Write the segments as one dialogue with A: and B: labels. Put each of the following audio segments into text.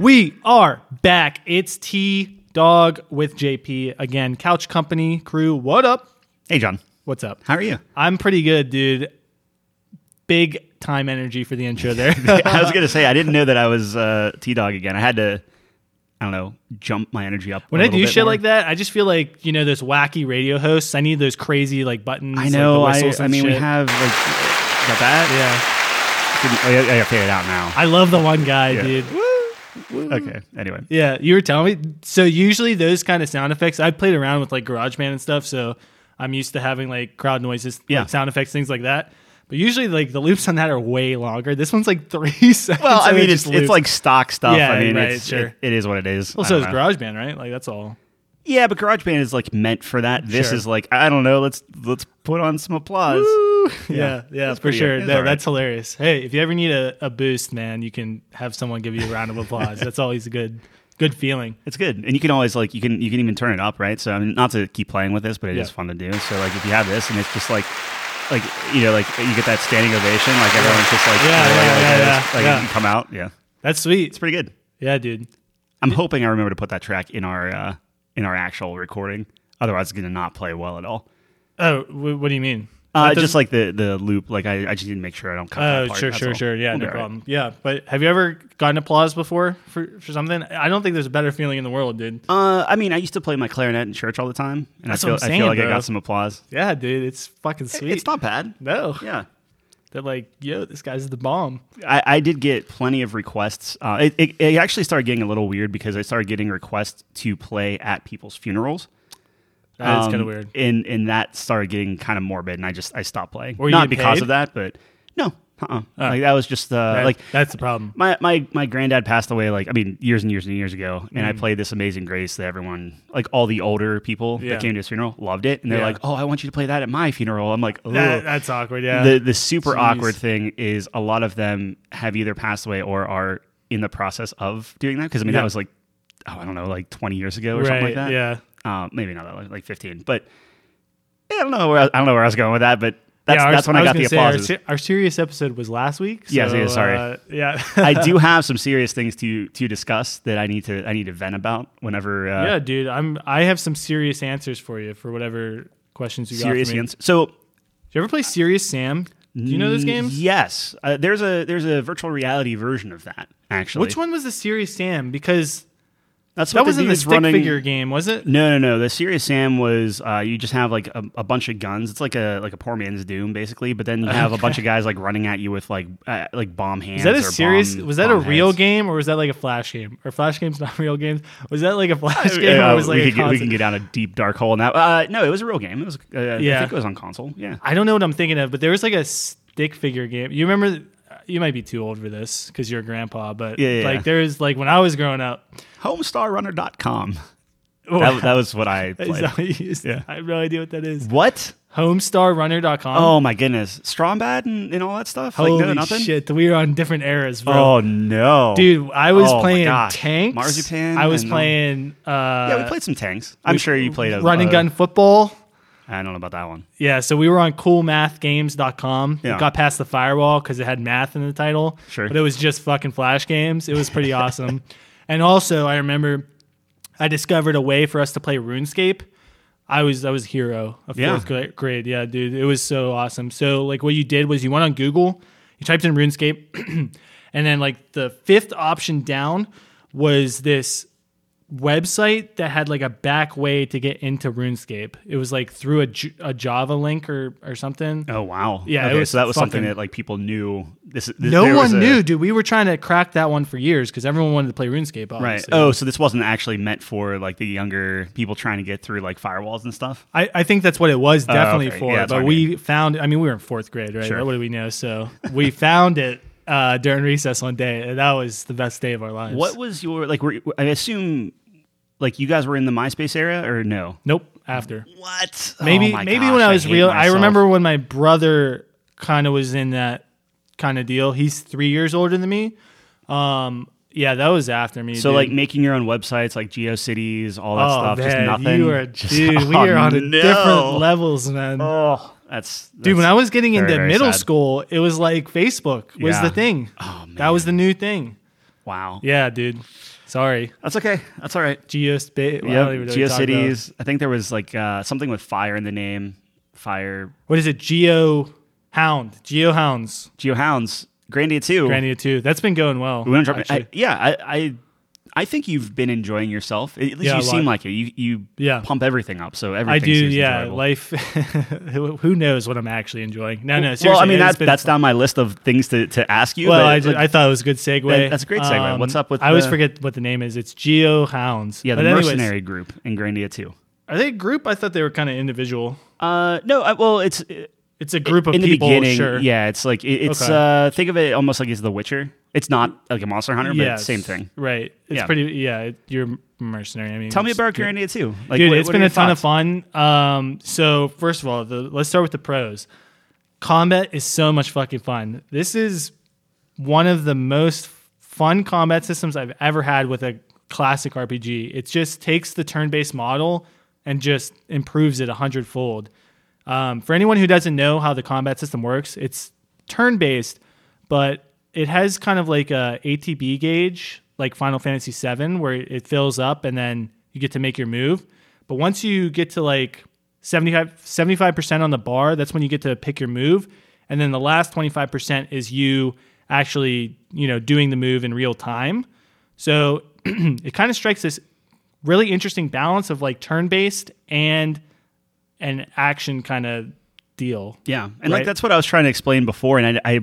A: We are back. It's T Dog with JP again. Couch Company crew, what up?
B: Hey, John.
A: What's up?
B: How are you?
A: I'm pretty good, dude. Big time energy for the intro there.
B: I was going to say, I didn't know that I was uh, T Dog again. I had to, I don't know, jump my energy up.
A: when
B: I
A: I do shit like that, I just feel like you know those wacky radio hosts. I need those crazy like buttons.
B: I know.
A: Like the
B: I,
A: whistles
B: I
A: and
B: mean, we
A: shit.
B: have like got that.
A: Yeah,
B: Oh, yeah, yeah, I figured it out now.
A: I love the one guy, dude.
B: Okay. Anyway.
A: Yeah, you were telling me. So usually those kind of sound effects, I played around with like GarageBand and stuff, so I'm used to having like crowd noises, like,
B: Yeah.
A: sound effects, things like that. But usually, like the loops on that are way longer. This one's like three seconds.
B: Well, I
A: and it
B: mean,
A: just
B: it's it's
A: loops.
B: like stock stuff.
A: Yeah,
B: I mean,
A: right,
B: it's,
A: sure.
B: it, it is what it is.
A: well,
B: I
A: so
B: don't
A: is
B: know.
A: GarageBand, right? Like that's all.
B: Yeah, but GarageBand is like meant for that. This
A: Sure.
B: is like I don't know. Let's let's put on some applause.
A: Yeah, yeah, for
B: pretty good.
A: sure.
B: It's
A: No,
B: all right.
A: That's hilarious. Hey, if you ever need a, a boost, man, you can have someone give you a round of applause. that's always a good good feeling.
B: It's good, and you can always like you can you can even turn it up, right? So I mean, not to keep playing with this, but it is
A: Yeah.
B: fun to do. So like if you have this, and it's just like like you know like you get that standing ovation, like everyone's just like
A: Yeah,
B: really,
A: yeah,
B: like,
A: yeah,
B: it is-
A: yeah,
B: like
A: yeah.
B: you can come out, yeah,
A: That's sweet.
B: it's pretty good.
A: Yeah, dude.
B: I'm hoping I remember to put that track in our uh in our actual recording. Otherwise, it's gonna not play well at all.
A: Oh, wh- what do you mean?
B: Uh,
A: That doesn't-
B: just like the the loop, like I, I just need to make sure I don't cut.
A: Oh,
B: that part,
A: sure,
B: that's
A: sure,
B: all.
A: sure. Yeah,
B: We'll be
A: no
B: all right.
A: problem. Yeah, but have you ever gotten applause before for, for something? I don't think there's a better feeling in the world, dude.
B: Uh, I mean, I used to play my clarinet in church all the time, and
A: That's
B: I feel
A: what I'm
B: I feel
A: saying,
B: like
A: bro.
B: I got some applause.
A: Yeah, dude, it's fucking sweet.
B: It's not bad.
A: no,
B: Yeah.
A: they're like, yo, this guy's the bomb.
B: I, I did get plenty of requests. Uh, it, it, it actually started getting a little weird because I started getting requests to play at people's funerals.
A: That's
B: Um,
A: kind of weird.
B: And and that started getting kind of morbid, and I just I stopped playing.
A: Were you
B: Not
A: getting
B: because
A: paid? Oh.
B: of that, but no, uh-uh. like that was just uh,
A: That-
B: like
A: that's the problem.
B: my, my my granddad passed away like I mean years and years and years ago, and I
A: Mm.
B: played this Amazing Grace that everyone like all the older people
A: Yeah.
B: that came to his funeral loved it, and they're
A: Yeah.
B: like, oh, I want you to play that at my funeral. I'm like, oh,
A: That, that's awkward. Yeah,
B: the the super
A: Jeez.
B: awkward thing is a lot of them have either passed away or are in the process of doing that because I mean
A: Yeah.
B: that was like oh I don't know like 20 years ago or
A: right.
B: something like that
A: Yeah,
B: um, maybe not that long, like 15 but yeah, I don't know where I, I don't know where I was going with that but that's
A: yeah, our-
B: that's when I,
A: was
B: got the
A: gonna say, our
B: applause
A: se- Our, serious episode was last week.
B: Yeah,
A: so,
B: yeah, sorry.
A: uh, yeah,
B: I do have some serious things to to discuss that I need to I need to vent about whenever uh,
A: yeah, dude. I'm. I have some serious answers for you for whatever questions you
B: serious
A: got. for me.
B: answer. so
A: Do you ever play Serious Sam? Do you know those
B: Mm,
A: games?
B: yes uh, there's a there's a virtual reality version of that actually
A: Which one was the Serious Sam? Because
B: that's
A: that
B: what
A: was in the
B: dude's
A: stick
B: running
A: figure game, was it?
B: No, no, no. The Serious Sam was uh, you just have like a, a bunch of guns. It's like a like a poor man's Doom, basically. But then you have a bunch of guys like running at you with like uh, like bomb hands.
A: Is that a
B: or
A: serious?
B: bomb-
A: was that a
B: bomb
A: real
B: heads.
A: game or was that like a flash game? Or flash games not real games? Was that like a flash
B: Uh,
A: game? Or was like
B: we,
A: a
B: could get, we can
A: console-
B: get down a deep dark hole now. Uh, no, it was a real game. It was. Uh,
A: Yeah.
B: I think it was on console. Yeah.
A: I don't know what I'm thinking of, but there was like a stick figure game. You remember? You might be too old for this because you're a grandpa, but
B: Yeah, yeah,
A: like
B: yeah.
A: there is like when I was growing up.
B: Homestarrunner.com. That, that was what I
A: Is
B: played.
A: that what you used?
B: Yeah.
A: I have no idea what that is.
B: what?
A: Homestarrunner.com.
B: Oh my goodness, Strombat and, and all that stuff.
A: holy
B: like, no, nothing?
A: shit! We are on different eras, bro.
B: Oh no,
A: Dude, I was
B: Oh, my
A: playing
B: gosh.
A: tanks.
B: Marzipan
A: I was
B: and, um,
A: playing. Uh,
B: Yeah, we played uh, some tanks. I'm sure you played a
A: running
B: a-
A: gun football.
B: I don't know about that one.
A: Yeah, so we were on coolmathgames.com. It
B: Yeah.
A: got past the firewall because it had math in the title.
B: Sure.
A: But it was just fucking flash games. It was pretty awesome. And also, I remember I discovered a way for us to play RuneScape. I was I was a hero of
B: Yeah.
A: fourth gra- grade. Yeah, dude, it was so awesome. So like, what you did was you went on Google, you typed in RuneScape, and then like the fifth option down was this website that had like a back way to get into RuneScape. It was like through a, J- a Java link or or something.
B: Oh wow!
A: Yeah, it
B: Okay,
A: was
B: so that was something
A: fucking-
B: that like people knew. This, this
A: No
B: there was
A: one
B: a-
A: knew, dude. We were trying to crack that one for years because everyone wanted to play RuneScape. Obviously.
B: Right. Oh, so this wasn't actually meant for like the younger people trying to get through like firewalls and stuff.
A: I, I think that's what it was definitely
B: Oh, okay.
A: for.
B: Yeah, that's what
A: but
B: I
A: we found, I mean, we were in fourth grade, right?
B: Sure.
A: What do we know? So we found it uh, during recess one day, and that was the best day of our lives.
B: What was your like? Were, you- I assume like you guys were in the MySpace era or no?
A: Nope. After
B: What?
A: maybe
B: Oh my
A: maybe
B: gosh,
A: when I was
B: hate
A: real, I
B: myself.
A: remember when my brother kind of was in that kind of deal. He's three years older than me. Um, yeah, that was after me.
B: So
A: dude.
B: like making your own websites, like GeoCities, all that
A: oh
B: stuff, just
A: man,
B: nothing.
A: You are,
B: Just-
A: dude. we
B: Oh,
A: are on a
B: no.
A: different levels, man.
B: Oh, That's, that's
A: Dude, when I was getting
B: very,
A: into
B: very
A: middle
B: sad.
A: school, it was like Facebook was
B: Yeah.
A: the thing. That was the new thing.
B: wow,
A: Oh, Yeah, dude. Sorry.
B: that's okay. That's all right.
A: Geospace.
B: Yeah, GeoCities. I think there was like uh, something with fire in the name. Fire
A: What is it? Geo Hound. Geo Hounds.
B: GeoHounds. Grandia too.
A: Grandia 2. That's been going well.
B: We want to drop. I,
A: actually.
B: yeah, I, I, I think you've been enjoying yourself. At least
A: Yeah, a
B: you seem
A: lot.
B: like it. You you
A: Yeah.
B: pump everything up, so everything.
A: I do,
B: seems
A: yeah.
B: enjoyable.
A: Life, who who knows what I'm actually enjoying? No, no, seriously.
B: well, I mean
A: it has
B: that's
A: been
B: that's
A: fun.
B: down my list of things to, to ask you.
A: Well,
B: but,
A: I,
B: like,
A: I thought it was a good segue. Um,
B: That- that's a great segue. What's up with
A: I always
B: the-
A: forget what the name is. It's Geo Hounds.
B: yeah, the
A: But anyways,
B: mercenary group in Grandia too.
A: Are they a group? I thought they were kind of individual.
B: Uh, no, I, well, it's uh,
A: It's a group of
B: in the
A: people.
B: beginning.
A: sure.
B: Yeah, it's like it, it's
A: Okay.
B: uh, think of it almost like it's The Witcher. It's not like a Monster Hunter, but
A: Yes.
B: it's same thing.
A: Right. It's
B: Yeah.
A: pretty. Yeah. It, you're mercenary. I mean,
B: Tell me
A: it's-
B: about Grandia too. Like,
A: Dude,
B: what-
A: it's
B: what are
A: been
B: your
A: a ton of
B: thoughts?
A: fun. Um, so first of all, the, let's start with the pros. Combat is so much fucking fun. This is one of the most fun combat systems I've ever had with a classic RPG. It just takes the turn-based model and just improves it a hundredfold. Um, for anyone who doesn't know how the combat system works, it's turn-based, but it has kind of like a ATB gauge, like Final Fantasy VII, where it fills up and then you get to make your move. But once you get to like 75 percent on the bar, that's when you get to pick your move, and then the last twenty five percent is you actually you know doing the move in real time. So it kind of strikes this really interesting balance of like turn based and an action kind of deal.
B: Yeah, and
A: Right.
B: like that's what I was trying to explain before, and I, I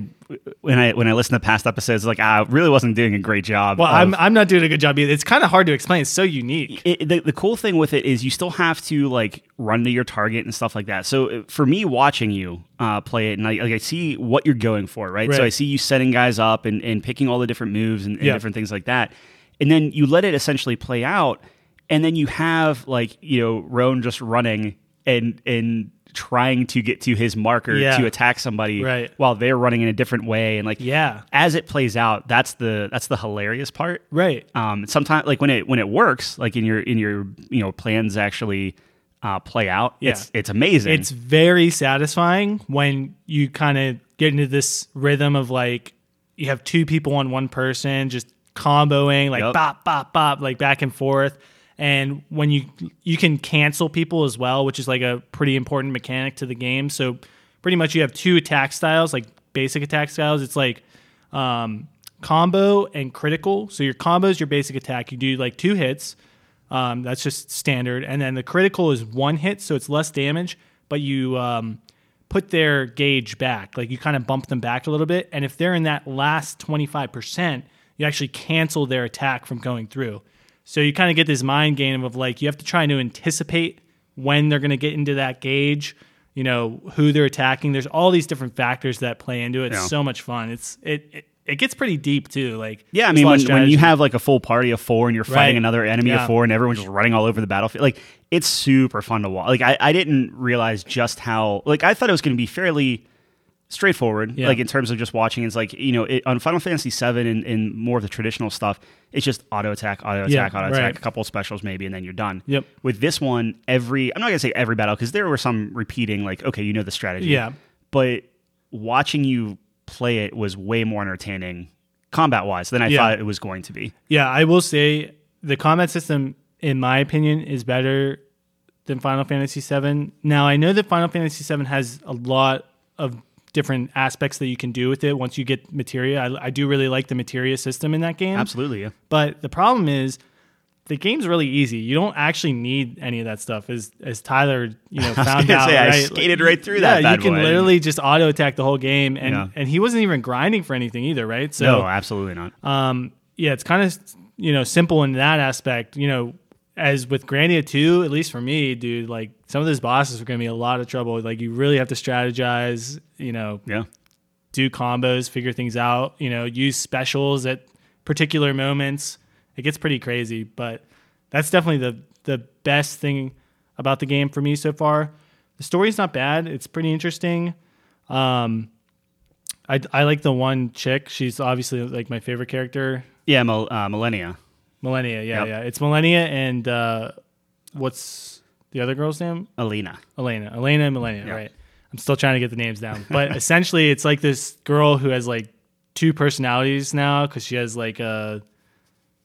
B: when I when I listened to past episodes, like I really wasn't doing a great job.
A: Well,
B: of-
A: I'm, I'm not doing a good job either. It's kind of hard to explain. It's so unique.
B: it, the, the cool thing with it is you still have to like run to your target and stuff like that. So uh, for me, watching you uh, play it, and I, like, I see what you're going for, right? So
A: Right.
B: I see you setting guys up and, and picking all the different moves and, and
A: Yeah.
B: different things like that, and then you let it essentially play out, and then you have like you know Roan just running and and trying to get to his marker
A: Yeah.
B: to attack somebody
A: Right.
B: while they're running in a different way and like
A: Yeah.
B: as it plays out that's the that's the hilarious part
A: Right.
B: um, sometimes like when it when it works like in your in your you know plans actually uh, play out
A: Yeah.
B: it's it's amazing
A: It's very satisfying when you kind of get into this rhythm of like you have two people on one person just comboing like
B: Yep.
A: bop bop bop like back and forth and when you you can cancel people as well which is like a pretty important mechanic to the game so pretty much you have two attack styles like basic attack styles it's like um, combo and critical so your combo is your basic attack you do like two hits um, that's just standard. And then the critical is one hit, so it's less damage, but you um, put their gauge back. Like you kind of bump them back a little bit. And if they're in that last 25%, you actually cancel their attack from going through. So you kind of get this mind game of like, you have to try to anticipate when they're going to get into that gauge. You know who they're attacking. There's all these different factors that play into it. It's
B: Yeah.
A: so much fun. It's it, it it gets pretty deep too. Like
B: yeah, I
A: there's
B: mean,
A: a lot
B: when,
A: of
B: when
A: strategy.
B: you have like a full party of four and you're fighting
A: Right.
B: another enemy
A: Yeah.
B: of four and everyone's just running all over the battlefield, like it's super fun to watch. Like I, I didn't realize just how like I thought it was going to be fairly straightforward,
A: Yeah.
B: like in terms of just watching. It's like you know it, on Final Fantasy VII and, and more of the traditional stuff, it's just auto attack, auto
A: Yeah,
B: attack, auto
A: right.
B: attack, a couple of specials maybe, and then you're done.
A: Yep.
B: With this one, every I'm not going to say every battle because there were some repeating. Like okay, you know the strategy.
A: Yeah.
B: But watching you play it was way more entertaining combat wise than I
A: Yeah. Mm.
B: thought it was going to be.
A: Yeah, I will say the combat system, in my opinion, is better than Final Fantasy VII. Now, I know that Final Fantasy VII has a lot of different aspects that you can do with it once you get materia. I, I do really like the materia system in that game.
B: Absolutely. Yeah.
A: But the problem is the game's really easy. You don't actually need any of that stuff. As as Tyler, you know, found
B: gonna
A: out.
B: say, I
A: right?
B: skated right through
A: yeah,
B: that bad
A: you can
B: boy.
A: literally just auto attack the whole game, and
B: Yeah.
A: and he wasn't even grinding for anything either, right? So
B: No, absolutely not.
A: um, yeah, it's kind of you know simple in that aspect. You know, as with Grandia two, at least for me, dude, like some of those bosses are going to be a lot of trouble. Like you really have to strategize. You know,
B: yeah.
A: do combos, figure things out. You know, use specials at particular moments. It gets pretty crazy, but that's definitely the the best thing about the game for me so far. The story's not bad. It's pretty interesting. Um, I, I like the one chick. She's obviously like my favorite character.
B: Yeah. Mil- uh, millennia.
A: Millennia. Yeah,
B: Yep.
A: yeah. It's Millennia and uh, what's the other girl's name?
B: Alina.
A: Elena. Elena and Millennia.
B: Yeah.
A: Right. I'm still trying to get the names down, but essentially, it's like this girl who has like two personalities now because she has like a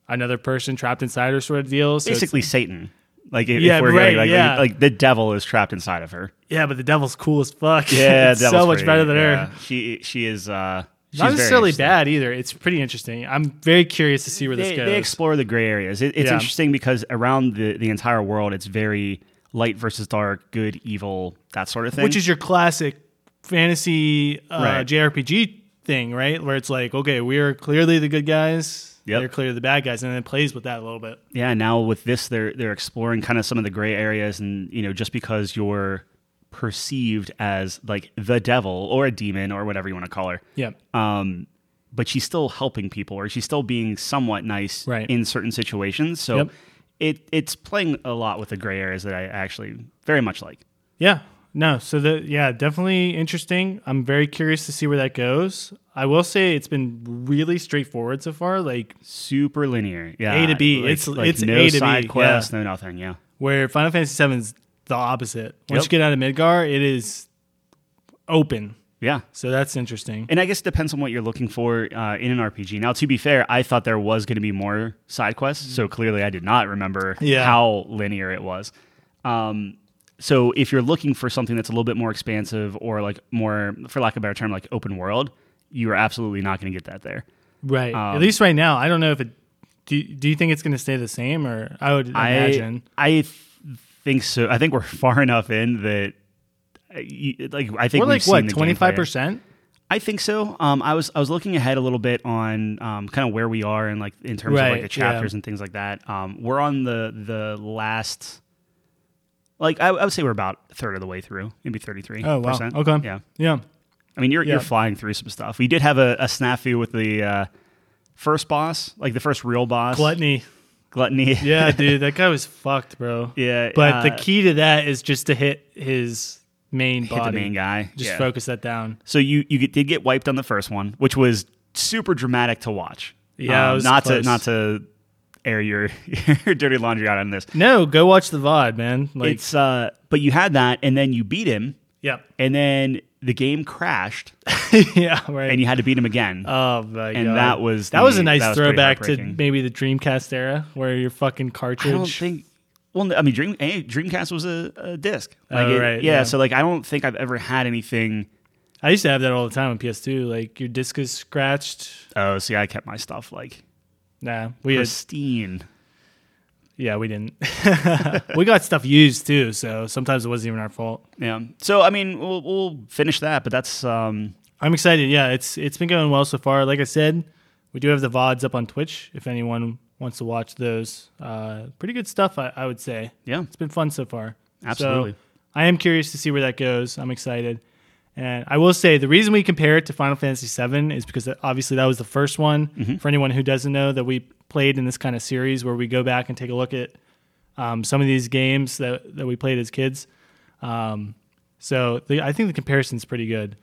A: another person trapped inside her sort of deal. So it's-
B: Basically, Satan. Like if,
A: Yeah,
B: if we're
A: right,
B: going, like,
A: yeah.
B: like like the devil is trapped inside of her.
A: yeah, but the devil's cool as fuck.
B: Yeah,
A: It's
B: the
A: so
B: devil's
A: much
B: pretty,
A: better than
B: yeah.
A: her.
B: She she is uh, she's
A: Not
B: very
A: necessarily
B: interesting.
A: bad either. It's pretty interesting. I'm very curious to see where this
B: they,
A: goes.
B: they explore the gray areas. It, it's
A: Yeah.
B: interesting because around the, the entire world, it's very light versus dark, good, evil, that sort of thing.
A: which is your classic fantasy uh,
B: Right.
A: JRPG thing, right? Where it's like, okay, we are clearly the good guys.
B: Yep.
A: They're clearly the bad guys, and then it plays with that a little bit.
B: yeah. Now with this, they're they're exploring kind of some of the gray areas, and you know, just because you're perceived as like the devil or a demon or whatever you want to call her,
A: Yeah,
B: um, but she's still helping people or she's still being somewhat nice
A: Right.
B: in certain situations. So
A: Yep.
B: it it's playing a lot with the gray areas that I actually very much like.
A: yeah, no. So the yeah, definitely interesting. I'm very curious to see where that goes. I will say it's been really straightforward so far. Like
B: super linear. Yeah,
A: A to B.
B: like-
A: It's-
B: like
A: it's
B: no
A: A to B,
B: side
A: yeah.
B: quest, no nothing. Yeah,
A: where Final Fantasy VII is the opposite. Once
B: Yep.
A: you get out of Midgar, it is open.
B: yeah.
A: So that's interesting.
B: And I guess it depends on what you're looking for uh, in an RPG. Now, to be fair, I thought there was going to be more side quests, so clearly I did not remember
A: Mm-hmm. Yeah.
B: how linear it was. Um, so if you're looking for something that's a little bit more expansive or like more, for lack of a better term, like open world, you are absolutely not going to get that there.
A: Right. At least right now, I don't know if it. Do, do you think it's going to stay the same, or I would imagine?
B: I I th- think so. I think we're far enough in that. uh, you- Like I
A: We're
B: think we've
A: like
B: seen
A: what
B: the gameplay.
A: twenty five percent.
B: I think so. Um, I was I was looking ahead a little bit on um, kind of where we are and like in terms of
A: Right,
B: like the chapters
A: yeah.
B: and things like that. Um, we're on the the last, like I, I would say we're about a third of the way through, maybe thirty three.
A: Oh wow. Okay.
B: Yeah.
A: Yeah.
B: I mean, you're
A: Yeah.
B: you're flying through some stuff. We did have a, a snafu with the uh, first boss, like the first real boss,
A: Gluttony.
B: gluttony.
A: Yeah, dude, that guy was fucked, bro.
B: yeah.
A: But
B: uh,
A: the key to that is just to hit his main
B: hit the
A: body.
B: main guy.
A: Just
B: yeah.
A: focus that down.
B: So you you get, did get wiped on the first one, which was super dramatic to watch. Um,
A: Yeah, it was
B: not
A: close.
B: to not to air your your dirty laundry out on this.
A: No, go watch the VOD, man. Like,
B: It's uh, but you had that, and then you beat him,
A: yeah,
B: and then the game crashed,
A: yeah, right.
B: and you had to beat him again.
A: oh my
B: and
A: god,
B: that was
A: that
B: the-
A: was a nice
B: that was pretty
A: throwback to
B: heartbreaking.
A: maybe the Dreamcast era, where your fucking
B: I
A: cartridge.
B: don't think. Well, I mean, Dream eh, Dreamcast was a, a disc. Like
A: Oh,
B: it-
A: right,
B: yeah,
A: yeah.
B: so like I don't think I've ever had anything.
A: I used to have that all the time on PS2. Like your disc is scratched.
B: Oh, see, I kept my stuff like
A: Nah, we had,
B: pristine.
A: yeah we didn't. we got stuff used too, so sometimes it wasn't even our fault.
B: Yeah. So I mean, we'll, we'll finish that, but that's um,
A: I'm excited. Yeah, it's it's been going well so far. Like I said, we do have the vods up on Twitch if anyone wants to watch those. Uh, pretty good stuff, I, I would say.
B: yeah.
A: It's been fun so far. So,
B: Absolutely.
A: I am curious to see where that goes. I'm excited. And I will say the reason we compare it to Final Fantasy VII is because that- obviously that was the first one for anyone who doesn't know that we played in this kind of series where we go back and take a look at um, some of these games that, that we played as kids. Um, so the, I think the comparison's pretty good.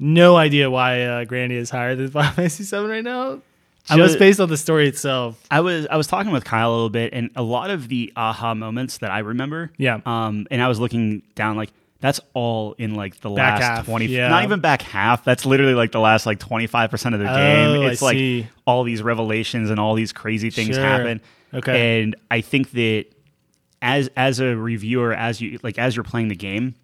A: No idea why uh, Grandia is higher than Final Fantasy VII right now,
B: I
A: just
B: would-
A: based on the story itself.
B: I was I was talking with Kyle a little bit, and a lot of the aha moments that I remember.
A: Yeah.
B: Um, and I was looking down like that's all in like the
A: Back
B: last
A: half,
B: twenty.
A: yeah.
B: Not even back half. That's literally like the last like twenty five percent of the game.
A: Oh, I
B: It's like
A: see.
B: all these revelations and all these crazy things
A: Sure.
B: happen.
A: Okay.
B: And I think that as as a reviewer, as you like as you're playing the game,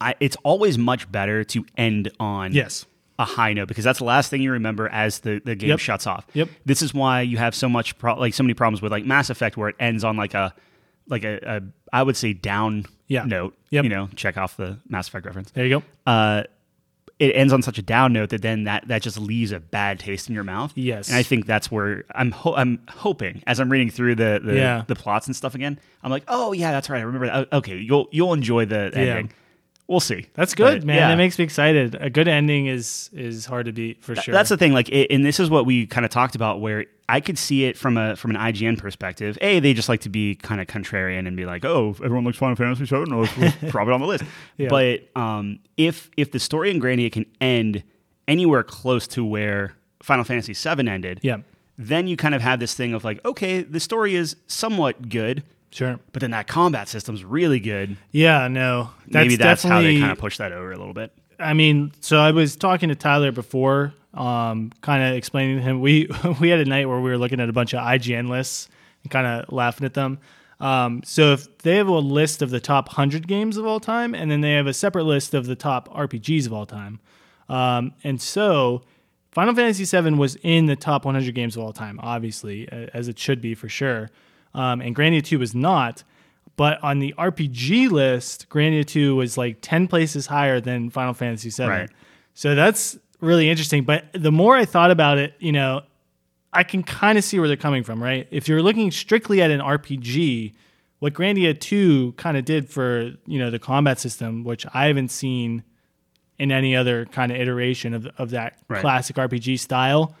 B: I, it's always much better to end on
A: Yes.
B: a high note because that's the last thing you remember as the, the game
A: Yep.
B: shuts off.
A: Yep.
B: This is why you have so much pro- like so many problems with like Mass Effect where it ends on like a like a, a I would say down
A: Yeah.
B: note.
A: Yep.
B: You know, check off the Mass Effect reference.
A: There you go.
B: Uh, it ends on such a down note that then that that just leaves a bad taste in your mouth.
A: Yes.
B: And I think that's where I'm ho- I'm hoping as I'm reading through the the,
A: Yeah.
B: the plots and stuff again. I'm like, oh yeah, that's right. I remember that. O- Okay, you'll you'll enjoy the ending. We'll see.
A: That's good,
B: But,
A: man.
B: yeah.
A: That makes me excited. A good ending is is hard to beat for sure.
B: That's the thing, like, it, and this is what we kind of talked about, where I could see it from a from an IGN perspective. A, they just like to be kind of contrarian and be like, "Oh, everyone likes Final Fantasy VII, no, it's probably on the list." But um, if if the story in Grandia can end anywhere close to where Final Fantasy VII ended,
A: yeah.
B: then you kind of have this thing of like, okay, the story is somewhat good.
A: Sure.
B: But then that combat system's really good.
A: Yeah, no. That's
B: Maybe that's how
A: definitely,
B: they kind of push that over a little bit.
A: I mean, so I was talking to Tyler before, um, kind of explaining to him. We we had a night where we were looking at a bunch of IGN lists and kind of laughing at them. Um, so if they have a list of the top hundred games of all time, and then they have a separate list of the top RPGs of all time, um, and so Final Fantasy VII was in the top 100 games of all time, obviously, a- as it should be for sure. Um, and Grandia 2 was not. But on the RPG list, Grandia 2 was like 10 places higher than Final Fantasy VII.
B: Right.
A: So that's really interesting. But the more I thought about it, you know, I can kind of see where they're coming from, right? If you're looking strictly at an RPG, what Grandia 2 kind of did for, you know, the combat system, which I haven't seen in any other kind of iteration of, of that
B: Right.
A: classic RPG style,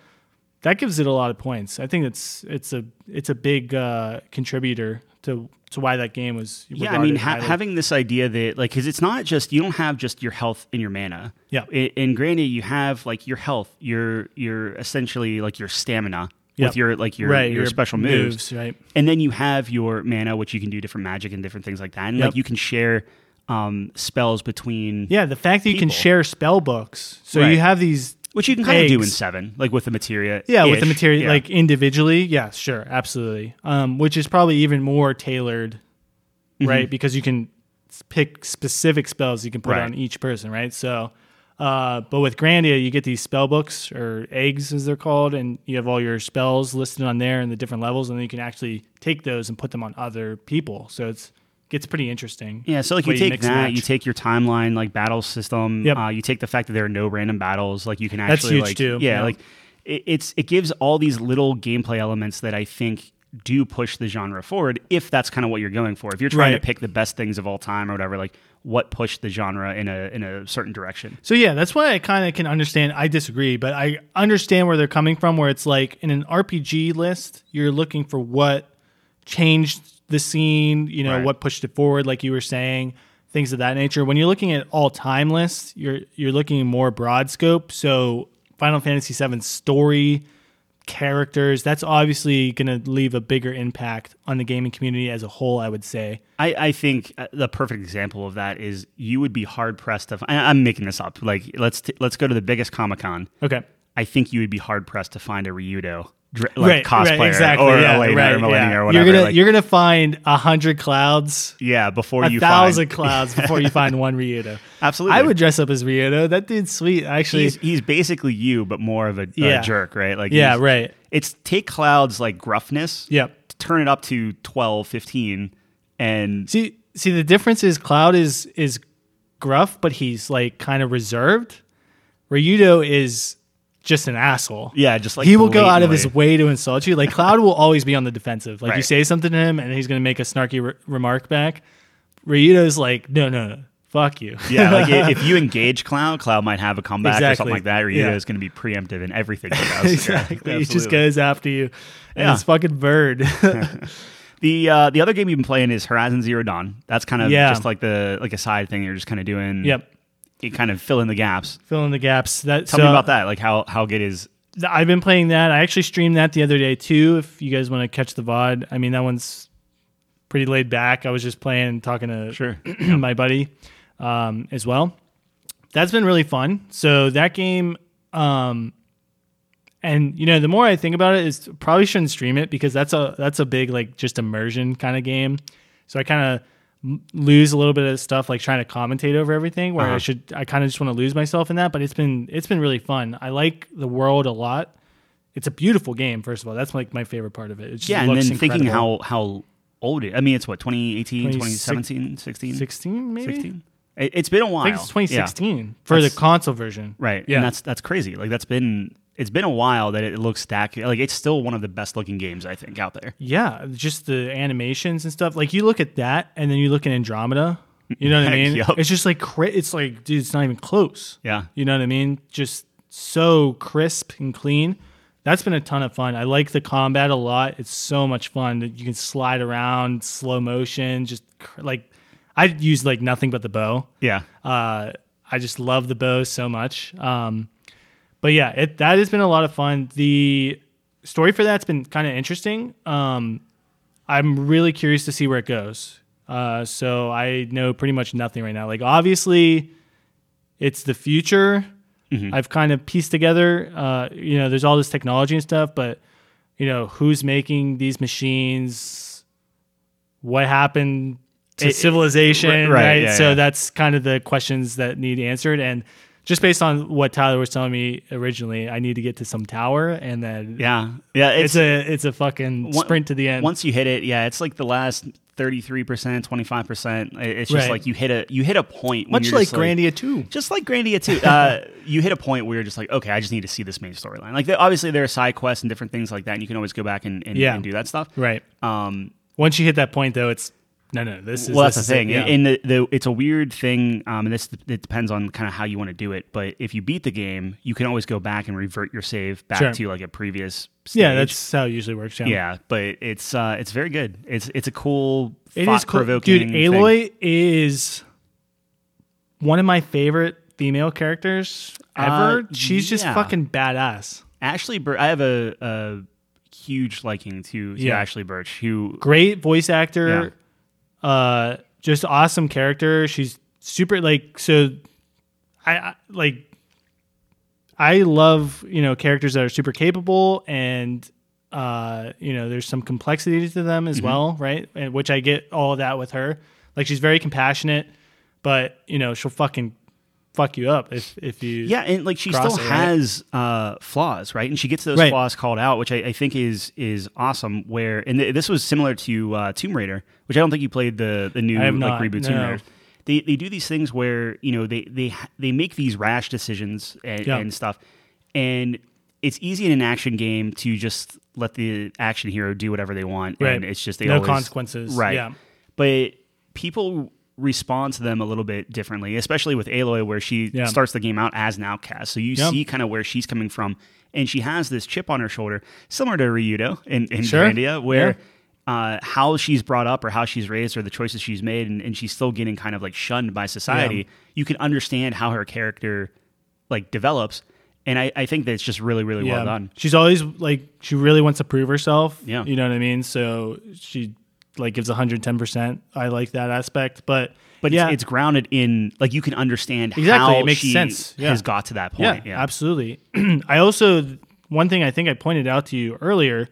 A: that gives it a lot of points. I think it's it's a it's a big uh, contributor to to why that game was.
B: Yeah, I mean,
A: regarded
B: ha-
A: highly.
B: having this idea that like, because it's not just you don't have just your health and your mana.
A: Yeah.
B: In, in Grandia, you have like your health, your your essentially like your stamina
A: Yep.
B: with your like your
A: Right,
B: your,
A: your
B: special
A: moves, right.
B: And then you have your mana, which you can do different magic and different things like that. And like
A: Yep.
B: you can share um, spells between
A: yeah, the fact that you can
B: people.
A: share spell books, so
B: Right.
A: you have these.
B: which you can kind of do in
A: Eggs.
B: seven, like with the materia.
A: Yeah, with the
B: ish.
A: material
B: Yeah.
A: like individually, yeah, sure, absolutely. Um, which is probably even more tailored,
B: Mm-hmm.
A: right? Because you can s- pick specific spells you can put
B: Right.
A: on each person, right? So, uh, but with Grandia, you get these spell books or eggs, as they're called, and you have all your spells listed on there and the different levels, and then you can actually take those and put them on other people. So it's gets pretty interesting.
B: Yeah, so like
A: way
B: you take
A: mix and
B: that,
A: match.
B: you take your timeline, like battle system.
A: Yep.
B: Uh, you take the fact that there are no random battles. Like you can
A: That's
B: actually
A: huge,
B: like,
A: too.
B: Yeah,
A: Yeah.
B: like it, it's it gives all these little gameplay elements that I think do push the genre forward. If that's kind of what you're going for, if you're trying
A: Right.
B: to pick the best things of all time or whatever, like what pushed the genre in a in a certain direction.
A: So yeah, that's why I kind of can understand. I disagree, but I understand where they're coming from. Where it's like in an RPG list, you're looking for what changed the scene, you know,
B: Right.
A: what pushed it forward, like you were saying, things of that nature. When you're looking at all time lists, you're you're looking more broad scope. So Final Fantasy VII's story, characters, that's obviously going to leave a bigger impact on the gaming community as a whole. I would say.
B: I, I think uh, the perfect example of that is you would be hard pressed to. I, I'm making this up. Like let's t- let's go to the biggest Comic Con.
A: Okay.
B: I think you would be hard pressed to find a Ryudo dr-
A: Right,
B: like cosplayer
A: right, exactly,
B: or
A: yeah,
B: Elena
A: right,
B: or Millennia
A: yeah.
B: or whatever.
A: You're gonna
B: like,
A: you're gonna find a hundred clouds
B: yeah, before
A: a
B: you
A: thousand
B: find
A: clouds before you find one Ryudo.
B: absolutely.
A: I would dress up as Ryudo. That dude's sweet, actually.
B: He's, he's basically you, but more of a, a
A: Yeah.
B: jerk, right? Like
A: yeah,
B: he's-
A: right.
B: It's take Cloud's like gruffness,
A: Yep.
B: turn it up to 12, 15, and
A: See, see, the difference is Cloud is is gruff, but he's like kind of reserved. Ryudo is just an asshole.
B: yeah, just like
A: he will go out of his
B: blatantly-
A: way to insult you. Like Cloud will always be on the defensive. Like you
B: Right.
A: say something to him, and he's gonna make a snarky re- remark back. Ryudo's like, no, no, no, fuck you.
B: yeah, like i- if you engage Cloud, Cloud might have a comeback or
A: Exactly.
B: something like that. Or
A: Yeah.
B: is going to be preemptive in everything he does. Yeah,
A: exactly. he just
B: absolutely.
A: goes after you, and
B: Yeah.
A: it's fucking bird.
B: The uh, the other game you've been playing is Horizon Zero Dawn. That's kind of
A: Yeah.
B: just like the like a side thing you're just kind of doing.
A: Yep.
B: You kind of fill in the gaps.
A: fill in the gaps. That
B: Tell me about that. Like how how good is
A: that. I've been playing that. I actually streamed that the other day too. If you guys want to catch the VOD, I mean that one's pretty laid back. I was just playing, talking to
B: sure.
A: my buddy um, as well. That's been really fun. So that game, um, and you know, the more I think about it, is probably shouldn't stream it because that's a that's a big like just immersion kind of game. So I kind of lose a little bit of stuff like trying to commentate over everything where I
B: Uh-huh.
A: should I kind of just want to lose myself in that. But it's been it's been really fun. I like the world a lot. It's a beautiful game. First of all, that's like my favorite part of it. It just
B: Yeah, and then
A: looks
B: thinking
A: incredible.
B: how how old it. I mean, it's what 2018,
A: 26
B: 2017, 16,
A: 16 maybe
B: 16? It, has been a while.
A: I think it's
B: Yeah.
A: 2016 for
B: That's-
A: the console version.
B: Right.
A: Yeah.
B: And that's that's crazy. Like that's been it's been a while that it looks stack. Like it's still one of the best looking games I think out there.
A: Yeah. Just the animations and stuff. Like you look at that and then you look at Andromeda. You know what I mean?
B: Yup.
A: It's just like cri- it's like, dude, it's not even close.
B: Yeah.
A: You know what I mean? Just so crisp and clean. That's been a ton of fun. I like the combat a lot. It's so much fun that you can slide around, slow motion, just cr- like I use like nothing but the bow.
B: Yeah.
A: Uh, I just love the bow so much. Um, but yeah, it, that has been a lot of fun. The story for that's been kind of interesting. Um, I'm really curious to see where it goes. Uh, so I know pretty much nothing right now. Like obviously, it's the future.
B: Mm-hmm.
A: I've kind of pieced together. Uh, you know, there's all this technology and stuff, but you know, who's making these machines? What happened to
B: It- it-
A: civilization?
B: right,
A: Right.
B: right, yeah,
A: so
B: yeah.
A: that's kind of the questions that need answered. And just based on what Tyler was telling me originally, I need to get to some tower, and then
B: Yeah, yeah.
A: it's, a it's a fucking
B: One-
A: sprint to the end.
B: once you hit it, yeah, it's like the last thirty three percent, twenty five percent. It's just
A: Right.
B: like you hit a you hit a point. when
A: much
B: you're
A: like
B: just
A: Grandia too.
B: just like Grandia too. Uh, you hit a point where you're just like, okay, I just need to see this main storyline. Like there- obviously there are side quests and different things like that, and you can always go back and, and,
A: Yeah.
B: and do that stuff.
A: Right.
B: Um,
A: Once you hit that point, though, it's no, no. This is
B: well, that's the
A: this is it,
B: thing.
A: yeah.
B: And the, the, it's a weird thing, um, and this it depends on kind of how you want to do it. But if you beat the game, you can always go back and revert your save back
A: Sure.
B: to like a previous. Stage.
A: yeah, that's how it usually works. Yeah,
B: yeah. But it's uh, it's very good. It's it's a cool,
A: It is cool,
B: provoking.
A: dude. Aloy is one of my favorite female characters ever.
B: Uh,
A: She's just
B: yeah.
A: fucking badass.
B: Ashley, Bur- I have a, a huge liking to, to
A: Yeah.
B: Ashley Birch, who
A: Great voice actor. Uh, just awesome character. She's super like so. I, I like. I love you know characters that are super capable and. Uh, you know, there's some complexity to them as well, right? And which I get all of that with her. Like she's very compassionate, but you know, she'll fucking fuck you up if if you
B: Yeah, and like she
A: cross
B: still
A: it, right?
B: has uh, flaws, right? And she gets those
A: Right.
B: flaws called out, which I, I think is is awesome. Where and th- this was similar to uh, Tomb Raider, which I don't think you played the the new
A: I have not,
B: like reboot Tomb
A: no.
B: Raider. They they do these things where you know they they ha- they make these rash decisions and,
A: Yeah.
B: and stuff, and it's easy in an action game to just let the action hero do whatever they want,
A: Right.
B: and it's just they
A: No
B: always-
A: consequences,
B: right?
A: yeah.
B: But people respond to them a little bit differently, especially with Aloy, where she
A: Yeah.
B: starts the game out as an outcast. So you
A: Yeah.
B: see kind of where she's coming from, and she has this chip on her shoulder, similar to Ryudo in, in
A: Sure.
B: Grandia, where uh, how she's brought up or how she's raised or the choices she's made, and, and she's still getting kind of like shunned by society. You can understand how her character like develops, and I, I think that it's just really, really well done.
A: She's always like she really wants to prove herself.
B: Yeah.
A: You know what I mean? So she like gives 110%. I like that aspect, but
B: But
A: yeah,
B: it's, it's grounded in like you can understand
A: Exactly,
B: how
A: it makes
B: she
A: sense. Yeah.
B: has got to that
A: yeah,
B: point. Yeah,
A: absolutely. I also one thing I think I pointed out to you earlier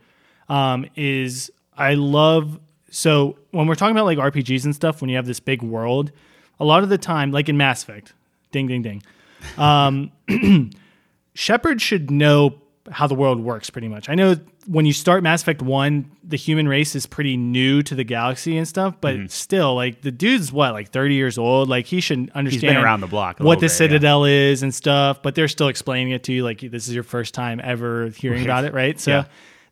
A: um, is I love so when we're talking about like RPGs and stuff when you have this big world, a lot of the time like in Mass Effect, ding ding ding. Shepard should know how the world works pretty much. I know when you start Mass Effect 1, the human race is pretty new to the galaxy and stuff, but
B: Mm-hmm.
A: still, like, the dude's what, like 30 years old? Like, he should understand
B: around the block a
A: what the
B: little bit, yeah.
A: Citadel is and stuff, but they're still explaining it to you. Like, this is your first time ever hearing about it, right? So,
B: Yeah.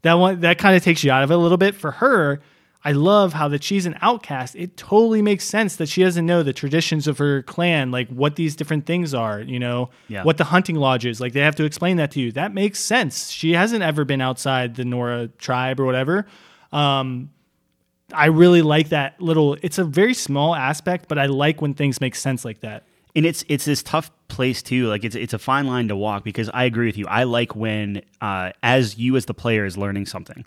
A: that one, that kind of takes you out of it a little bit. For her, I love how that she's an outcast. It totally makes sense that she doesn't know the traditions of her clan, like what these different things are, you know,
B: Yeah.
A: what the hunting lodge is. Like they have to explain that to you. That makes sense. She hasn't ever been outside the Nora tribe or whatever. Um, I really like that little. It's a very small aspect, but I like when things make sense like that.
B: and it's it's this tough place too like it's it's a fine line to walk because i agree with you i like when uh as you as the player is learning something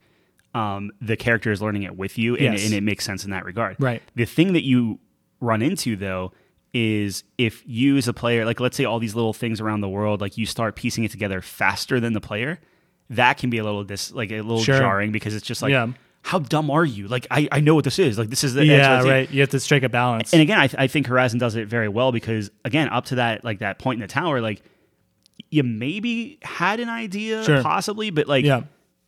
B: um the character is learning it with you and,
A: Yes.
B: and it makes sense in that regard
A: Right.
B: the thing that you run into though is if you as a player like let's say all these little things around the world like you start piecing it together faster than the player that can be a little dis like a little
A: Sure.
B: jarring because it's just like
A: Yeah.
B: how dumb are you like i i know what this is like this is the
A: Yeah,
B: XYZ.
A: right. You have to strike a balance.
B: And again, I, th- I think Horizon does it very well because again, up to that like that point in the tower, like you maybe had an idea,
A: Sure.
B: possibly, but like
A: Yeah.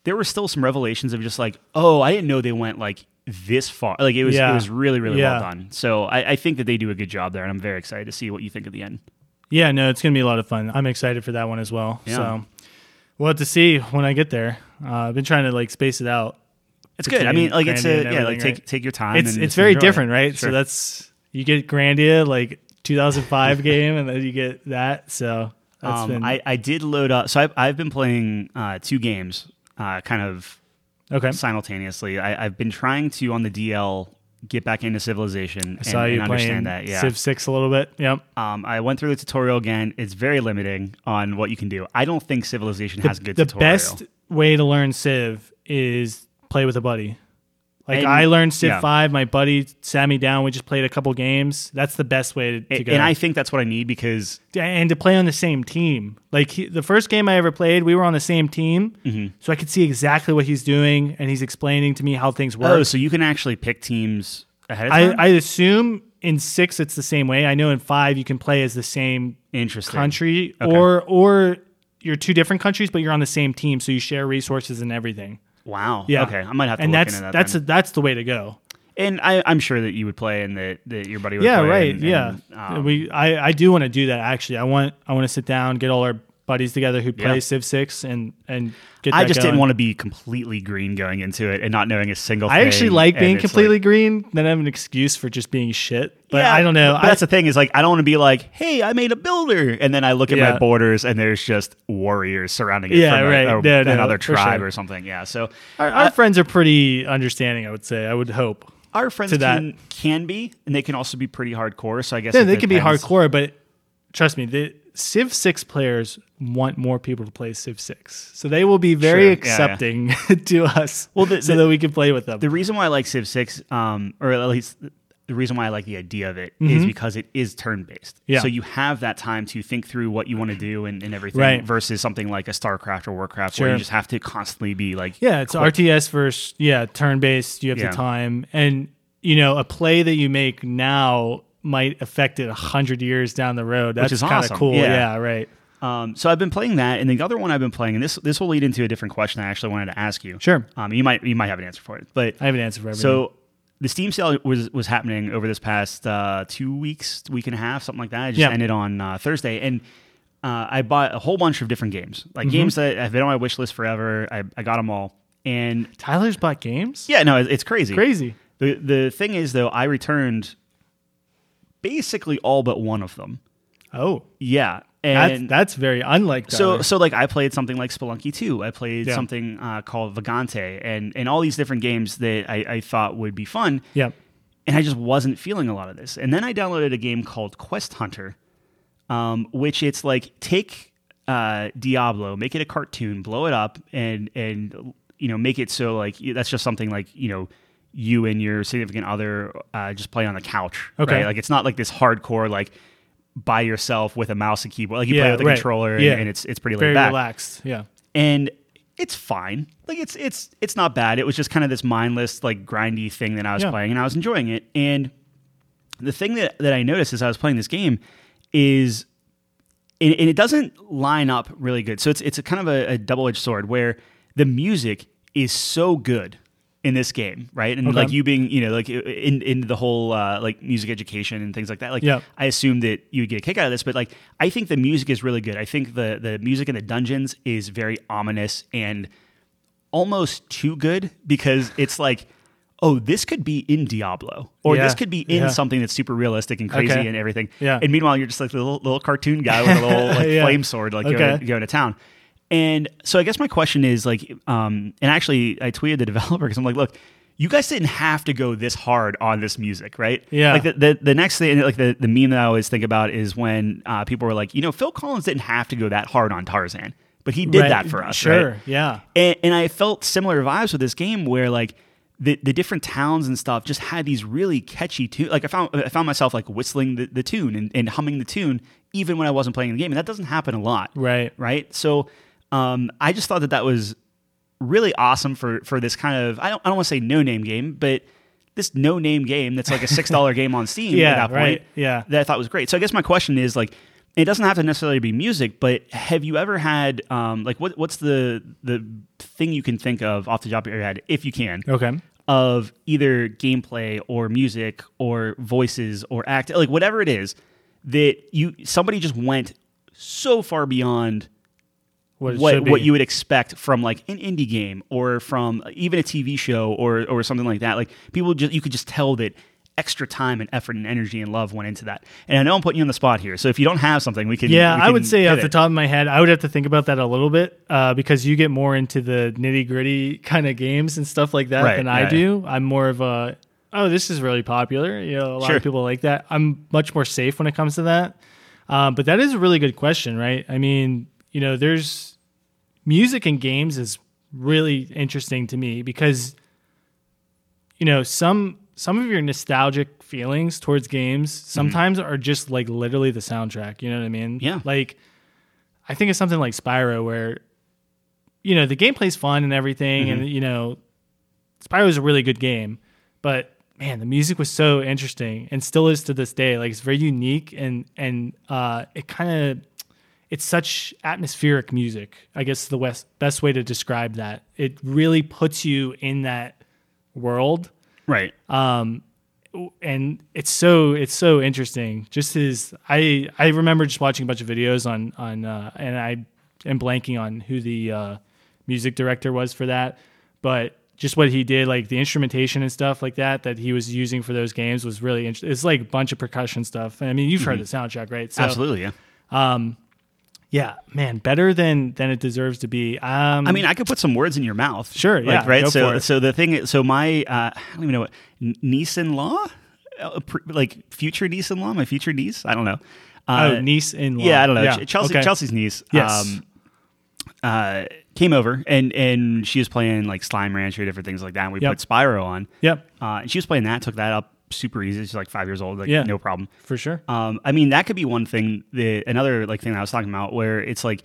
B: there were still some revelations of just like, oh, I didn't know they went like this far. Like it was
A: Yeah.
B: it was really really
A: Yeah.
B: well done. So I, I think that they do a good job there, and I'm very excited to see what you think at the end.
A: yeah, no, it's gonna be a lot of fun. I'm excited for that one as well.
B: Yeah.
A: So we'll have to see when I get there. Uh, I've been trying to like space it out.
B: It's good. I
A: Between
B: mean, like it's
A: Grandia
B: a
A: and
B: yeah, like
A: everything,
B: take
A: right?
B: take your time.
A: it's
B: and
A: it's
B: just
A: very
B: enjoy it.
A: different, right?
B: Sure.
A: So that's you get Grandia like 2005 game, and then you get that. So that's
B: um,
A: been
B: I I did load up. So I've I've been playing uh, two games, uh, kind of
A: okay.
B: simultaneously. I, I've been trying to on the DL get back into Civilization. I
A: Saw
B: and,
A: you
B: and
A: playing
B: understand that. Yeah.
A: Civ Six a little bit. Yep.
B: um, I went through the tutorial again. It's very limiting on what you can do. I don't think Civilization has a good
A: the
B: tutorial.
A: best way to learn Civ is play with a buddy. Like
B: And-
A: I learned Civ
B: yeah.
A: Five. My buddy sat me down. We just played a couple games. That's the best way to, to
B: And,
A: go.
B: and I think that's what I need because
A: and to play on the same team. Like he, the first game I ever played, we were on the same team,
B: Mm-hmm.
A: so I could see exactly what he's doing, and he's explaining to me how things
B: oh,
A: work.
B: so you can actually pick teams ahead of
A: I,
B: time.
A: I assume in six it's the same way. I know in five you can play as the same
B: Interesting.
A: country, or or you're two different countries, but you're on the same team, so you share resources and everything.
B: Wow.
A: Yeah.
B: Okay. I might have to
A: and
B: look
A: that's
B: into that.
A: that's
B: then.
A: a, that's the way to go.
B: and I, I'm sure that you would play and that, that your buddy would
A: Yeah,
B: play.
A: right.
B: and-
A: yeah,
B: and, um,
A: we I, I do want to do that actually. I want I want to sit down, get all our buddies together who play
B: Yeah.
A: Civ Six, and and get.
B: I
A: that
B: just
A: going.
B: didn't want to be completely green going into it and not knowing a single
A: I
B: thing.
A: actually like
B: and
A: being
B: it's
A: completely green. Then I have an excuse for just being shit. But I don't know.
B: But
A: I,
B: that's the thing is like I don't want to be like, hey, I made a builder, and then I look at
A: Yeah.
B: my borders and there's just warriors surrounding it
A: Yeah,
B: from a-
A: right.
B: a-
A: No, no,
B: another
A: for
B: tribe
A: sure.
B: or something. Yeah. So
A: our, our friends are pretty understanding. I would say. I would hope.
B: our friends
A: to that.
B: can, can be, and they can also be pretty hardcore. So I guess
A: Yeah,
B: it
A: they could be
B: depends.
A: hardcore, but trust me, the Civ Six players want more people to play Civ Six, so they will be very
B: Sure. Yeah, yeah.
A: accepting to us. Well,
B: the-
A: so
B: the-
A: that we can play with them.
B: The reason why I like Civ Six, um, or at least the reason why I like the idea of it, is because it is turn based.
A: Mm-hmm. Yeah.
B: So you have that time to think through what you want to do and, and everything,
A: Right.
B: versus something like a StarCraft or Warcraft, where
A: Sure.
B: you just have to constantly be like,
A: Yeah, it's RTS versus yeah, turn based. You have
B: Yeah.
A: the time, and you know a play that you make now might affect it a hundred years down the road. That's
B: is
A: kind of
B: awesome.
A: cool.
B: Yeah.
A: Yeah. right.
B: Um, so I've been playing that, and the other one I've been playing, and this this will lead into a different question I actually wanted to ask you.
A: Sure.
B: Um, you might you might have an answer for it, but
A: I have an answer for everything.
B: so the Steam sale was was happening over this past uh, two weeks, week and a half, something like that. It just
A: Yeah.
B: ended on uh, Thursday, and uh, I bought a whole bunch of different games, like
A: Mm-hmm.
B: games that have been on my wish list forever. I, I got them all, and
A: Tyler's bought games.
B: yeah, no, it- it's crazy.
A: Crazy.
B: The the thing is though, I returned basically all but one of them.
A: Oh,
B: Yeah,
A: that's
B: and
A: that's very unlike.
B: so
A: Tyler.
B: so like I played something like Spelunky 2. I played
A: Yeah.
B: something uh, called Vagante and and all these different games that I, I thought would be fun.
A: yeah,
B: And I just wasn't feeling a lot of this. And then I downloaded a game called Quest Hunter, um, which it's like take uh, Diablo, make it a cartoon, blow it up, and and you know make it so like that's just something like you know you and your significant other uh, just play on the couch.
A: Okay.
B: right? like it's not like this hardcore like by yourself with a mouse and keyboard. Like you play
A: Yeah,
B: with a
A: right.
B: controller, and,
A: Yeah.
B: and it's it's pretty laid
A: very
B: back
A: relaxed. Yeah,
B: and it's fine. Like it's it's it's not bad. It was just kind of this mindless, like grindy thing that I was
A: Yeah.
B: playing, and I was enjoying it. And the thing that that I noticed as I was playing this game is, and, and it doesn't line up really good. So it's it's a kind of a, a double edged sword where the music is so good in this game, right? And
A: Okay.
B: like you being, you know, like in in the whole uh, like music education and things like that. Like
A: Yeah.
B: I assume that you would get a kick out of this, but like I think the music is really good. I think the the music in the dungeons is very ominous and almost too good because it's like, oh, this could be in Diablo, or
A: Yeah,
B: this could be in
A: yeah.
B: something that's super realistic and crazy
A: Okay.
B: and everything.
A: Yeah.
B: And meanwhile, you're just like the little, little cartoon guy with a little like
A: Yeah.
B: flame sword, like
A: Okay.
B: going, going to town. And so I guess my question is like, um, and actually I tweeted the developer because I'm like, look. You guys didn't have to go this hard on this music, right?
A: Yeah.
B: Like the, the, the next thing, like the, the meme that I always think about is when uh, people were like, you know, Phil Collins didn't have to go that hard on Tarzan, but he did
A: Right.
B: that for us.
A: Sure.
B: right?
A: Yeah.
B: and, and I felt similar vibes with this game where like the, the different towns and stuff just had these really catchy tunes. Like I found I found myself like whistling the, the tune and, and humming the tune even when I wasn't playing the game, and that doesn't happen a lot,
A: Right.
B: Right. So um, I just thought that that was really awesome for for this kind of I don't I don't want to say no name game, but this no name game that's like a six dollar game on Steam
A: Yeah,
B: at that point.
A: right. Yeah.
B: That I thought was great. So I guess my question is like it doesn't have to necessarily be music, but have you ever had um, like what what's the the thing you can think of off the top of your head, if you can,
A: Okay.
B: of either gameplay or music or voices or act like whatever it is that you somebody just went so far beyond
A: What it
B: what
A: should be.
B: what you would expect from like an indie game or from even a TV show or or something like that. Like people just you could just tell that extra time and effort and energy and love went into that. And I know I'm putting you on the spot here, so if you don't have something, we can
A: Yeah,
B: we
A: I would
B: can
A: say
B: hit
A: off the
B: it.
A: top of my head, I would have to think about that a little bit uh, because you get more into the nitty gritty kind of games and stuff like that
B: Right,
A: than
B: yeah.
A: I do. I'm more of a oh, this is really popular. You know, a lot
B: Sure.
A: of people like that. I'm much more safe when it comes to that. Um, but that is a really good question, right? I mean, you know, there's music and games is really interesting to me because you know, some some of your nostalgic feelings towards games sometimes are just like literally the soundtrack. You know what I mean?
B: Yeah.
A: Like, I think it's something like Spyro where, you know, the gameplay's fun and everything, and you know, Spyro is a really good game, but man, the music was so interesting and still is to this day. Like, it's very unique and and uh, it kind of it's such atmospheric music. I guess is the west, best way to describe that. It really puts you in that world
B: Right.
A: um and it's so it's so interesting just his i i remember just watching a bunch of videos on on uh and i am blanking on who the uh music director was for that but just what he did like the instrumentation and stuff like that that he was using for those games was really interesting it's like a bunch of percussion stuff i mean you've heard the soundtrack right so
B: Absolutely. Yeah.
A: yeah man better than than it deserves to be um
B: I mean, I could put some words in your mouth.
A: Sure,
B: Like,
A: yeah,
B: Right.
A: go
B: so,
A: for it.
B: so the thing. is- So my, uh, I don't even know what N- niece in law, uh, pr- like future niece in law, my future niece. I don't know. Uh,
A: oh niece in law
B: Yeah, I don't know. Ch- Chelsea,
A: okay.
B: Chelsea's niece. um,
A: Yes.
B: uh, came over and and she was playing like Slime Rancher, different things like that. And we
A: Yep.
B: put Spyro on.
A: yep
B: Uh, and she was playing that. Took that up super easy. She's like five years old. Like
A: Yeah.
B: no problem.
A: for sure
B: Um, I mean, that could be one thing. The another like thing that I was talking about where it's like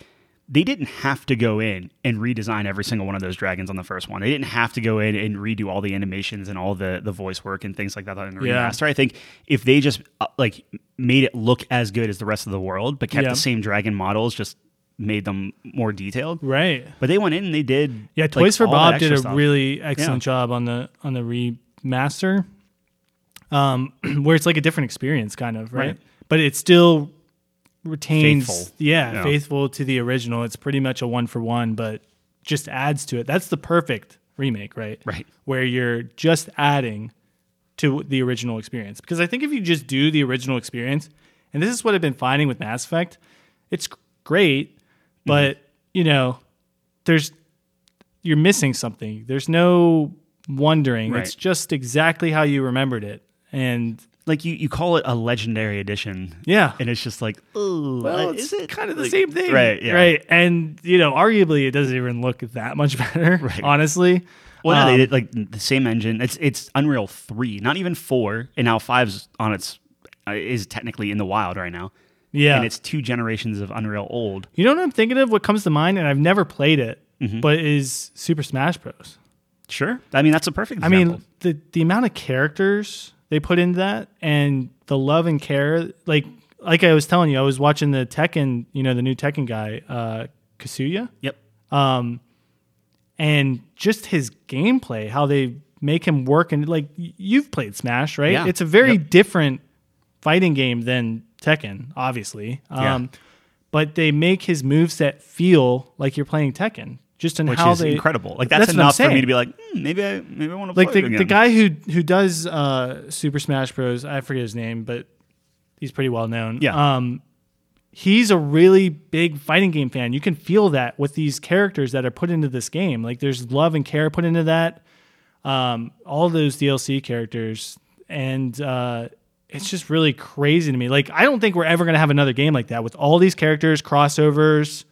B: they didn't have to go in and redesign every single one of those dragons on the first one. They didn't have to go in and redo all the animations and all the the voice work and things like that in the
A: Yeah.
B: remaster. I think if they just uh, like made it look as good as the rest of the world, but kept
A: Yeah.
B: the same dragon models, just made them more detailed.
A: right
B: But they went in and they did.
A: Yeah,
B: like,
A: Toys for
B: all that
A: Bob did
B: extra
A: a
B: stuff.
A: really excellent job on the on the remaster, um, where it's like a different experience, kind of right,
B: Right.
A: but it still retains
B: Faithful.
A: Yeah,
B: Yeah.
A: faithful to the original. It's pretty much a one for one, but just adds to it. That's the perfect remake, right?
B: Right.
A: where you're just adding to the original experience. Because I think if you just do the original experience, and this is what I've been finding with Mass Effect, it's great,
B: Mm-hmm.
A: but you know, there's you're missing something. There's no wondering.
B: Right.
A: It's just exactly how you remembered it. And
B: like you, you call it a legendary edition.
A: yeah,
B: And it's just like, ooh,
A: Well,
B: uh,
A: it's
B: is it kind of
A: the same thing.
B: Right, yeah.
A: Right. And you know, arguably it doesn't even look that much better, honestly.
B: Well, no,
A: Um,
B: they did like the same engine. It's it's Unreal three, not even four, and now five's on its uh, is technically in the wild right now,
A: yeah.
B: and it's two generations of Unreal old.
A: You know what I'm thinking of? What comes to mind, and I've never played it,
B: Mm-hmm.
A: but is Super Smash Bros.
B: Sure, I mean that's a perfect.
A: I
B: Example.
A: mean, the the amount of characters they put into that, and the love and care. Like like I was telling you, I was watching the Tekken, you know, the new Tekken guy, uh, Kasuya,
B: yep,
A: and just his gameplay, how they make him work. And like y- you've played Smash, right?
B: Yeah.
A: It's a very different fighting game than Tekken, obviously.
B: Yeah.
A: Um, But they make his moveset feel like you're playing Tekken, just in
B: which
A: how
B: is
A: they
B: incredible. Like that's,
A: what I'm
B: enough for me
A: saying.
B: to be like, hmm, maybe I maybe I want to
A: like
B: play it
A: the,
B: again.
A: the guy who who does uh, Super Smash Bros. I forget his name, but he's pretty well known.
B: Yeah.
A: Um, he's a really big fighting game fan. You can feel that with these characters that are put into this game. Like there's love and care put into that. Um, all those DLC characters, and uh, it's just really crazy to me. Like I don't think we're ever gonna have another game like that with all these characters crossovers.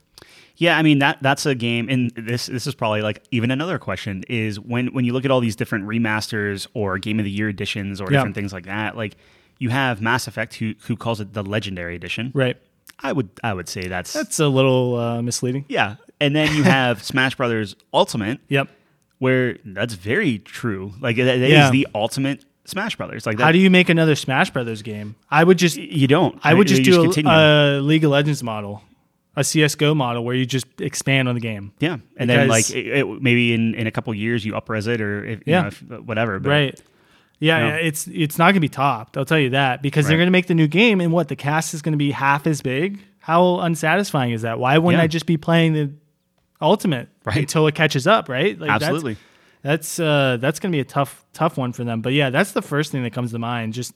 B: Yeah, I mean that that's a game, and this this is probably like even another question is when when you look at all these different remasters or game of the year editions or
A: Yeah.
B: different things like that, like you have Mass Effect who who calls it the Legendary Edition.
A: Right.
B: I would I would say that's,
A: That's a little uh, misleading.
B: yeah, and then you have Smash Brothers Ultimate,
A: Yep.
B: where that's very true. Like that, that is
A: Yeah.
B: the ultimate Smash Brothers. Like that,
A: How do you make another Smash Brothers game? I would just
B: you don't?
A: I would just
B: you
A: do
B: continue.
A: a, uh, a League of Legends model, a CS:GO model where you just expand on the game.
B: yeah, and then
A: because-
B: like it, it- maybe in in a couple years you upres it or if, you
A: Yeah.
B: know, if, uh, whatever. But
A: Right. Yeah,
B: Yeah.
A: yeah, it's it's not going to be topped. I'll tell you that because they're
B: Right.
A: going to make the new game and what the cast is going to be half as big. How unsatisfying is that? Why wouldn't
B: Yeah.
A: I just be playing the ultimate
B: Right.
A: until it catches up, right? Like that's-
B: absolutely.
A: That's uh that's gonna be a tough tough one for them. But yeah, that's the first thing that comes to mind. Just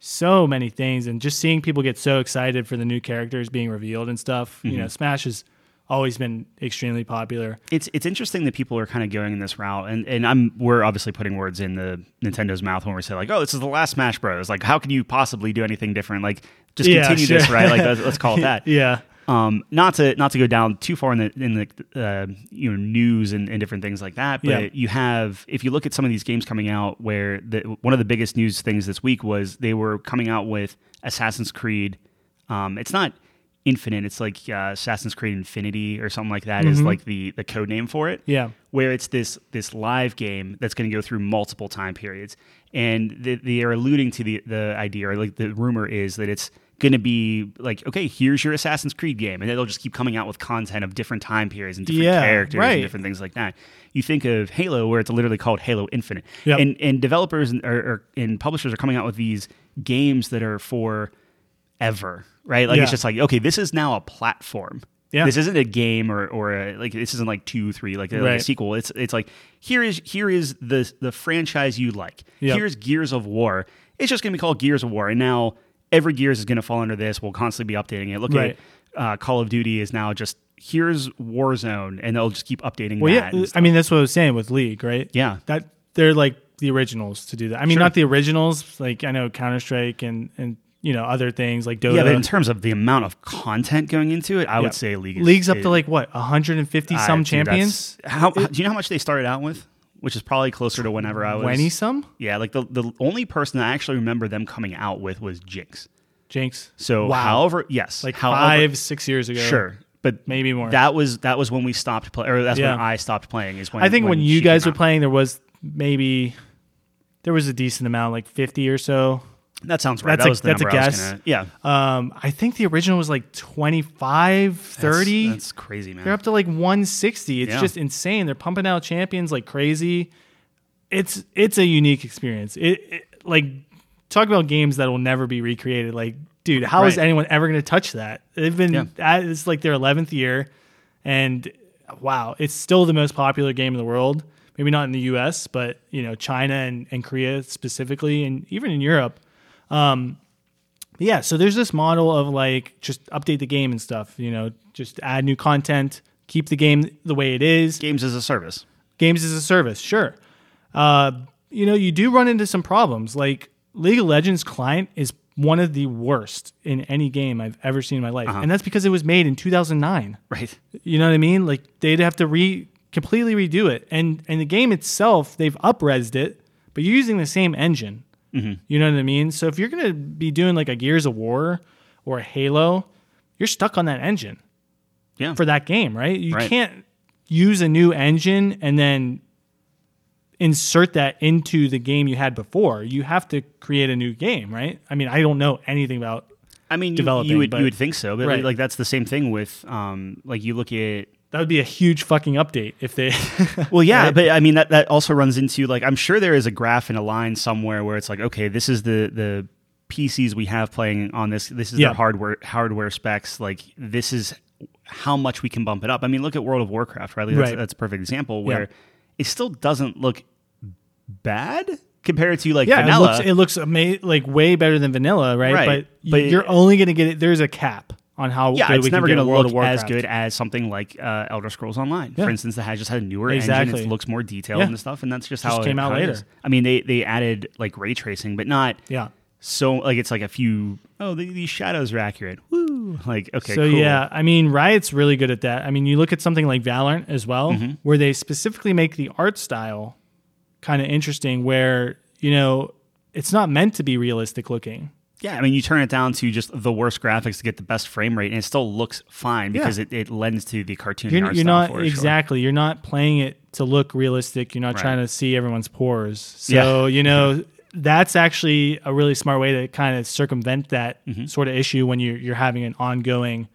A: so many things and just seeing people get so excited for the new characters being revealed and stuff. You
B: Mm-hmm.
A: know, Smash has always been extremely popular.
B: it's it's interesting that people are kind of going in this route, and and I'm we're obviously putting words in the Nintendo's mouth when we say like, oh, this is the last Smash Bros. Like, how can you possibly do anything different? Like, just
A: Yeah,
B: continue this,
A: sure.
B: right? Like, let's, let's call it that.
A: Yeah.
B: Um, not to not to go down too far in the in the uh, you know news and, and different things like that, but
A: Yeah.
B: you have if you look at some of these games coming out, where the, one of the biggest news things this week was they were coming out with Assassin's Creed. Um, it's not Infinite; it's like uh, Assassin's Creed Infinity or something like that is like the the code name for it
A: Yeah.
B: where it's this this live game that's going to go through multiple time periods, and they, they are alluding to the the idea or like the rumor is that it's going to be like okay, here's your Assassin's Creed game, and they'll just keep coming out with content of different time periods and different
A: Yeah,
B: characters
A: right.
B: and different things like that. You think of Halo, where it's literally called Halo Infinite,
A: Yep.
B: and and developers and, or, or, and publishers are coming out with these games that are for ever, right? Like
A: Yeah.
B: it's just like okay, this is now a platform.
A: Yeah.
B: This isn't a game or, or a, like this isn't like two three like a, like a
A: Right.
B: sequel. It's it's like here is here is the the franchise you like.
A: Yep.
B: Here's Gears of War. It's just gonna be called Gears of War, and now every Gears is gonna fall under this. We'll constantly be updating it. Look
A: Right.
B: at uh, Call of Duty is now just here's Warzone, and they'll just keep updating
A: Well,
B: that.
A: yeah, uh,
B: and stuff.
A: I mean that's what I was saying with League, right?
B: Yeah.
A: that they're like the originals to do that. I mean,
B: Sure.
A: not the originals. Like I know Counter Strike and and you know other things like Dota.
B: yeah, but in terms of the amount of content going into it, I
A: uh, Yeah.
B: would say League is,
A: leagues up to
B: is-
A: like what 150
B: I-
A: some
B: dude, that's-
A: champions,
B: How, how do you know how much they started out with? Which is probably closer to whenever I was
A: 20 some.
B: Yeah, like the the only person I actually remember them coming out with was Jinx.
A: Jinx.
B: So, however, yes,
A: like
B: however,
A: five, six years ago.
B: sure, but
A: maybe more.
B: That was that was when we stopped playing, or that's
A: Yeah.
B: when I stopped playing. Is when
A: I think when,
B: she
A: you
B: came
A: guys were
B: out.
A: playing, there was maybe there was a decent amount, like 50 or so.
B: That sounds right.
A: That's
B: that
A: a-
B: was the
A: that's a
B: number I was
A: guess.
B: gonna- yeah,
A: Um, I think the original was like 25, 30.
B: That's, that's crazy, man.
A: They're up to like 160. It's
B: Yeah.
A: just insane. They're pumping out champions like crazy. It's it's a unique experience. It, it like talk about games that will never be recreated. Like, dude, how is
B: Right.
A: anyone ever going to touch that? They've been
B: Yeah.
A: at, it's like their 11th year and wow, it's still the most popular game in the world. Maybe not in the US, but you know, China and, and Korea specifically and even in Europe. Yeah, so there's this model of like just update the game and stuff, you know, just add new content, keep the game the way it is.
B: Games as a service.
A: Games as a service, sure. Uh, you know, you do run into some problems. Like League of Legends client is one of the worst in any game I've ever seen in my life. And that's because it was made in 2009.
B: Right.
A: You know what I mean? Like they'd have to re completely redo it. And and the game itself, they've upresed it, but you're using the same engine.
B: Mm-hmm.
A: You know what I mean? So if you're gonna be doing like a Gears of War or a Halo, you're stuck on that engine
B: Yeah.
A: for that game, right? You
B: Right.
A: can't use a new engine and then insert that into the game you had before. You have to create a new game, right? I mean, I don't know anything about
B: I mean, you- you,
A: developing,
B: would
A: but-
B: you would think so, but
A: Right.
B: like that's the same thing with um like you look at
A: that would be a huge fucking update if they
B: Well, yeah, but I mean that that also runs into like I'm sure there is a graph and a line somewhere where it's like, okay, this is the the PCs we have playing on this. This is
A: Yeah.
B: their hardware hardware specs. Like this is how much we can bump it up. I mean, look at World of Warcraft, right? Like, That's,
A: Right.
B: that's a perfect example where it still doesn't look bad compared to like
A: Yeah,
B: vanilla.
A: it looks, it looks ama- like way better than vanilla, right?
B: Right,
A: But, y-
B: but-
A: you're only gonna get it. There's a cap on how
B: yeah,
A: good
B: it's
A: we
B: never
A: can
B: going to
A: get World
B: look
A: of
B: as
A: Warcraft.
B: good as something like uh, Elder Scrolls Online,
A: Yeah.
B: for instance, that has just had a newer engine.
A: Exactly.
B: It looks more detailed
A: Yeah.
B: and stuff, and that's just how
A: Just
B: it
A: came out
B: how it
A: later.
B: is. I mean, they they added like ray tracing, but not
A: Yeah.
B: so like it's like a few. Oh, the, these shadows are accurate. Woo! Like okay,
A: So
B: cool.
A: yeah, I mean, Riot's really good at that. I mean, you look at something like Valorant as well, where they specifically make the art style kind of interesting, where you know it's not meant to be realistic looking.
B: yeah. I mean, you turn it down to just the worst graphics to get the best frame rate, and it still looks fine because it, it lends to the cartoon.
A: You're,
B: art
A: you're
B: style
A: not
B: for it, sure.
A: exactly. You're not playing it to look realistic. You're not
B: Right. Mm-hmm.
A: trying to see everyone's pores. So you know that's actually a really smart way to kind of circumvent that
B: Mm-hmm.
A: sort of issue when you're you're having an ongoing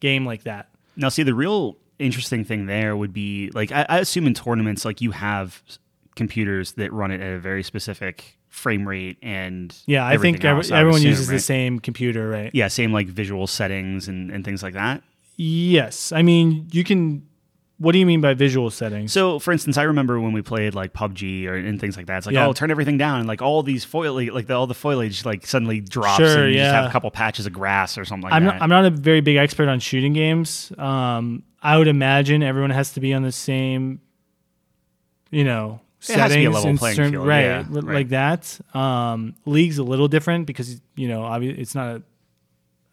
A: game like that.
B: Now, see, the real interesting thing there would be like I, I assume in tournaments, like you have s- computers that run it at a very specific frame rate and
A: Yeah, I
B: everything
A: think every,
B: else, I would
A: everyone
B: assume,
A: uses the
B: right?
A: same computer, right?
B: Yeah, same like visual settings and, and things like that.
A: Yes, I mean you can. What do you mean by visual settings?
B: So, for instance, I remember when we played like PUBG or and things like that. It's like,
A: Yeah.
B: oh, turn everything down, and like all these foil, like the, all the foliage, like suddenly drops,
A: Sure,
B: and you
A: yeah.
B: just have a couple patches of grass or something like
A: I'm
B: that.
A: not, I'm not a very big expert on shooting games. Um, I would imagine everyone has to be on the same, you know,
B: It has
A: settings
B: to be a level
A: and
B: playing field,
A: right,
B: yeah,
A: r-
B: right.
A: like that. Um, league's a little different because you know, obvi- it's not a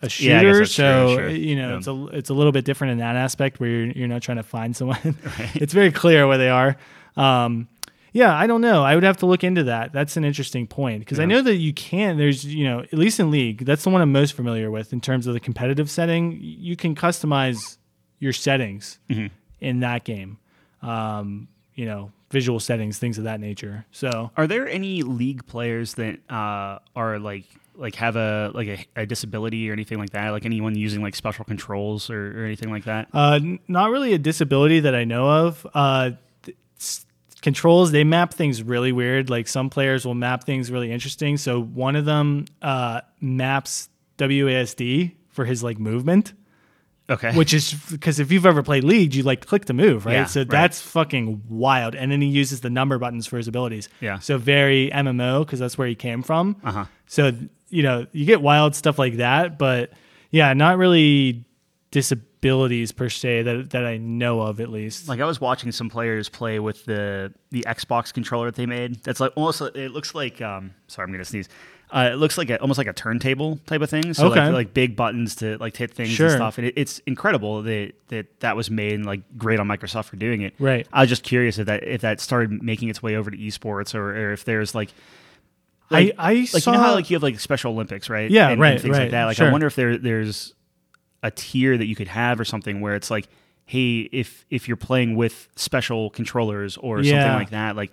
A: a
B: Yeah, I guess
A: shooter,
B: that's true,
A: so uh,
B: sure.
A: you know
B: Yeah.
A: it's a it's a little bit different in that aspect where you're you're not trying to find someone. it's very clear where they are. Um, yeah, I don't know. I would have to look into that. That's an interesting point because I know that you can. There's you know at least in league that's the one I'm most familiar with in terms of the competitive setting. You can customize your settings
B: Mm-hmm.
A: in that game. Um, you know visual settings, things of that nature. So
B: Are there any league players that uh, are like like have a like a, a disability or anything like that? Like anyone using like special controls or, or anything like that?
A: Uh, n- not really a disability that I know of. Uh, th- s- controls they map things really weird. Like some players will map things really interesting. So one of them uh, maps WASD for his like movement,
B: Okay.
A: which is because if you've ever played League, you like click to move, right?
B: Yeah,
A: so
B: right.
A: that's fucking wild. And then he uses the number buttons for his abilities.
B: Yeah.
A: So very MMO because that's where he came from.
B: Uh-huh.
A: So you know you get wild stuff like that, but yeah, not really disabilities per se that that I know of at least.
B: like I was watching some players play with the the Xbox controller that they made. That's like almost it looks like um sorry I'm gonna sneeze. Uh, it looks like a, almost like a turntable type of thing. So
A: Okay.
B: like, like big buttons to like hit things
A: Sure.
B: and stuff. And it, it's incredible that, that that was made and like great on Microsoft for doing it.
A: Right.
B: I was just curious if that if that started making its way over to esports or, or if there's like
A: I I
B: like
A: saw
B: you know how like you have like Special Olympics, right?
A: Yeah,
B: and, and
A: right,
B: things
A: right,
B: like that. Like
A: sure.
B: I wonder if there there's a tier that you could have or something where it's like, hey, if if you're playing with special controllers or something
A: Yeah.
B: like that, like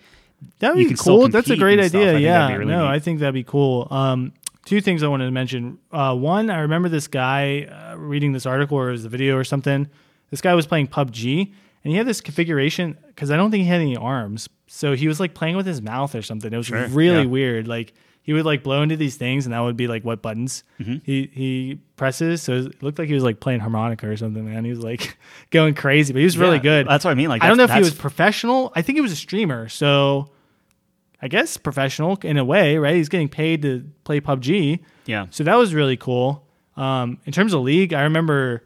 A: That'd
B: you
A: be
B: can still
A: cool. That's a
B: compete
A: great
B: and stuff. I
A: idea.
B: think
A: yeah.
B: that'd be really
A: no,
B: neat.
A: I think that'd be cool. Um, two things I wanted to mention. Uh, one, I remember this guy uh, reading this article or it was a video or something. This guy was playing PUBG and he had this configuration because I don't think he had any arms. So he was like playing with his mouth or something. It was
B: Sure,
A: really
B: yeah.
A: weird. Like he would like blow into these things and that would be like what buttons
B: Mm-hmm.
A: he he presses. So it looked like he was like playing harmonica or something, man. He was like going crazy, but he was really
B: Yeah,
A: good.
B: That's what I mean. Like
A: I don't know if
B: that's-
A: he was
B: that's-
A: professional. I think he was a streamer, so I guess professional in a way, right? He's getting paid to play PUBG,
B: Yeah.
A: so that was really cool. Um, in terms of league, I remember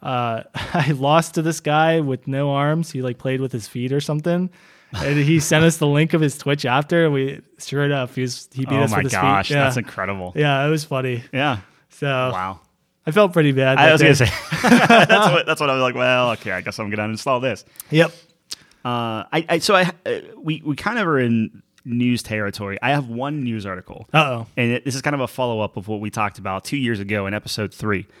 A: uh, I lost to this guy with no arms. He like played with his feet or something, and he sent us the link of his Twitch after. And we sure enough, he was he beat
B: Oh
A: us
B: my
A: with his
B: gosh,
A: feet. Yeah.
B: that's incredible.
A: yeah, it was funny.
B: Yeah.
A: So
B: Wow.
A: I felt pretty bad.
B: I
A: that
B: was gonna
A: day.
B: say that's what that's what I was like. Well, okay, I guess I'm gonna uninstall this.
A: yep.
B: Uh, I, I so I uh, we we kind of are in news territory. I have one news article.
A: Uh oh.
B: and it, this is kind of a follow up of what we talked about two years ago in episode three.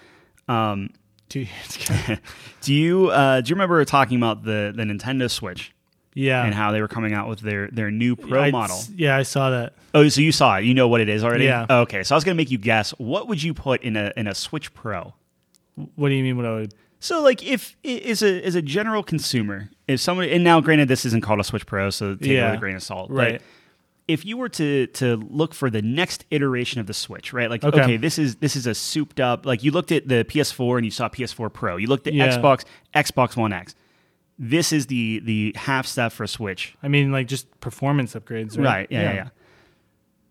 B: Um,
A: Two years ago.
B: do you uh, do you remember talking about the the Nintendo Switch
A: Yeah.
B: and how they were coming out with their their new Pro
A: I'd
B: model?
A: s- Yeah, I saw that.
B: Oh, so you saw it, you know what it is already.
A: Yeah.
B: Okay, so I was gonna make you guess. What would you put in a in a Switch Pro?
A: What do you mean? What I would?
B: So like if i- as a as a general consumer, if somebody and now granted this isn't called a Switch Pro, so take it
A: Yeah.
B: with a grain of salt. but
A: Right.
B: if you were to to look for the next iteration of the Switch, right? Like
A: Okay.
B: okay, this is this is a souped up like you looked at the PS4 and you saw PS4 Pro. You looked at
A: Yeah.
B: Xbox, Xbox One X. This is the the half step for Switch.
A: I mean, like just performance upgrades, right?
B: Right. Yeah, yeah, yeah.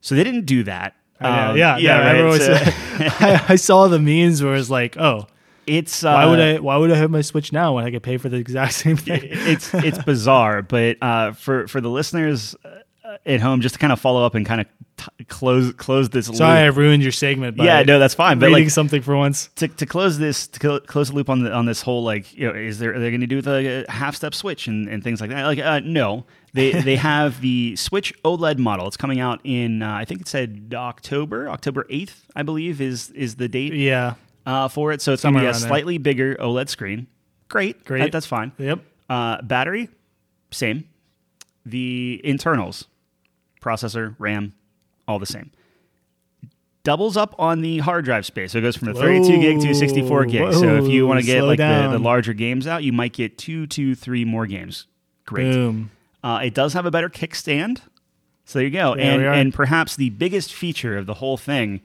B: So they didn't do that.
A: I know.
B: Um,
A: yeah, yeah. I,
B: right.
A: remember
B: So
A: when- I, I saw the memes where it's like, oh,
B: it's
A: why
B: uh,
A: would I? Why would I have my Switch now when I could pay for the exact same thing?
B: it's it's bizarre, but uh, for for the listeners uh, at home, just to kind of follow up and kind of t- close close this.
A: Sorry, I
B: loop.
A: ruined your segment. By
B: yeah, no, that's fine. But
A: reading
B: like
A: something for once.
B: to, to close this to cl- close the loop on the, on this whole like you know is there are they going to do the uh, half step switch and, and things like that? Like uh, no, they they have the Switch OLED model. It's coming out in uh, I think it said October October eighth I believe is is the date
A: Yeah.
B: uh, for it. So it's going to be
A: Somewhere
B: a
A: around there.
B: slightly bigger OLED screen. Great,
A: Great.
B: That- that's fine.
A: Yep.
B: Uh, battery, same. The internals, processor, RAM, all the same. Doubles up on the hard drive space. So it goes from a 32 gig to 64 gig. so if you want
A: Whoa,
B: to get
A: slow
B: like the, the
A: down.
B: larger games out, you might get two, two, three more games. Great.
A: Boom.
B: Uh, it does have a better kickstand. So there you go.
A: There
B: and,
A: we are.
B: and perhaps the biggest feature of the whole thing.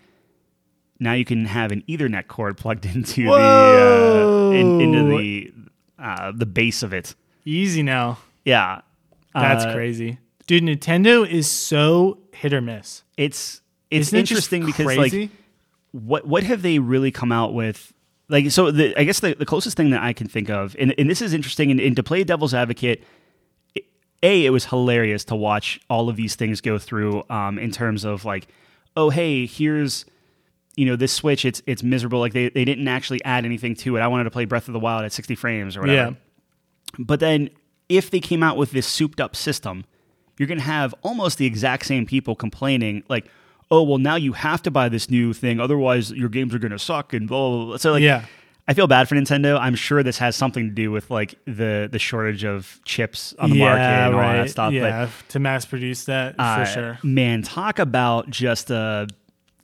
B: Now you can have an Ethernet cord plugged into
A: Whoa.
B: the uh, in, into the uh, the base of it.
A: Easy now.
B: Yeah.
A: That's
B: Uh,
A: crazy, dude. Nintendo is so hit or miss.
B: It's it's
A: Isn't it just
B: interesting because
A: crazy?
B: like what what have they really come out with? Like so the I guess the, the closest thing that I can think of, and, and this is interesting, and, and to play devil's advocate, it- A, it was hilarious to watch all of these things go through um, in terms of like, oh hey, here's you know, this Switch, it's it's miserable. Like they, they didn't actually add anything to it. I wanted to play Breath of the Wild at 60 frames or whatever.
A: Yeah.
B: But then if they came out with this souped up system, you're going to have almost the exact same people complaining like, "Oh, well now you have to buy this new thing otherwise your games are going to suck and blah, blah blah." So like
A: Yeah.
B: I feel bad for Nintendo. I'm sure this has something to do with like the the shortage of chips on the market and all that stuff, but
A: Yeah, to mass produce that
B: uh,
A: for sure.
B: Man, talk about just uh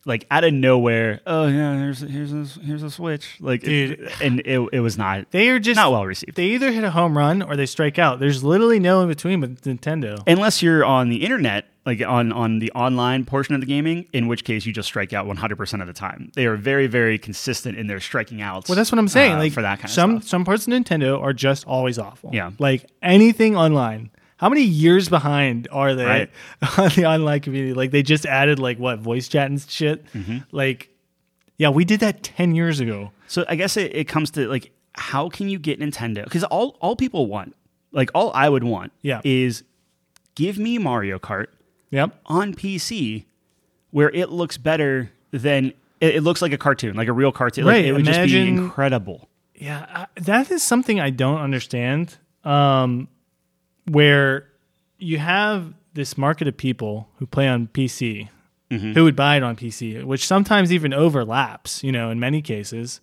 B: like out of nowhere. Oh yeah, here's here's a, here's a switch. Like, it-
A: Dude.
B: and it, it was not
A: They are just
B: not well received.
A: They either hit a home run or they strike out. There's literally no in between with Nintendo.
B: Unless you're on the internet, like on on the online portion of the gaming, in which case you just strike out 100 percent of the time. They are very very consistent in their striking outs.
A: Well, that's what I'm saying.
B: uh,
A: like
B: for that kind
A: some
B: of stuff.
A: some parts of Nintendo are just always awful.
B: Yeah.
A: like anything online. How many years behind are they
B: Right.
A: on the online community? Like they just added like what voice chat and shit.
B: Mm-hmm.
A: Like, yeah, we did that ten years ago.
B: So I guess it, it comes to like how can you get Nintendo? Because all all people want, like all I would want,
A: Yeah.
B: is give me Mario Kart.
A: Yep.
B: on PC where it looks better than it, it looks like a cartoon, like a real cartoon. Like,
A: Right,
B: it would just
A: imagine-
B: be incredible.
A: Yeah, I, that is something I don't understand. Um, where you have this market of people who play on PC, who would buy it on PC, which sometimes even overlaps. You know, in many cases,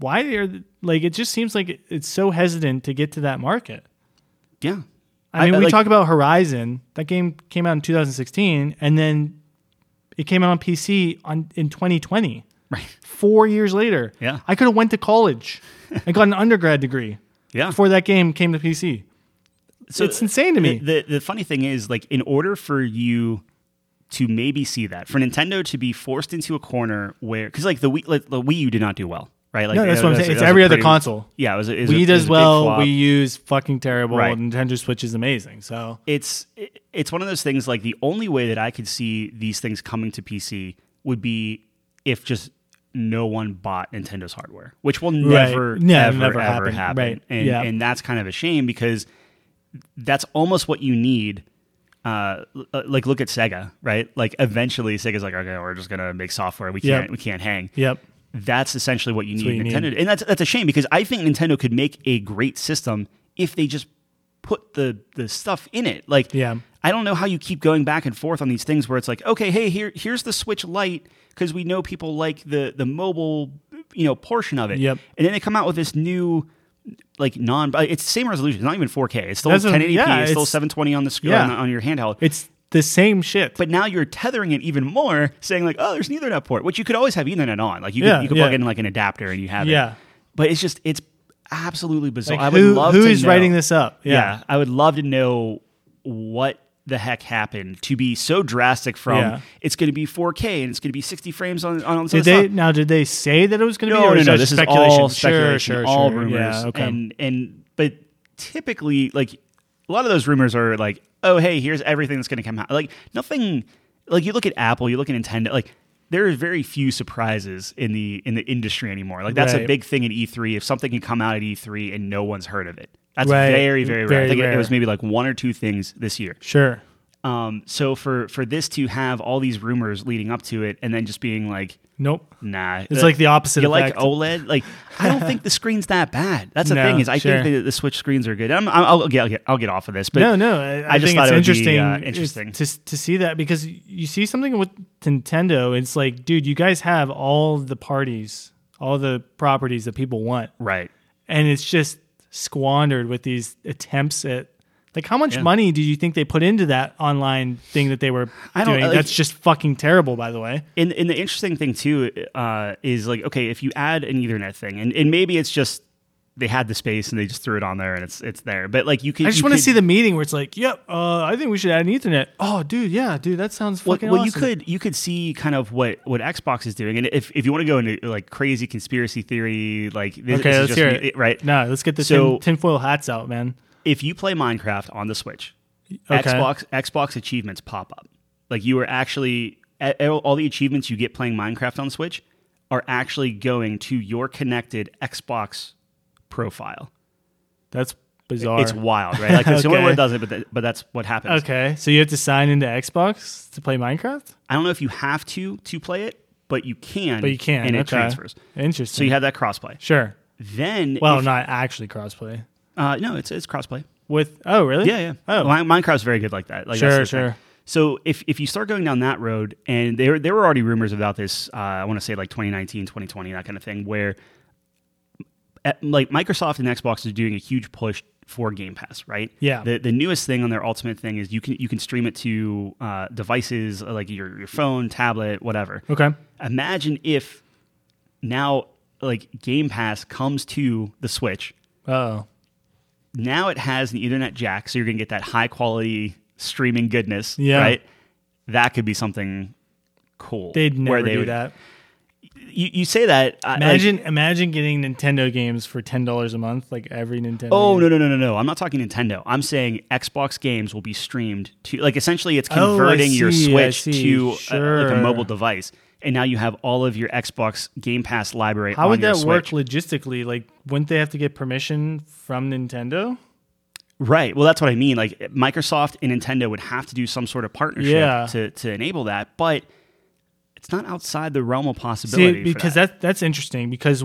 A: why are th- like it just seems like it- it's so hesitant to get to that market.
B: Yeah.
A: I mean, we
B: like-
A: talk about Horizon. That game came out in 2016, and then it came out on PC on in 2020
B: Right.
A: four years later.
B: Yeah.
A: I could have went to college and got an undergrad degree
B: Yeah.
A: before that game came to PC.
B: so
A: it's insane to me.
B: The, the the funny thing is, like, in order for you to maybe see that, for Nintendo to be forced into a corner where, because like the Wii, like, the Wii U did not do well, right? Like,
A: No, that's
B: that
A: what I'm
B: was-
A: saying. It's
B: that was a
A: every other
B: pretty-
A: console.
B: Yeah, it was. A, it was a-
A: we
B: it was
A: does
B: a big flop.
A: well. We use fucking terrible.
B: Right.
A: Nintendo Switch is amazing. So
B: it's it- it's one of those things like the only way that I could see these things coming to PC would be if just no one bought Nintendo's hardware, which will never,
A: No,
B: ever,
A: never
B: ever happen.
A: happen. Right.
B: And,
A: Yeah.
B: and that's kind of a shame because that's almost what you need. Uh, l- uh, like look at Sega, right? Like eventually Sega's like, okay, we're just gonna make software. We
A: Yep.
B: can't, we can't hang
A: yep.
B: that's essentially what you need
A: what you
B: Nintendo, and that's that's a shame because I think Nintendo could make a great system if they just put the the stuff in it. Like,
A: Yeah.
B: I don't know how you keep going back and forth on these things where it's like, okay, hey, here here's the Switch Lite because we know people like the the mobile, you know, portion of it.
A: Yep.
B: And then they come out with this new. Like non, it's the same resolution. It's not even 4K. It's still
A: That's what-
B: 1080p.
A: yeah,
B: it's still
A: it's-
B: 720 on the screen
A: Yeah.
B: on, on your handheld.
A: It's the same shit.
B: But now you're tethering it even more, saying like, oh, there's an Ethernet port, which you could always have Ethernet on. Like you could,
A: Yeah,
B: you could
A: yeah.
B: plug in like an adapter and you have it.
A: Yeah.
B: But it's just it's absolutely bizarre.
A: Like,
B: I would
A: who-
B: love
A: who
B: to
A: is
B: know-
A: writing this up?
B: Yeah. I would love to know what the heck happened to be so drastic from
A: Yeah.
B: it's going to be 4K and it's going to be 60 frames on on. on
A: Did they now? Did they say that it was going to
B: no,
A: be? or
B: no,
A: is
B: no.
A: that
B: This is
A: speculation?
B: all
A: Sure,
B: speculation,
A: sure,
B: all
A: sure.
B: rumors,
A: Yeah, okay.
B: and and but typically, like a lot of those rumors are like, oh, hey, here's everything that's going to come out. Like nothing. Like you look at Apple, you look at Nintendo, like. There are very few surprises in the in the industry anymore. Like that's a
A: Right.
B: big thing at E3. If something can come out at E3 and no one's heard of it, that's
A: Right.
B: very very rare. I
A: Very
B: think it- it
A: rare.
B: was maybe like one or two things this year.
A: sure.
B: Um, so for for this to have all these rumors leading up to it and then just being like,
A: Nope.
B: Nah,
A: It's like the opposite
B: You like
A: effect.
B: OLED? Like I don't think the screen's that bad. That's the
A: No,
B: thing is, I
A: sure.
B: think that the Switch screens are good. I'm, I'll, I'll get I'll get I'll get off of this, but
A: no, no. I, I,
B: I just
A: think it's
B: thought it would be,
A: interesting,
B: uh,
A: is
B: interesting.
A: to to see that because you see something with Nintendo. It's like, dude, you guys have all the parties, all the properties that people want,
B: right.
A: and it's just squandered with these attempts at. Like, how much money do you think they put into that online thing that they were
B: I don't-
A: doing?
B: like-
A: That's just fucking terrible, by the way.
B: And and the interesting thing too uh, is like okay, if you add an Ethernet thing, and, and maybe it's just they had the space and they just threw it on there and it's it's there, but like you can
A: I just
B: you
A: want to
B: could-
A: see the meeting where it's like, yep, uh, I think we should add an Ethernet. Oh, dude, yeah, dude, that sounds
B: Well,
A: fucking
B: well,
A: awesome.
B: you could you could see kind of what what Xbox is doing, and if, if you want to go into like crazy conspiracy theory, like this,
A: Okay,
B: this is
A: let's
B: just
A: hear
B: me-
A: it.
B: Right,
A: No, let's get the
B: So-
A: tin, tinfoil hats out, man.
B: if you play Minecraft on the Switch,
A: Okay.
B: Xbox Xbox achievements pop up. Like you are actually a- all the achievements you get playing Minecraft on the Switch are actually going to your connected Xbox profile.
A: That's bizarre.
B: It's wild, right? Like that's the only
A: Okay.
B: one that does it, but that, but that's what happens.
A: Okay, so you have to sign into Xbox to play Minecraft?
B: I don't know if you have to to play it, but you can.
A: But you can.
B: and it
A: okay.
B: transfers.
A: Interesting.
B: So you have that crossplay.
A: sure.
B: Then,
A: Well,
B: if-
A: not actually crossplay
B: uh, no, it's it's crossplay.
A: with. Oh, really?
B: Yeah, yeah.
A: Oh.
B: Mi- Minecraft's very good like that. Like,
A: Sure,
B: the thing.
A: sure.
B: So if, if you start going down that road, and there there were already rumors about this, uh, I want to say like 2019, 2020, that kind of thing, where uh, like Microsoft and Xbox is doing a huge push for Game Pass, right?
A: Yeah.
B: The, the newest thing on their ultimate thing is you can you can stream it to uh, devices uh, like your your phone, tablet, whatever.
A: Okay.
B: Imagine if now like Game Pass comes to the Switch
A: Oh,
B: now it has an Ethernet jack, so you're gonna get that high quality streaming goodness.
A: Yeah.
B: Right. That could be something cool.
A: they'd never
B: where they
A: do
B: would-
A: that.
B: You, you say that. I- like-
A: Imagine, imagine getting Nintendo games for ten dollars a month, like every Nintendo.
B: oh
A: game.
B: no no no no no! I'm not talking Nintendo. I'm saying Xbox games will be streamed to like essentially it's
A: Oh, I
B: converting your
A: see, I
B: Switch
A: see.
B: to a, like a
A: Sure.
B: mobile device, and now you have all of your Xbox Game Pass library.
A: How
B: on
A: would
B: your
A: that work
B: Switch.
A: logistically? Like, wouldn't they have to get permission from Nintendo?
B: Right. Well, that's what I mean. Like Microsoft and Nintendo would have to do some sort of partnership
A: Yeah.
B: to, to enable that, but it's not outside the realm of possibility.
A: See,
B: for
A: because
B: that.
A: that that's interesting because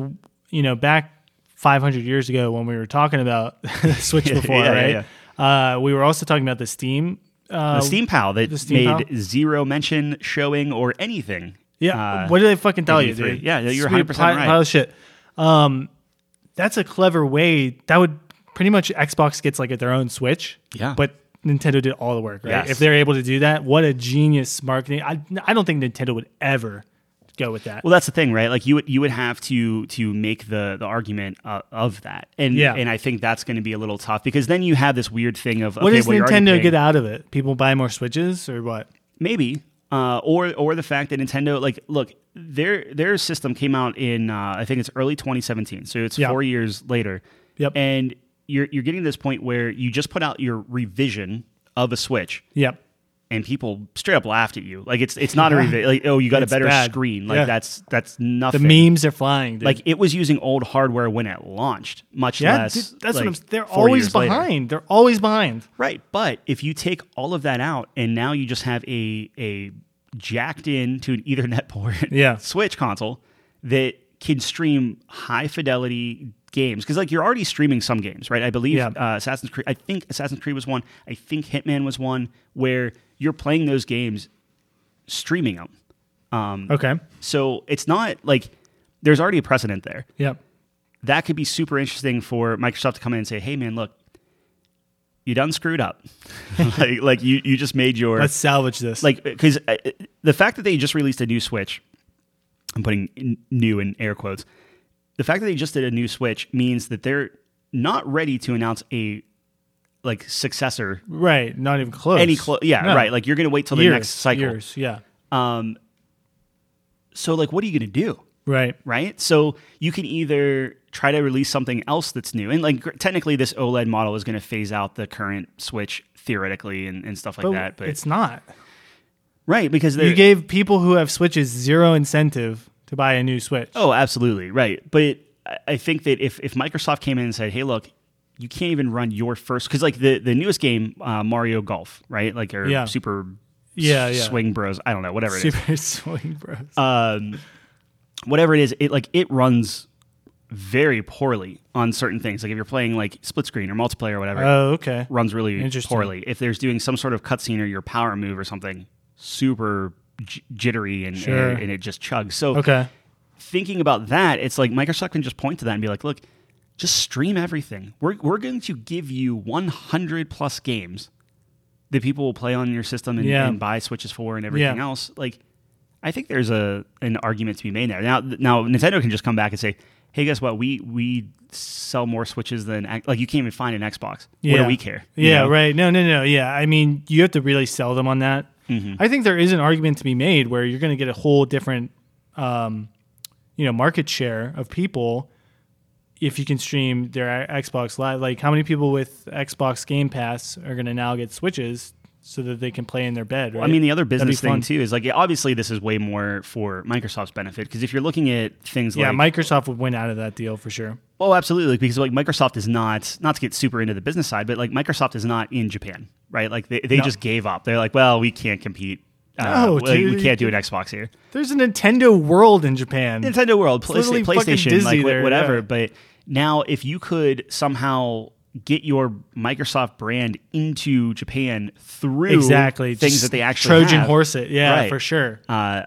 A: you know back 500 years ago when we were talking about Switch
B: Yeah,
A: before,
B: yeah,
A: right?
B: yeah.
A: Uh, we were also talking about the Steam. Uh,
B: the Steam Pal that
A: Steam
B: made zero mention, showing, or anything.
A: yeah,
B: uh,
A: what did they fucking tell you,
B: 83.
A: dude?
B: Yeah, you're
A: Sweet
B: 100%
A: pile-
B: right.
A: pile of shit. Um, that's a clever way. That would pretty much Xbox gets like their own Switch.
B: Yeah.
A: but. Nintendo did all the work, right?
B: Yes.
A: If they're able to do that, what a genius marketing! I, I don't think Nintendo would ever go with that.
B: Well, that's the thing, right? Like you would you would have to to make the the argument uh, of that, and
A: Yeah.
B: and I think that's going to be a little tough because then you have this weird thing of okay,
A: what does
B: well, you're already
A: Nintendo
B: paying-
A: get out of it? People buy more Switches or what?
B: maybe uh, or or the fact that Nintendo like look their their system came out in uh, I think it's early 2017 so it's
A: Yeah.
B: 4 years later
A: Yep.
B: and you're you're getting to this point where you just put out your revision of a Switch
A: Yep.
B: and people straight up laughed at you like it's it's not a revision like oh you got
A: It's
B: a better
A: bad.
B: screen like
A: Yeah.
B: that's that's
A: The
B: nothing
A: memes are flying, dude.
B: like it was using old hardware when it launched much
A: yeah,
B: less
A: dude, that's
B: like,
A: what I'm. They're
B: 4
A: always
B: years later.
A: behind. They're always behind.
B: Right, but if you take all of that out and now you just have a a jacked in to an Ethernet port
A: Yeah.
B: Switch console that can stream high fidelity games because like you're already streaming some games, right? I believe
A: Yeah.
B: uh, Assassin's Creed. I think Assassin's Creed was one. I think Hitman was one where you're playing those games, streaming them. Um,
A: Okay.
B: So it's not like there's already a precedent there
A: Yep.
B: that could be super interesting for Microsoft to come in and say, "Hey, man, look, you done screwed up. like, like you you just made your
A: Let's salvage this.
B: like because the fact that they just released a new Switch, I'm putting n- new in air quotes. The fact that they just did a new Switch means that they're not ready to announce a like successor
A: right, not even close.
B: any close. Yeah,
A: No.
B: right. Like you're gonna wait till the
A: years,
B: next cycle.
A: Years. Yeah.
B: Um, so like, what are you gonna do?
A: Right.
B: right? So you can either try to release something else that's new, and like gr- technically, this OLED model is going to phase out the current Switch theoretically and, and stuff like
A: But
B: that. But
A: it's not.
B: right because
A: You
B: they
A: gave people who have switches zero incentive to buy a new switch.
B: oh, absolutely right. But I- I think that if if Microsoft came in and said, "Hey, look." You can't even run your first because like the the newest game uh, Mario Golf right like or
A: Yeah.
B: Super
A: Yeah,
B: S-
A: yeah.
B: Swing Bros I don't know whatever it is
A: Super swing, bros.
B: um, whatever it is, it like it runs very poorly on certain things. Like if you're playing like split screen or multiplayer or whatever, it
A: oh, okay.
B: runs really
A: Interesting.
B: poorly. If there's doing some sort of cutscene or your power move or something, super j- jittery and,
A: Sure.
B: and and it just chugs. So
A: Okay.
B: thinking about that, it's like Microsoft can just point to that and be like, look. Just stream everything. We're, we're going to give you 100 plus games that people will play on your system and,
A: Yeah.
B: and buy Switches for and everything
A: Yeah.
B: else. Like, I think there's a an argument to be made there. Now, now Nintendo can just come back and say, "Hey, guess what? We we sell more Switches than X- like you can't even find an Xbox. What do we care? You
A: Yeah,
B: know?
A: right. No, no, no. Yeah, I mean, you have to really sell them on that.
B: Mm-hmm.
A: I think there is an argument to be made where you're going to get a whole different, um, you know, market share of people if you can stream their A- Xbox Live. Like, how many people with Xbox Game Pass are going to now get Switches so that they can play in their bed? Right?
B: I mean, the other
A: That'd be
B: business thing
A: fun.
B: too is like obviously this is way more for Microsoft's benefit because if you're looking at things
A: Yeah,
B: like
A: Microsoft would win out of that deal for sure.
B: Oh, absolutely. Because like Microsoft is not not to get super into the business side, but like Microsoft is not in Japan, right? Like they, they
A: No.
B: just gave up. They're like, well, we can't compete. Uh,
A: No,
B: well,
A: dude.
B: we can't do an Xbox here.
A: There's a Nintendo World in Japan.
B: Nintendo World, Playsta-
A: literally fucking
B: PlayStation,
A: Disney
B: like wha-
A: there,
B: whatever.
A: yeah.
B: But now, if you could somehow get your Microsoft brand into Japan through
A: exactly
B: things
A: Just
B: that they actually
A: Trojan
B: have,
A: horse it. Yeah,
B: Right.
A: for sure.
B: Uh,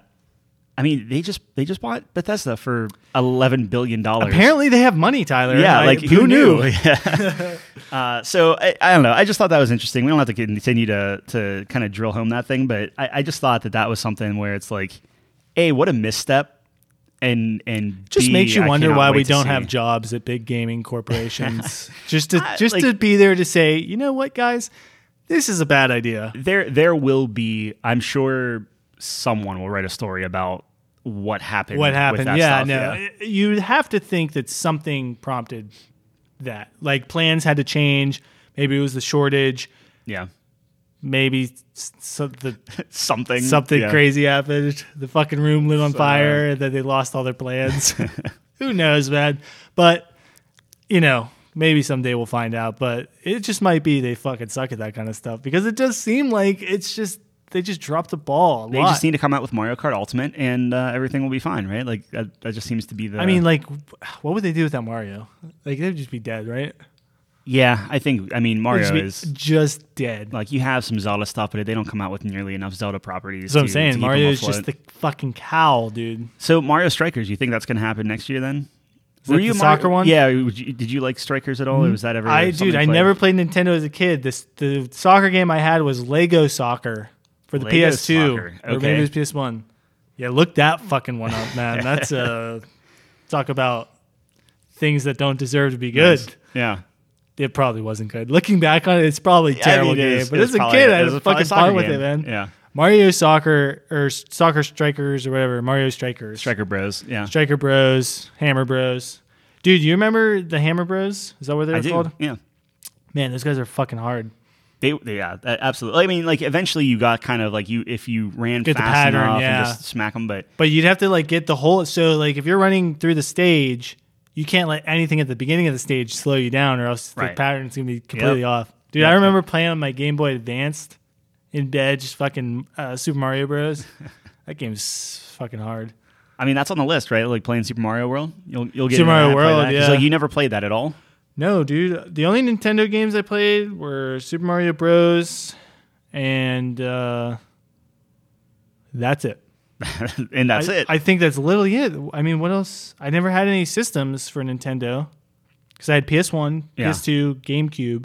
B: I mean, they just they just bought Bethesda for eleven billion dollars.
A: Apparently they have money, Tyler.
B: yeah,
A: I-
B: like who knew? Yeah. uh, so I, I don't know. I just thought that was interesting. We don't have to continue to to kind of drill home that thing, but I, I just thought that that was something where it's like, a what a misstep, and and
A: Just
B: B,
A: makes you
B: I
A: wonder
B: cannot
A: why
B: wait
A: we
B: to
A: don't
B: see.
A: have jobs at big gaming corporations. just to
B: I-
A: just
B: like-
A: to be there to say, you know what, guys, this is a bad idea.
B: there there will be i'm sure someone will write a story about what happened
A: What
B: with
A: happened?
B: that
A: Yeah,
B: stuff,
A: no. You have to think that something prompted that. Like plans had to change. Maybe it was the shortage.
B: yeah,
A: Maybe s- so the
B: Yeah. something
A: Mm, something
B: yeah. uh,
A: crazy happened. The fucking room lit on fire, and then they lost all their plans. Who knows, man? But you know, maybe someday we'll find out. But it just might be they fucking suck at that kind of stuff because it does seem like it's just they just dropped the ball. A
B: they
A: lot.
B: just need to come out with mario kart ultimate and uh, everything will be fine right like that, that just seems to be the
A: I mean, like, what would they do without Mario? Like, they'd just be dead, right?
B: yeah i think i mean
A: They'd
B: mario
A: just be
B: is
A: just dead.
B: like you have some zelda stuff but they don't come out with nearly enough zelda properties
A: That's what I'm
B: to- to
A: saying.
B: keep them
A: Mario is
B: afloat.
A: just the fucking cow, dude.
B: so mario strikers you think that's going to happen next year then
A: that the
B: Mar-
A: soccer one? Mm-hmm.
B: yeah would you, did you like strikers at all or was that ever
A: I
B: something
A: dude, I
B: played?
A: never played Nintendo as a kid. This the soccer game I had was Lego Soccer for the
B: Lego
A: PS2
B: Soccer,
A: or maybe
B: okay.
A: it was PS1. Yeah, look that fucking one up, man. That's uh talk about things that don't deserve to be good.
B: yeah
A: It probably wasn't good. Looking back on it, it's probably a
B: I mean,
A: terrible
B: it
A: game.
B: is-
A: but
B: it's
A: as a
B: probably-
A: kid, I
B: it
A: had
B: was
A: a
B: probably a
A: fucking
B: soccer
A: fun with
B: game.
A: it, man.
B: Yeah.
A: Mario Soccer or S- Soccer Strikers or whatever. Mario Strikers.
B: Striker Bros. Yeah.
A: Striker Bros. Hammer Bros. Dude, you remember the Hammer Bros? Is that what they were
B: I do.
A: called?
B: Yeah.
A: Man, those guys are fucking hard.
B: They, they- yeah, a- absolutely. I mean, like eventually you got kind of like you if you ran
A: Get the
B: fast
A: pattern,
B: enough
A: yeah.
B: and just smack them, but
A: But you'd have to like get the whole. So like if you're running through the stage, you can't let anything at the beginning of the stage slow you down, or else
B: Right.
A: the pattern's gonna be completely
B: Yep.
A: off. Dude, I remember playing on my Game Boy Advanced in bed, just fucking uh, Super Mario Bros. that game's fucking hard.
B: I mean that's on the list, right? Like playing Super Mario World, you'll you'll get
A: Super
B: into
A: Mario
B: that, play
A: World,
B: that,
A: yeah.
B: 'cause, Like you never played that at all.
A: No, dude, the only Nintendo games I played were Super Mario Bros. and uh, that's it.
B: and that's
A: I,
B: it.
A: I think that's literally it. I mean, what else? I never had any systems for Nintendo because I had PS1,
B: Yeah.
A: PS2, GameCube.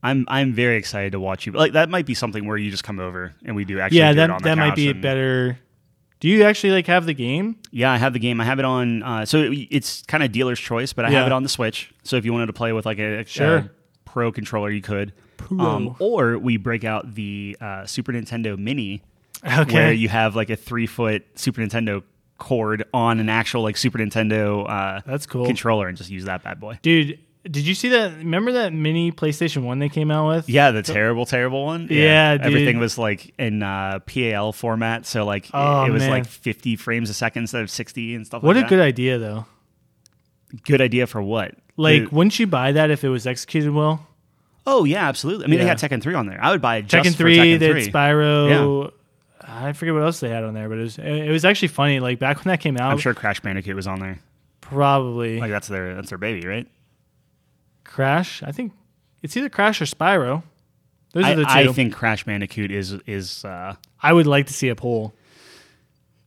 B: I'm I'm very excited to watch you. Like that might be something where you just come over and we do actually.
A: yeah,
B: do it
A: that
B: on the
A: that might
B: couch
A: be a
B: and-
A: better. Do you actually like have the game?
B: Yeah, I have the game. I have it on. Uh, so it- it's kind of dealer's choice, but I
A: Yeah.
B: have it on the Switch. So if you wanted to play with like a, a
A: Sure.
B: pro controller, you could. Um,
A: Pro.
B: or we break out the uh, Super Nintendo Mini,
A: Okay.
B: where you have like a three foot Super Nintendo cord on an actual like Super Nintendo uh,
A: That's cool.
B: controller, and just use that bad boy.
A: Dude, did you see that? Remember that mini PlayStation One they came out with?
B: Yeah, the terrible, terrible one.
A: Yeah, dude.
B: everything was like in uh, PAL format, so like it-
A: Oh,
B: it was
A: man.
B: like fifty frames a second instead of sixty and stuff.
A: What a
B: like
A: good
B: that.
A: idea, though.
B: good idea for what?
A: Like,
B: The-
A: wouldn't you buy that if it was executed well?
B: Oh yeah, absolutely. I mean,
A: Yeah.
B: they had Tekken three on there. I would buy it just
A: Tekken
B: for
A: Three,
B: Tekken
A: that
B: three.
A: Spyro. I forget what else they had on there, but it was it was actually funny. Like back when that came out,
B: I'm sure Crash Bandicoot was on there.
A: probably
B: Like that's their that's their baby, right?
A: Crash. I think it's either Crash or Spyro. Those
B: I,
A: are the two.
B: I
A: I,
B: think Crash Bandicoot is is uh,
A: would like to see a poll.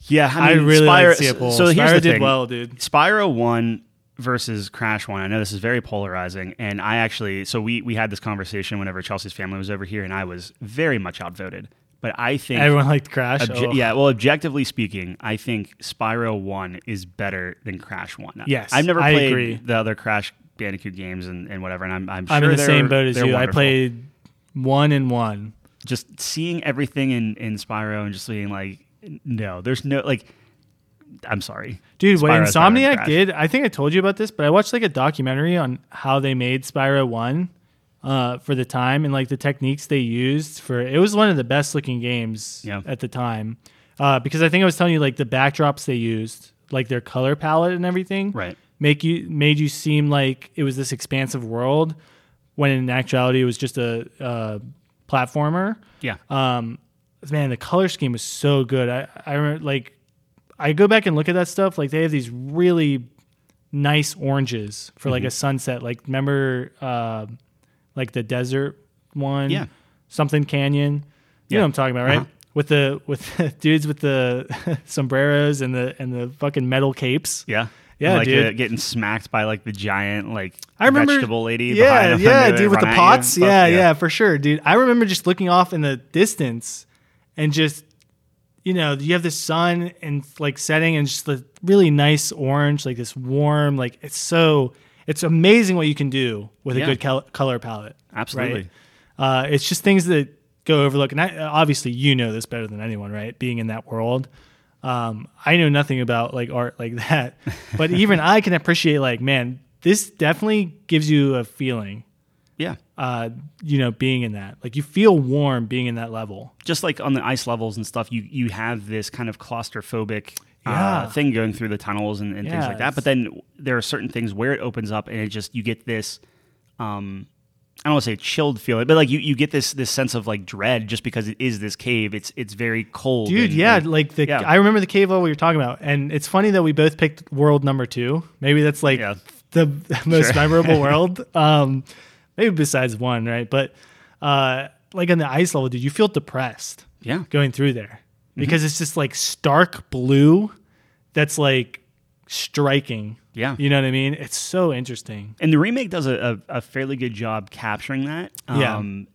B: yeah.
A: I,
B: I, mean,
A: really
B: Spyro,
A: like to see a poll.
B: So
A: Spyro
B: here's the
A: did
B: thing.
A: well, dude.
B: Spyro one versus Crash one. I know this is very polarizing, and I actually so we we had this conversation whenever Chelsea's family was over here, and I was very much outvoted. But I think
A: Everyone liked Crash.
B: obje-
A: Oh.
B: yeah, well, objectively speaking, I think Spyro One is better than Crash One.
A: Yes,
B: I've never
A: I
B: played
A: agree.
B: the other Crash Bandicoot games and, and whatever, and I'm I'm, sure
A: I'm in the
B: they're-
A: same boat as
B: they're
A: you. I
B: wonderful.
A: played one and one.
B: just seeing everything in in Spyro and just being like, no, there's no like. I'm sorry,
A: Dude, what
B: Spyro, Spyro, and
A: Insomniac
B: Crash.
A: did, I think I told you about this, but I watched like a documentary on how they made Spyro 1 uh, for the time and like the techniques they used for it was one of the best looking games
B: Yeah.
A: at the time. Uh, because I think I was telling you like the backdrops they used, like their color palette and everything,
B: Right.
A: make you made you seem like it was this expansive world when in actuality it was just a uh, platformer
B: Yeah,
A: um, man, the color scheme was so good. I I remember like I go back and look at that stuff. Like they have these really nice oranges for
B: Mm-hmm.
A: like a sunset. Like remember uh, like the desert one,
B: Yeah.
A: something canyon. You
B: Yeah.
A: know what I'm talking about, right?
B: Uh-huh.
A: With the with the dudes with the sombreros and the and the fucking metal capes.
B: Yeah.
A: Yeah,
B: like
A: dude.
B: uh, getting smacked by like the giant like
A: I remember
B: vegetable lady.
A: Yeah,
B: behind
A: yeah,
B: them
A: dude, with the
B: running at you and
A: pots.
B: stuff.
A: Yeah, yeah, for sure, dude. I remember just looking off in the distance and just you know, you have the sun and like setting and just the really nice orange, like this warm, like it's so it's amazing what you can do with a
B: Yeah.
A: good col- color palette. right?
B: Absolutely.
A: Uh, it's just things that go overlooked, and I, obviously you know this better than anyone, right? Being in that world, um, I know nothing about like art like that, but even I can appreciate like, man, this definitely gives you a feeling,
B: Yeah.
A: uh, you know, being in that. Like you feel warm being in that level.
B: Just like on the ice levels and stuff, you you have this kind of claustrophobic
A: Yeah.
B: uh, thing going through the tunnels and, and things
A: Yeah,
B: like that. But then there are certain things where it opens up and it just you get this um I don't want to say chilled feeling, but like you, you get this this sense of like dread just because it is this cave. It's it's very cold.
A: Dude,
B: and-
A: yeah,
B: and-
A: like the
B: yeah.
A: I remember the cave level you're talking about, and it's funny that we both picked world number two. Maybe that's like
B: Yeah.
A: the most memorable world. Um, maybe besides one, right? But uh, like on the ice level, dude, you feel depressed
B: yeah. Mm-hmm.
A: going through there because it's just like stark blue that's like striking.
B: Yeah.
A: you know what I mean. It's so interesting.
B: And the remake does a, a, a fairly good job capturing that.
A: Yeah.
B: Um,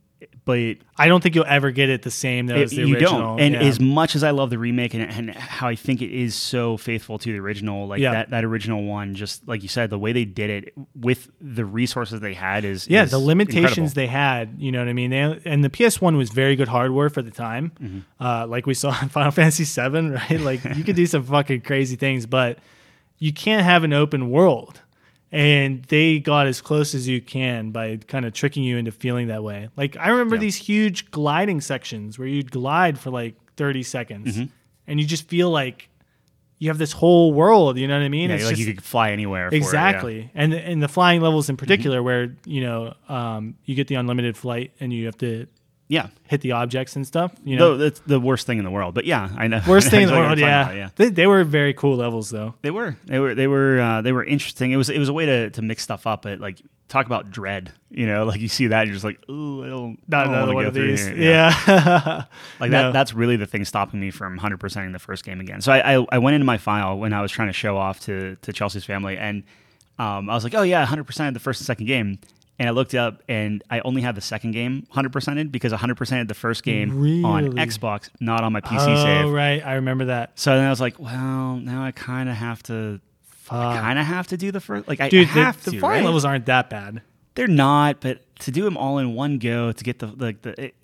B: but
A: I don't think you'll ever get it the same though as the
B: you
A: original.
B: don't. And
A: yeah.
B: as much as I love the remake and, and how I think it is so faithful to the original, like
A: Yeah.
B: that, that original one, just like you said, the way they did it with the resources they had is
A: yeah
B: is
A: the limitations
B: incredible.
A: they had you know what i mean they, and the ps1 was very good hardware for the time
B: Mm-hmm.
A: uh, like we saw in final fantasy 7 right like you could do some fucking crazy things but you can't have an open world and they got as close as you can by kind of tricking you into feeling that way like i remember these huge gliding sections where you'd glide for like 30 seconds
B: Mm-hmm.
A: and you just feel like you have this whole world you know what i mean
B: Yeah,
A: It's
B: like
A: just-
B: you could fly anywhere. for it, yeah. Mm-hmm.
A: exactly and and the flying levels in particular where you know um, you get the unlimited flight and you have to
B: yeah.
A: hit the objects and stuff you know
B: Though that's the worst thing in the world. But yeah, I know.
A: worst thing in the
B: I know what
A: world
B: you're
A: yeah.
B: talking about, yeah.
A: They, they were very cool levels though
B: They were. They were. They were. Uh, they were interesting. It was. It was a way to, to mix stuff up. But like, talk about dread. You know, like you see that, you're just like, ooh, I don't. I
A: not
B: don't
A: another
B: wanna
A: one
B: go
A: of
B: through
A: Oh, these
B: here.
A: yeah,
B: Like
A: No.
B: that, that's really the thing stopping me from 100%ing the first game again. So I, I, I went into my file when I was trying to show off to, to Chelsea's family, and um, I was like, oh, yeah, 100% the first and second game. And I looked up, and I only had the second game 100%ed because 100%ed the first game on
A: Really?
B: Xbox, not on my PC
A: oh
B: E save.
A: right I remember that
B: So then I was like, well, now I kind of have to.
A: Fuck.
B: Kind of have to do the first, like I
A: dude the,
B: have
A: the
B: to.
A: flying
B: right?
A: levels aren't that bad
B: They're not, but to do them all in one go to get the like the, it,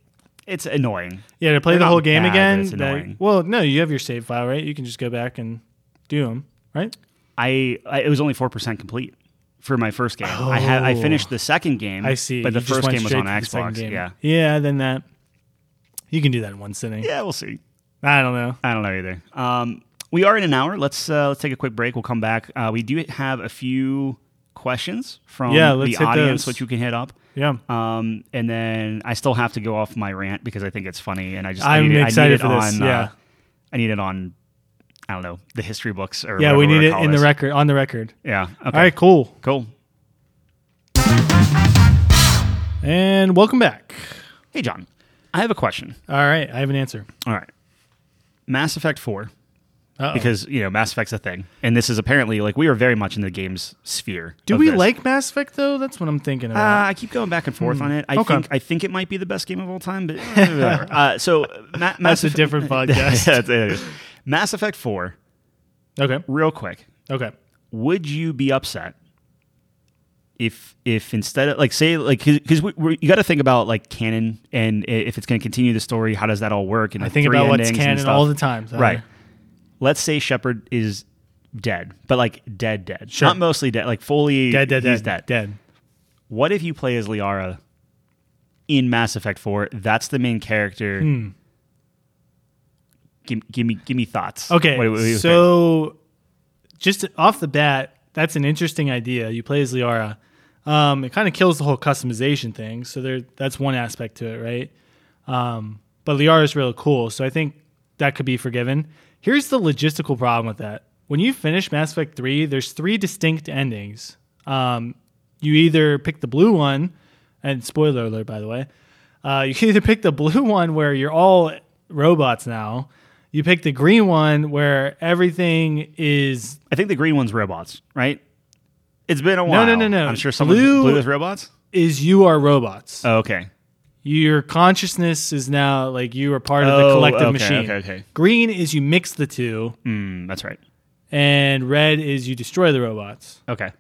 B: it's annoying.
A: yeah to play
B: They're
A: the
B: not
A: whole game
B: bad, but
A: again
B: it's
A: that-
B: annoying.
A: well no you have your save file right you can just go back and do them right
B: Mm-hmm. I, I it was only four percent complete for my first game. I had I
A: Oh.
B: finished the second game.
A: I see
B: but the
A: You just
B: first
A: went
B: game was
A: straight
B: on
A: to the second
B: Xbox.
A: game.
B: Yeah,
A: yeah then that you can do that in one sitting
B: yeah, we'll see.
A: I don't know
B: I don't know either. Um, we are in an hour. Let's uh, let's take a quick break. We'll come back. Uh, we do have a few questions from
A: Yeah, let's
B: the
A: hit
B: audience,
A: those.
B: which you can hit up.
A: yeah
B: Um, and then I still have to go off my rant because I think it's funny, and I just I
A: I'm
B: need it,
A: excited
B: I need
A: for
B: it
A: this,
B: On,
A: yeah.
B: uh, I need it on. I don't know the history books or
A: Yeah, we
B: whatever
A: need
B: we're
A: it
B: gonna
A: in
B: call
A: the
B: this.
A: record on the record.
B: Yeah. Okay.
A: All right, cool.
B: Cool.
A: And welcome back.
B: Hey, John. I have a question.
A: All right, I have an answer.
B: All right. Mass Effect 4,
A: Uh-oh.
B: because, you know, Mass Effect's a thing. And this is apparently, like, we are very much in the game's sphere.
A: do
B: of
A: we
B: this.
A: like Mass Effect though? That's what I'm thinking about.
B: Uh, I keep going back and forth on it. I
A: Hmm. Okay.
B: think I think it might be the best game of all time, but whatever. uh, so Ma- Mass
A: That's a
B: Effect,
A: different podcast.
B: yeah, it is. Mass Effect Four,
A: okay,
B: real quick.
A: okay.
B: Would you be upset if if instead of like say like because you got to think about like canon and i- if it's going to continue the story, how does that all work? And
A: I think about what's canon all the time. so-
B: Right. Let's say Shepard is dead, but like dead, dead.
A: Sure.
B: Not mostly dead, like fully
A: Dead, dead,
B: he's
A: dead, dead,
B: dead. What if you play as Liara in Mass Effect 4? That's the main character.
A: Hmm.
B: Give, give me give me thoughts.
A: Okay,
B: What- what do you think?
A: so just off the bat, that's an interesting idea. You play as Liara. Um, it kind of kills the whole customization thing. So there, that's one aspect to it, right? Um, But Liara is really cool, so I think that could be forgiven. Here's the logistical problem with that: when you finish Mass Effect Three, there's three distinct endings. Um, you either pick the blue one, and spoiler alert, by the way, uh, you can either pick the blue one where you're all robots now. You pick the green one where everything is
B: I think the green one's robots, right? It's been a
A: No,
B: while.
A: no, no, no.
B: I'm sure someone
A: Blue-
B: blue, is robots.
A: is you are robots.
B: Oh, okay.
A: Your consciousness is now like you are part of the
B: Oh,
A: collective
B: okay,
A: machine.
B: okay, okay.
A: Green is you mix the two,
B: Mm, that's right.
A: and red is you destroy the robots.
B: Okay.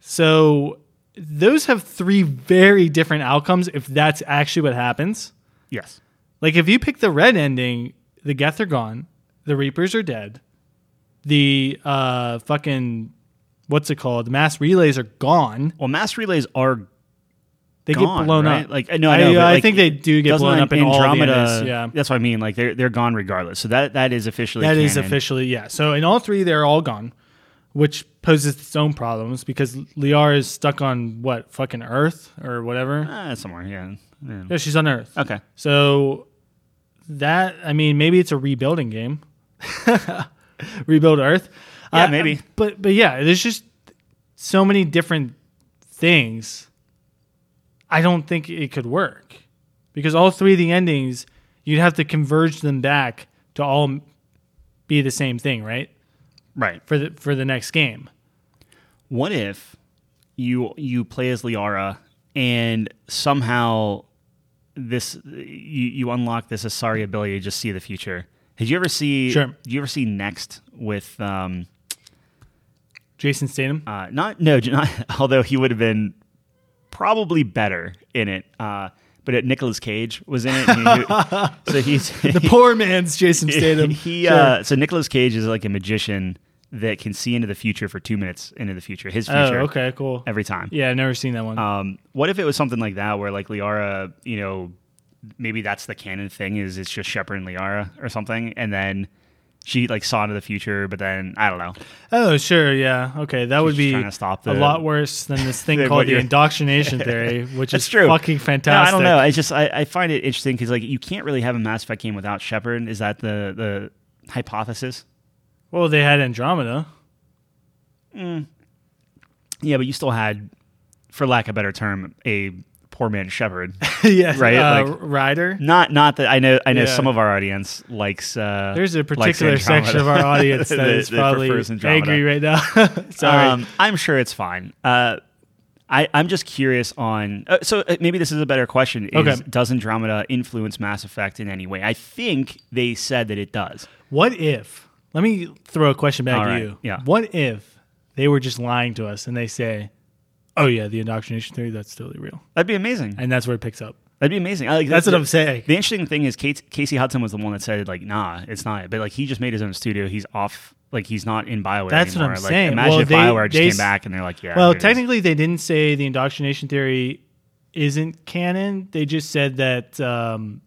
A: So those have three very different outcomes if that's actually what happens.
B: Yes.
A: Like if you pick the red ending, the Geth are gone, the Reapers are dead, the uh fucking what's it called? Mass relays are gone.
B: Well, mass relays are
A: They
B: gone,
A: get blown
B: right?
A: up.
B: Like I know, I, know,
A: I,
B: but, like,
A: think they do get
B: doesn't
A: blown up in
B: Andromeda.
A: all the endings. Yeah.
B: that's what I mean. Like they're they're gone regardless. So that that is officially
A: That is
B: canon.
A: officially yeah. So in all three, they're all gone, which poses its own problems because Liara is stuck on what fucking Earth or whatever.
B: Ah, somewhere. Yeah. Yeah.
A: Yeah, she's on Earth.
B: Okay.
A: So that I mean, maybe it's a rebuilding game. Rebuild Earth. Uh,
B: Yeah, maybe.
A: But but yeah, there's just so many different things. I don't think it could work because all three of the endings you'd have to converge them back to all m- be the same thing, right?
B: Right.
A: For the for the next game.
B: What if you you play as Liara and somehow this you, you unlock this Asari ability to just see the future? Did you ever see?
A: Sure.
B: Did you ever see Next with um
A: Jason Statham.
B: uh not no j- not although he would have been probably better in it uh but it, Nicolas Cage was in it. and he- so he's
A: The poor man's Jason Statham.
B: he
A: Sure.
B: uh, so Nicolas Cage is like a magician that can see into the future for two minutes into the future, his
A: oh,
B: future,
A: okay, cool.
B: every time.
A: Yeah, I've never seen that one.
B: Um, what if it was something like that, where like Liara, you know, maybe that's the canon thing is it's just Shepard and Liara or something, and then she like saw into the future, but then I don't know.
A: Oh, sure, yeah. Okay, that would
B: just
A: be
B: trying to stop
A: a
B: the-
A: lot worse than this thing
B: than
A: called
B: what
A: the
B: you're-
A: indoctrination theory, which
B: That's
A: is
B: true.
A: fucking
B: No, I
A: fantastic.
B: don't know. It's just I, I find it interesting because like you can't really have a Mass Effect game without Shepard. Is that the the hypothesis?
A: Well, they had Andromeda.
B: Yeah, but you still had, for lack of a better term, a poor man Shepard.
A: yeah,
B: Right,
A: Uh,
B: like-
A: Ryder.
B: Not not that I know I know
A: Yeah.
B: some of our audience likes uh
A: There's a
B: likes
A: particular
B: Andromeda.
A: section of our audience that
B: That-
A: is
B: that
A: probably
B: prefers Andromeda.
A: angry right now. Sorry.
B: Um, I'm sure it's fine. Uh I, I'm just curious on. Uh, so uh, maybe this is a better question. Is,
A: Okay.
B: Does Andromeda influence Mass Effect in any way? I think they said that it does.
A: what if? Let me throw a question back
B: All
A: at
B: right,
A: you.
B: yeah.
A: What if they were just lying to us and they say, "Oh yeah, the indoctrination theory that's totally real,"
B: That'd be amazing.
A: and that's where it picks up.
B: That'd be amazing. I, like,
A: That's
B: the-
A: what I'm saying.
B: The interesting thing is Kate, Casey Hudson was the one that said like, "Nah, it's not." But like, he just made his own studio. He's off. Like, he's not in Bioware.
A: That's what
B: anymore.
A: I'm
B: like,
A: saying.
B: Imagine
A: Well,
B: if
A: they-
B: Bioware just
A: they
B: came
A: s-
B: back and they're like, "Yeah."
A: Well,
B: here it is."
A: technically, they didn't say the indoctrination theory isn't canon. They just said that um,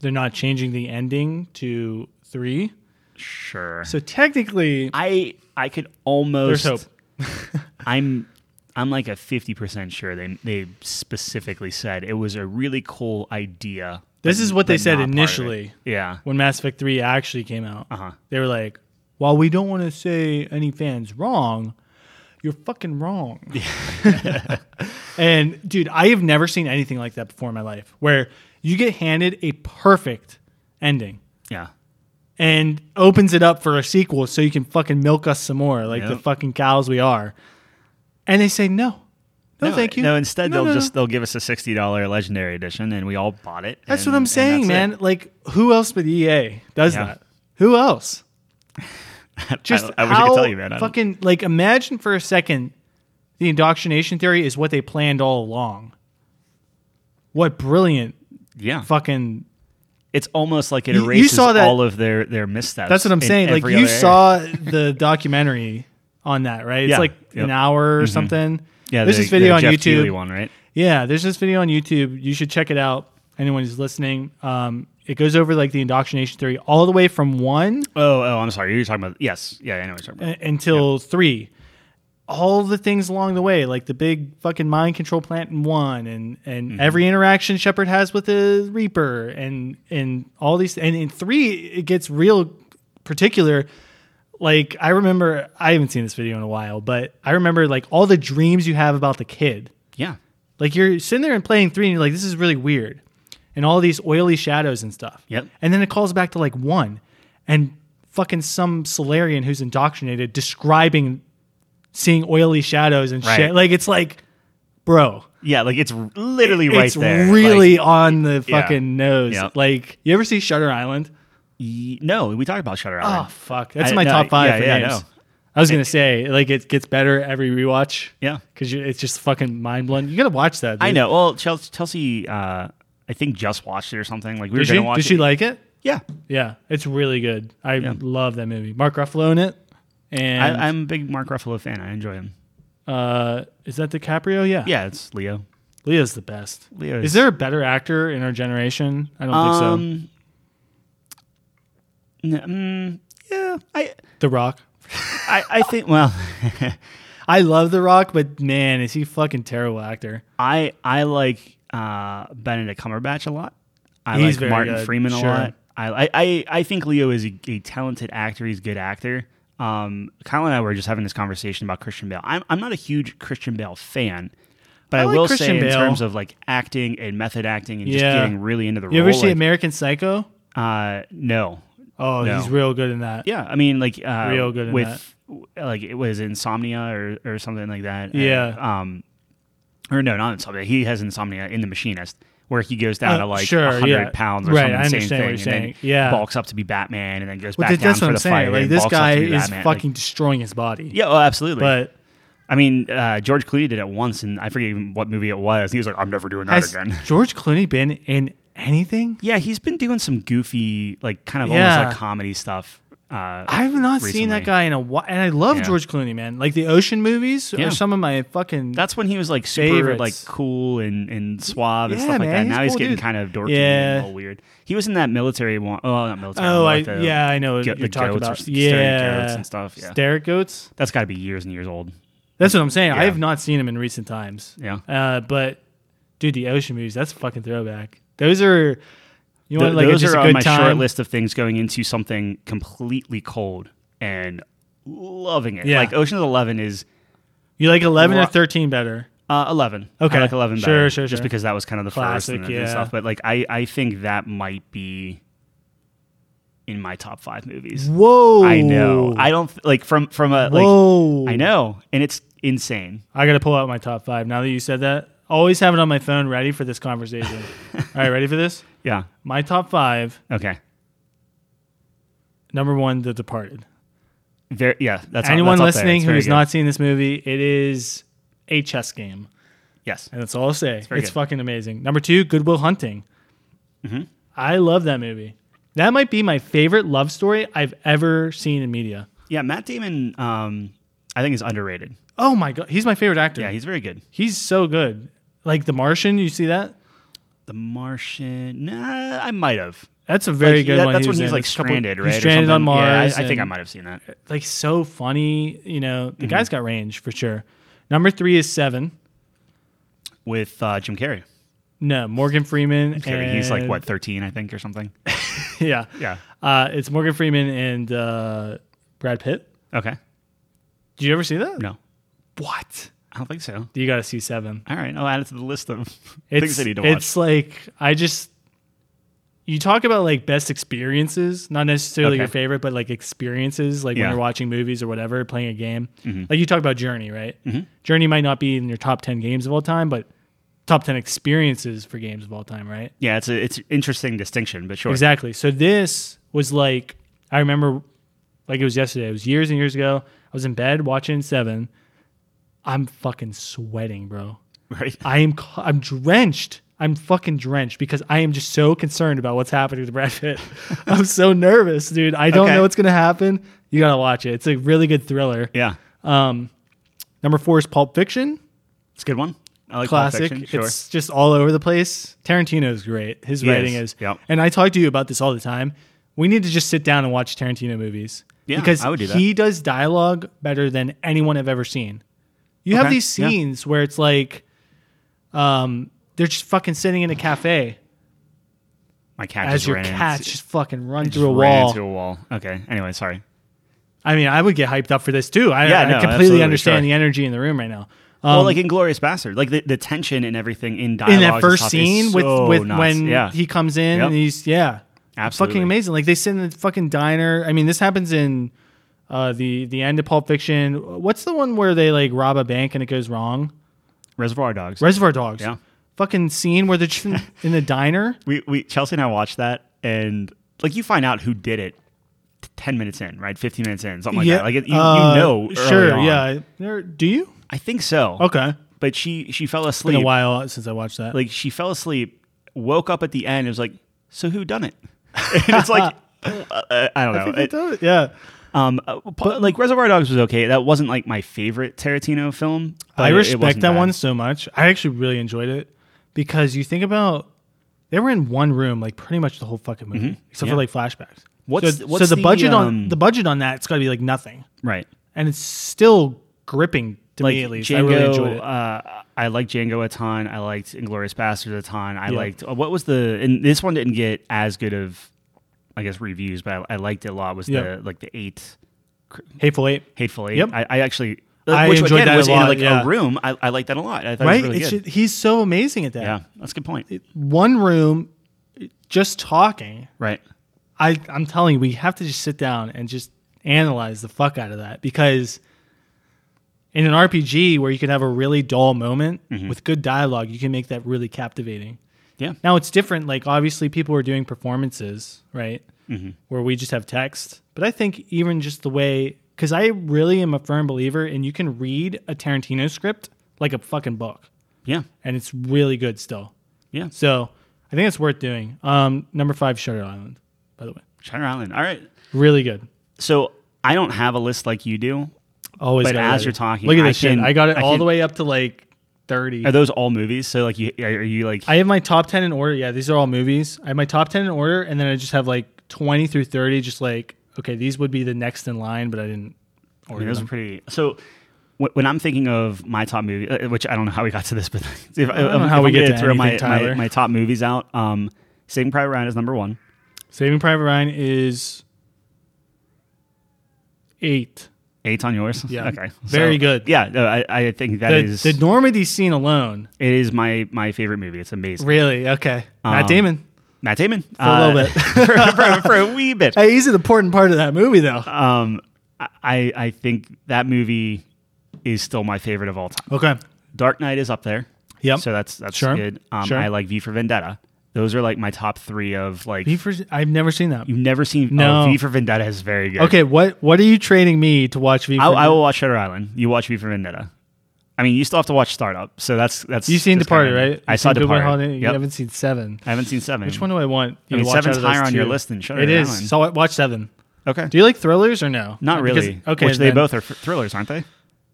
A: they're not changing the ending to three.
B: sure.
A: So technically,
B: I I could almost.
A: There's hope.
B: I'm I'm like a fifty percent sure they they specifically said it was a really cool idea.
A: This is what they
B: but
A: said
B: not part of it.
A: initially.
B: Yeah.
A: when Mass Effect 3 actually came out,
B: Uh-huh.
A: they were like, while we don't want to say any fans wrong, you're fucking wrong. and dude, I have never seen anything like that before in my life where you get handed a perfect ending.
B: Yeah.
A: and opens it up for a sequel so you can fucking milk us some more like the
B: Yep.
A: fucking cows we are. And they say no. No, thank you.
B: No, instead
A: No,
B: they'll
A: no, no.
B: just they'll give us a sixty dollar legendary edition, and we all bought it.
A: That's
B: and-
A: what I'm
B: and
A: saying,
B: that's it.
A: man. Like who else but EA does
B: Yeah.
A: that? Who else? Just
B: I, I wish I
A: how
B: could tell you, man. I don't-
A: fucking like imagine for a second the indoctrination theory is what they planned all along. What brilliant
B: yeah.
A: fucking
B: it's almost like it
A: You- you
B: erases
A: saw that-
B: all of their their missteps.
A: That's what I'm
B: in
A: saying. Like
B: every
A: you
B: other area.
A: saw the documentary on that, right? It's
B: Yeah.
A: like an
B: Yep. Mm-hmm.
A: hour or something.
B: Yeah,
A: there's
B: the-
A: this video
B: the
A: on
B: Jeff
A: YouTube.
B: Keighley one, right?
A: Yeah, there's this video on YouTube. You should check it out. Anyone who's listening, um, it goes over like the indoctrination theory all the way from one
B: Oh, oh, I'm sorry. You're talking about yes, yeah, I know what you're talking about.
A: uh, until three, all the things along the way, like the big fucking mind control plant in one, and and every interaction Shepard has with the Reaper, and and all these, and in three it gets real particular. Like I remember, I haven't seen this video in a while, but I remember like all the dreams you have about the kid.
B: Yeah.
A: Like you're sitting there and playing three, and you're like, this is really weird, and all these oily shadows and stuff.
B: Yep.
A: And then it calls back to like one, and fucking some Solarian who's indoctrinated describing seeing oily shadows and shit.
B: Right.
A: Like it's like, bro,
B: Yeah, like it's r- literally right
A: it's
B: there.
A: really
B: Like,
A: on the
B: yeah.
A: fucking nose.
B: Yeah.
A: Like you ever see Shutter Island?
B: y- no, we talked about Shutter
A: Oh
B: Island.
A: fuck, that's
B: I-
A: my
B: no,
A: top five
B: yeah,
A: for
B: yeah, I
A: names.
B: know.
A: I was gonna say like it gets better every rewatch.
B: Yeah.
A: because it's just fucking mind blowing. You gotta watch that.
B: I
A: dude.
B: know. Well, Chelsea, Chelsea uh, I think just watched it or something. Like we were
A: Did she?
B: gonna watch
A: Did
B: it.
A: she like it?
B: yeah,
A: Yeah, it's really good. I love that movie. Mark Ruffalo in it, and
B: I, I'm a big Mark Ruffalo fan. I enjoy him.
A: uh, is that DiCaprio? Yeah,
B: Yeah, it's Leo.
A: Leo's the best.
B: Leo
A: Is there a better actor in our generation? I don't think
B: Um, n- mm, yeah, I,
A: so. The Rock.
B: I, I think. Well,
A: I love The Rock, but man, is he a fucking terrible actor.
B: I, I like uh, Benedict Cumberbatch a lot. I
A: He's very
B: like Martin
A: good,
B: Freeman a
A: sure.
B: lot. I, I- I, I think Leo is a, a talented actor. He's a good actor. Um, Kyle and I were just having this conversation about Christian Bale. I'm, I'm not a huge Christian Bale fan, but
A: I
B: I,
A: like
B: will
A: Christian
B: say in
A: Bale.
B: terms of like acting and method acting and just
A: Yeah.
B: getting really into the
A: You
B: role.
A: ever see
B: like,
A: American Psycho?
B: uh, no,
A: Oh,
B: No.
A: he's real good in that.
B: Yeah, I mean, like uh,
A: Real good in
B: with
A: that.
B: w- like it was insomnia or or something like that. and,
A: Yeah.
B: um, or no, not insomnia. He has insomnia in the machinist, where he goes down
A: Uh,
B: to like
A: sure,
B: hundred
A: yeah.
B: pounds or
A: Right,
B: something.
A: I
B: same
A: understand what
B: thing,
A: you're
B: and
A: saying.
B: then
A: Yeah.
B: bulks up to be Batman, and then goes
A: Well,
B: back
A: th-
B: down
A: that's
B: for
A: what I'm
B: the
A: saying.
B: fight.
A: Like
B: and
A: this
B: bulks up
A: guy
B: to be
A: is
B: Batman. Like,
A: fucking destroying his body.
B: yeah, oh, absolutely.
A: but
B: I mean, uh, George Clooney did it once, and I forget even what movie it was. He was like, "I'm never doing that
A: has
B: again."
A: George Clooney been in anything?
B: Yeah, he's been doing some goofy, like kind of
A: Yeah.
B: almost like comedy stuff. Uh,
A: I've not seen that
B: Recently.
A: guy in a while, and I love
B: Yeah.
A: George Clooney, man. Like the Ocean movies
B: Yeah.
A: are some of my fucking.
B: That's when he was like super
A: Favorites.
B: like cool and, and suave and
A: Yeah,
B: stuff like
A: man,
B: that.
A: he's
B: Now he's
A: cool
B: getting
A: dude.
B: kind of dorky
A: Yeah.
B: and a little weird. He was in that military one. Oh, not military.
A: oh,
B: one,
A: I,
B: like the,
A: yeah, I know what
B: go-
A: you're
B: the
A: talking
B: goats
A: about.
B: Or
A: yeah,
B: yeah, goats and stuff. Yeah,
A: Stare goats.
B: that's got to be years and years old.
A: That's what I'm saying. I
B: Yeah.
A: have not seen him in recent times.
B: Yeah.
A: Uh, but dude, the ocean movies, that's a fucking throwback. Those are you
B: Th-
A: want like
B: those
A: just
B: are
A: a
B: on
A: good
B: my
A: time.
B: short list of things going into something completely cold and loving it.
A: Yeah.
B: Like Ocean's Eleven is
A: You like eleven or
B: Ro-
A: thirteen better.
B: Uh, eleven.
A: Okay.
B: I like eleven.
A: Sure,
B: better,
A: sure,
B: Just
A: sure.
B: because that was kind of the
A: Classic,
B: first and,
A: yeah.
B: and stuff. But like, I I think that might be in my top five movies.
A: Whoa.
B: I know. I don't th- like from from a like.
A: Whoa.
B: I know, and it's insane.
A: I gotta pull out my top five now that you said that. Always have it on my phone ready for this conversation. All right, ready for this?
B: Yeah.
A: My top five,
B: Okay.
A: number one, The Departed.
B: Very, yeah. That's
A: Anyone
B: that's up there.
A: listening
B: It's
A: who
B: very
A: has
B: good.
A: not seen this movie, it is a chess game.
B: Yes.
A: And that's all I'll say. It's,
B: very good. Mm-hmm.
A: fucking amazing. Number two, Goodwill Hunting. I love that movie. That might be my favorite love story I've ever seen in media.
B: Yeah. Matt Damon, um, I think is underrated.
A: Oh my god, he's my favorite actor.
B: Yeah,
A: he's,
B: he's very good.
A: so good. Like The Martian, you see that?
B: The Martian. Nah, I might have.
A: That's a very
B: Like,
A: good
B: that-
A: one.
B: That's
A: he
B: when
A: was
B: he's
A: in.
B: like
A: There's a couple-
B: stranded,
A: he's
B: right? or
A: stranded on
B: something? Yeah, I-
A: Mars.
B: I think Mm-hmm. I
A: and,
B: might have seen that.
A: Like so funny. You know, the guy's got range for sure. Number three is Seven.
B: with uh, Jim Carrey.
A: No, Morgan Freeman.
B: Carrey, He's like
A: and-
B: what thirteen, I think, or something.
A: yeah,
B: Yeah.
A: Uh, it's Morgan Freeman and uh, Brad Pitt.
B: Okay.
A: Did you ever see that?
B: No,
A: What?
B: I don't think so.
A: You got to see Seven.
B: All right, I'll add it to the list of
A: It's
B: things I need to watch.
A: it's like I just you talk about like best experiences, not necessarily
B: Okay.
A: your favorite, but like experiences, like when
B: Yeah. Mm-hmm.
A: you're watching movies or whatever, playing a game. Like you talk about Journey, right? Journey might not be in your top ten games of all time, but top ten experiences for games of all time, right?
B: Yeah, it's a it's an interesting distinction, but sure.
A: Exactly. So this was like I remember like it was yesterday. It was years and years ago. I was in bed watching Seven. I'm fucking sweating, bro.
B: Right.
A: I am co- I'm drenched. I'm fucking drenched because I am just so concerned about what's happening to Brad Pitt. I'm so nervous, dude. I don't
B: Okay.
A: know what's gonna happen. You gotta watch it. It's a really good thriller. Um,
B: Yeah,
A: Number four is Pulp Fiction,
B: it's a good one. I like Pulp
A: classic.
B: Fiction, Sure.
A: It's just all over the place. Tarantino's great. His
B: He
A: writing
B: is.
A: is.
B: Yep.
A: And I talk to you about this all the time. We need to just sit down and watch Tarantino movies
B: Yeah,
A: because
B: I would do that.
A: he does dialogue better than anyone I've ever seen. You have
B: Okay,
A: these
B: yeah.
A: scenes where it's like, um, they're just fucking sitting in a cafe
B: My cat
A: as
B: just
A: your
B: ran
A: cat just fucking run through a
B: ran
A: wall.
B: into a wall. Okay. Anyway, sorry.
A: I mean, I would get hyped up for this too. I,
B: Yeah,
A: I
B: no,
A: completely
B: absolutely,
A: understand
B: sure.
A: the energy in the room right now.
B: well, like Inglorious Bastard, like the, the tension and everything in dialogue
A: Um, in that
B: is
A: first
B: tough is
A: scene
B: so
A: with with
B: nuts.
A: when
B: yeah.
A: he comes in
B: Yep.
A: and he's yeah,
B: Absolutely.
A: fucking amazing. Like they sit in the fucking diner. I mean, this happens in uh, the the end of Pulp Fiction. What's the one where they like rob a bank and it goes wrong?
B: Reservoir Dogs.
A: Reservoir Dogs.
B: Yeah.
A: Fucking scene where they're just in, in the diner.
B: we we Chelsea and I watched that, and like you find out who did it t- ten minutes in, right? Fifteen minutes in, something like that. Like it, you,
A: Uh,
B: you know, early
A: Sure.
B: on.
A: Yeah. There- do you?
B: I think so.
A: Okay.
B: but she she fell
A: Been a
B: asleep.
A: while since I watched that.
B: Like she fell asleep, woke up at the end, and was like, "So who done it?" and it's like. uh, uh, I don't know. It-
A: yeah.
B: um, uh, but like Reservoir Dogs was okay. That wasn't like my favorite Tarantino film. but
A: I
B: it- it
A: respect
B: wasn't
A: that
B: bad.
A: one so much. I actually really enjoyed it because you think about they were in one room like pretty much the whole fucking movie, except
B: Mm-hmm. Yeah.
A: for like flashbacks.
B: What's-
A: so,
B: what's
A: so the,
B: the,
A: budget on
B: um,
A: the budget on that? It's got to be like nothing,
B: right?
A: and it's still gripping to
B: Like
A: me at least.
B: Django,
A: I really enjoyed it.
B: Uh, I liked Django a ton. I liked Inglorious Bastards a ton. I
A: Yeah.
B: liked uh, what was the and this one didn't get as good of, I guess reviews, but I, I liked it a lot. Was
A: Yeah.
B: the like the eight
A: Hateful Eight,
B: Hateful Eight?
A: Yep.
B: I, I actually uh,
A: I
B: which
A: enjoyed
B: again
A: that a
B: was in
A: lot,
B: like
A: yeah.
B: a room. I, I liked that a lot. I thought
A: right?
B: it was really
A: it's
B: good.
A: just, he's so amazing at that.
B: yeah, that's a good point.
A: One room, just talking.
B: right.
A: I I'm telling you, we have to just sit down and just analyze the fuck out of that because in an RPG where you can have a really dull moment with good dialogue, you can make that really captivating.
B: Yeah.
A: Now it's different. Like obviously, people are doing performances, right? Where we just have text. But I think even just the way, because I really am a firm believer, and you can read a Tarantino script like a fucking book,
B: Yeah.
A: and it's really good still.
B: Yeah.
A: So I think it's worth doing. Um, number five, Shutter Island, by the way,
B: Shutter Island. All right.
A: really good.
B: So I don't have a list like you do.
A: Always.
B: But
A: got it
B: as
A: ready.
B: you're talking,
A: look at
B: I
A: this shit.
B: can-
A: I got it
B: I
A: all
B: can-
A: the way up to like thirty.
B: Are those all movies? So like you are you like
A: I have my top ten in order. Yeah, these are all movies. I have my top ten in order, and then I just have like twenty through thirty. Just like okay, these would be the next in line, but I didn't
B: I mean,
A: order
B: those are
A: them.
B: pretty. So wh- when I'm thinking of my top movie, uh, which I don't know how we got to this, but if, I
A: don't know how we get to
B: throw my,
A: anything,
B: my
A: Tyler.
B: my top movies out, um, Saving Private Ryan is number one.
A: Saving Private Ryan is eight.
B: Eight's on yours.
A: Yeah.
B: Okay.
A: Very good.
B: Yeah. No, I, I think that
A: The,
B: is
A: the Normandy scene alone,
B: it is my my favorite movie. It's amazing.
A: really okay. Matt
B: Um, uh,
A: Damon
B: Matt Damon for
A: a little bit.
B: for, for, for a wee bit.
A: Hey, he's an important part of that movie, though.
B: Um, I I think that movie is still my favorite of all time.
A: Okay.
B: Dark Knight is up there.
A: Yep.
B: So that's that's
A: Sure.
B: good. Um,
A: Sure.
B: I like V for Vendetta. Those are like my top three of like
A: V for- I've never seen that.
B: You've never seen
A: No.
B: oh, V for Vendetta is very good.
A: Okay, what what are you trading me to watch V?
B: I,
A: for
B: I will watch Shutter Island. You watch V for Vendetta. I mean, you still have to watch Startup, so that's that's.
A: You've seen
B: that's
A: Departed,
B: kinda-
A: right?
B: I
A: You've
B: saw
A: seen Good Will
B: Departed.
A: Hunting, You
B: Yep.
A: haven't seen Seven.
B: I haven't seen Seven.
A: Which one do I want? You
B: mean,
A: to watch out
B: Seven's
A: of those
B: higher on your
A: two?
B: list than Shutter
A: It is.
B: Island.
A: So I- watch Seven.
B: Okay.
A: Do you like thrillers or no?
B: Not
A: Because-
B: really.
A: okay.
B: Which they
A: then-
B: both are f- thrillers, aren't they?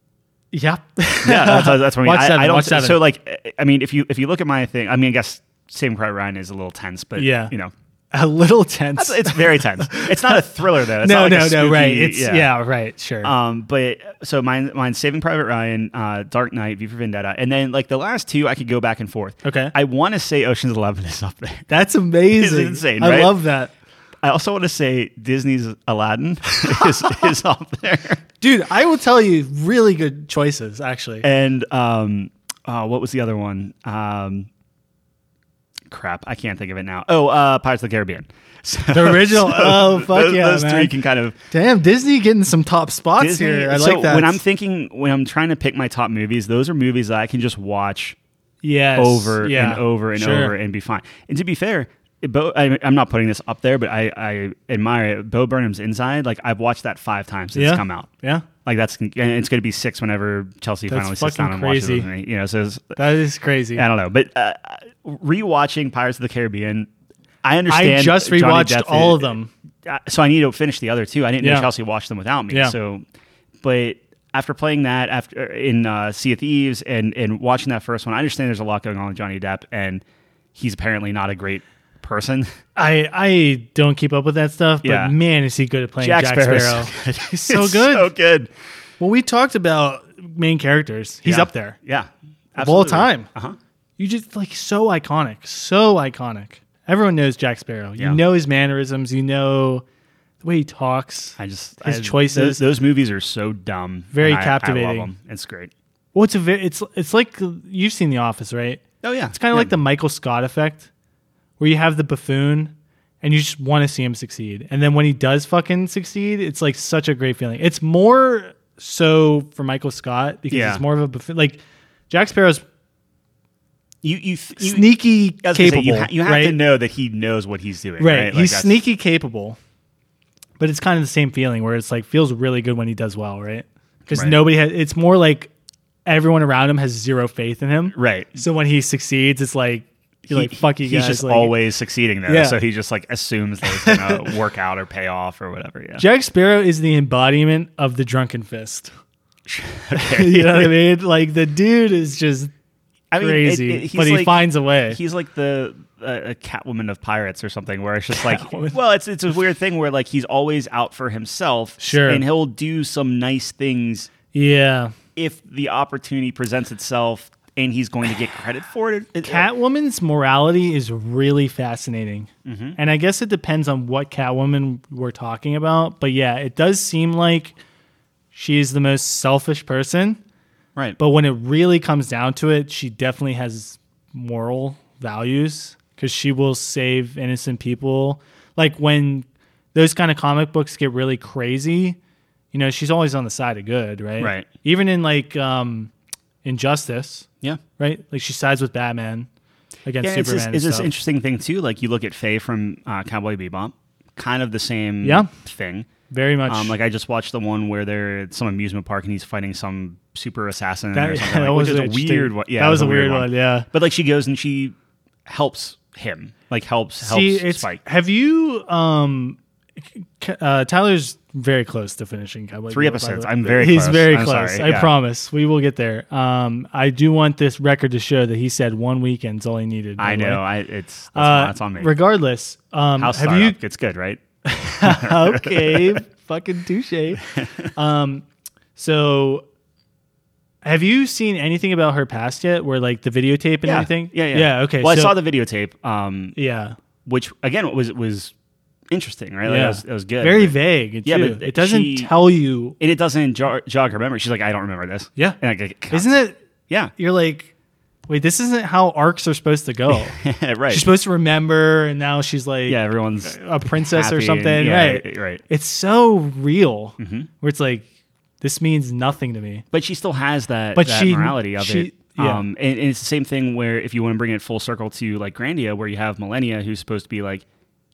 A: Yeah.
B: Yeah, that's, that's what I mean.
A: Watch
B: I,
A: Seven,
B: I don't.
A: watch Seven.
B: So like, I mean, if you if you look at my thing, I mean, I guess Saving Private Ryan is a little tense, but
A: Yeah.
B: you know,
A: a little tense.
B: it's very tense. It's not a thriller though. It's
A: no,
B: not like
A: no,
B: a
A: no.
B: spooky-
A: right. It's yeah. right. Sure.
B: Um, but so mine, mine, Saving Private Ryan, uh, Dark Knight, V for Vendetta, and then like the last two, I could go back and forth.
A: Okay.
B: I want to say Ocean's Eleven is up there.
A: That's amazing.
B: it's insane,
A: I
B: right?
A: love that,
B: I also want to say Disney's Aladdin is, is up there,
A: dude. I will tell you, really good choices actually.
B: and um, oh, what was the other one? Um, crap, I can't think of it now. Oh, uh, Pirates of the Caribbean. So,
A: The original. oh fuck
B: those,
A: yeah,
B: those
A: man.
B: three can kind of
A: Damn, Disney getting some top spots
B: Disney-
A: here. I
B: so
A: like that.
B: when I'm thinking, when I'm trying to pick my top movies, those are movies that I can just watch
A: yes,
B: over
A: yeah,
B: and over and
A: sure.
B: over and be fine. And to be fair, it, Bo, I, I'm not putting this up there, but I, I admire it. Bo Burnham's Inside. Like I've watched that five times since
A: Yeah.
B: it's come out.
A: Yeah,
B: Like that's and it's going to be six whenever Chelsea
A: That's
B: finally sits
A: fucking
B: down and watches it
A: crazy.
B: with me. You know, so it's,
A: that is crazy.
B: I don't know, but uh, rewatching Pirates of the Caribbean, I understand.
A: I just
B: Johnny
A: rewatched
B: Depp
A: all
B: is-
A: of them.
B: uh, so I need to finish the other two. I didn't
A: Yeah.
B: know Chelsea watched them without me.
A: Yeah.
B: So, but after playing that after in uh, Sea of Thieves and and watching that first one, I understand there's a lot going on with Johnny Depp, and he's apparently not a great person.
A: I I don't keep up with that stuff, but
B: Yeah.
A: man, is he good at playing Jack,
B: Jack, Sparrow's
A: Sparrow?
B: so good.
A: He's so
B: It's
A: good.
B: so good.
A: Well, we talked about main characters. He's
B: Yeah.
A: up there
B: Yeah.
A: of all
B: absolutely.
A: time.
B: Uh huh.
A: You just like so iconic, so iconic. Everyone knows Jack Sparrow. You
B: Yeah.
A: know his mannerisms. You know the way he talks.
B: I just
A: His
B: I-
A: choices.
B: Those, those movies are so dumb.
A: Very
B: and I- I love
A: captivating.
B: 'em. It's great.
A: Well, it's a ve- it's it's like you've seen The Office, right?
B: Oh yeah,
A: It's kind of like the Michael Scott effect, where you have the buffoon and you just want to see him succeed. And then when he does fucking succeed, it's like such a great feeling. It's more so for Michael Scott because
B: Yeah.
A: it's more of a buffoon. Like Jack Sparrow's
B: you you, th- you
A: sneaky
B: I was gonna say,
A: capable.
B: you, ha- you have
A: right?
B: to know that he knows what he's doing.
A: Right.
B: Right. Like,
A: He's
B: that's-
A: sneaky capable, but it's kind of the same feeling where it's like feels really good when he does well, right? Because
B: Right.
A: nobody has, it's more like everyone around him has zero faith in him.
B: Right.
A: So when he succeeds, it's like, you're
B: He-
A: like, fuck you
B: He's
A: guys.
B: just
A: like-
B: always succeeding though,
A: Yeah.
B: so he just like assumes that it's gonna work out or pay off or whatever. Yeah.
A: Jack Sparrow is the embodiment of the drunken fist.
B: Okay.
A: You know what I mean? Like the dude is just
B: I mean, it-
A: crazy,
B: it- he's
A: but he
B: like-
A: finds a way.
B: He's like the uh, a Catwoman of pirates or something, where it's just like,
A: Catwoman.
B: well, it's it's a weird thing where like he's always out for himself,
A: Sure.
B: and he'll do some nice things
A: yeah.
B: if the opportunity presents itself, and he's going to get credit for it. It-
A: Catwoman's morality is really fascinating.
B: Mm-hmm.
A: And I guess it depends on what Catwoman we're talking about. But yeah, it does seem like she is the most selfish person.
B: right?
A: But when it really comes down to it, she definitely has moral values because she will save innocent people. Like when those kind of comic books get really crazy, you know, she's always on the side of good, right?
B: Right.
A: Even in like um, Injustice
B: yeah.
A: right? Like she sides with Batman against
B: Yeah, it's
A: Superman.
B: this,
A: and
B: it's this
A: stuff.
B: interesting thing too. Like you look at Faye from uh, Cowboy Bebop, kind of the same
A: Yeah.
B: thing.
A: Very much.
B: Um, like I just watched the one where they're at some amusement park and he's fighting some super assassin or
A: that,
B: something.
A: that
B: like,
A: was
B: which
A: an
B: is a
A: interesting-
B: weird one. Yeah,
A: that
B: it
A: was a weird one. Yeah.
B: But like she goes and she helps him, like helps helps
A: See, it's
B: Spike.
A: have you? um c- uh, Tyler's very close to finishing Cowboy.
B: Three
A: Bebop, by the
B: episodes.
A: way.
B: I'm very
A: He's
B: close.
A: very
B: I'm
A: close.
B: sorry.
A: I
B: Yeah.
A: promise. We will get there. Um, I do want this record to show that he said one weekend's all he needed. by
B: I
A: the way.
B: know. I it's that's,
A: Uh,
B: that's on me.
A: Regardless, um,
B: House
A: have you
B: startup. It's good, right?
A: okay, fucking touche. Um, so have you seen anything about her past yet? Where like the videotape and everything?
B: Yeah, yeah.
A: yeah. Okay.
B: Well,
A: so,
B: I saw the videotape, um,
A: Yeah,
B: which again was was interesting, right? Like,
A: Yeah.
B: it, Oh, was, it was good.
A: very vague.
B: Yeah,
A: Yeah,
B: but
A: but it doesn't
B: she-
A: tell you.
B: and it doesn't jog, jog her memory. She's like, I don't remember this.
A: Yeah.
B: and I get,
A: Isn't it?
B: yeah,
A: You're like, wait, this isn't how arcs are supposed to go.
B: right.
A: she's supposed to remember, and now she's like,
B: yeah, everyone's
A: a princess or
B: happy and-
A: something,
B: yeah,
A: right?
B: Right. Mm-hmm.
A: It's so real, where it's like, this means nothing to me.
B: but she still has that,
A: But
B: that
A: she-
B: morality of
A: she-
B: it.
A: yeah.
B: Um, and, and it's the same thing where if you want to bring it full circle to like Grandia, where you have Millennia who's supposed to be like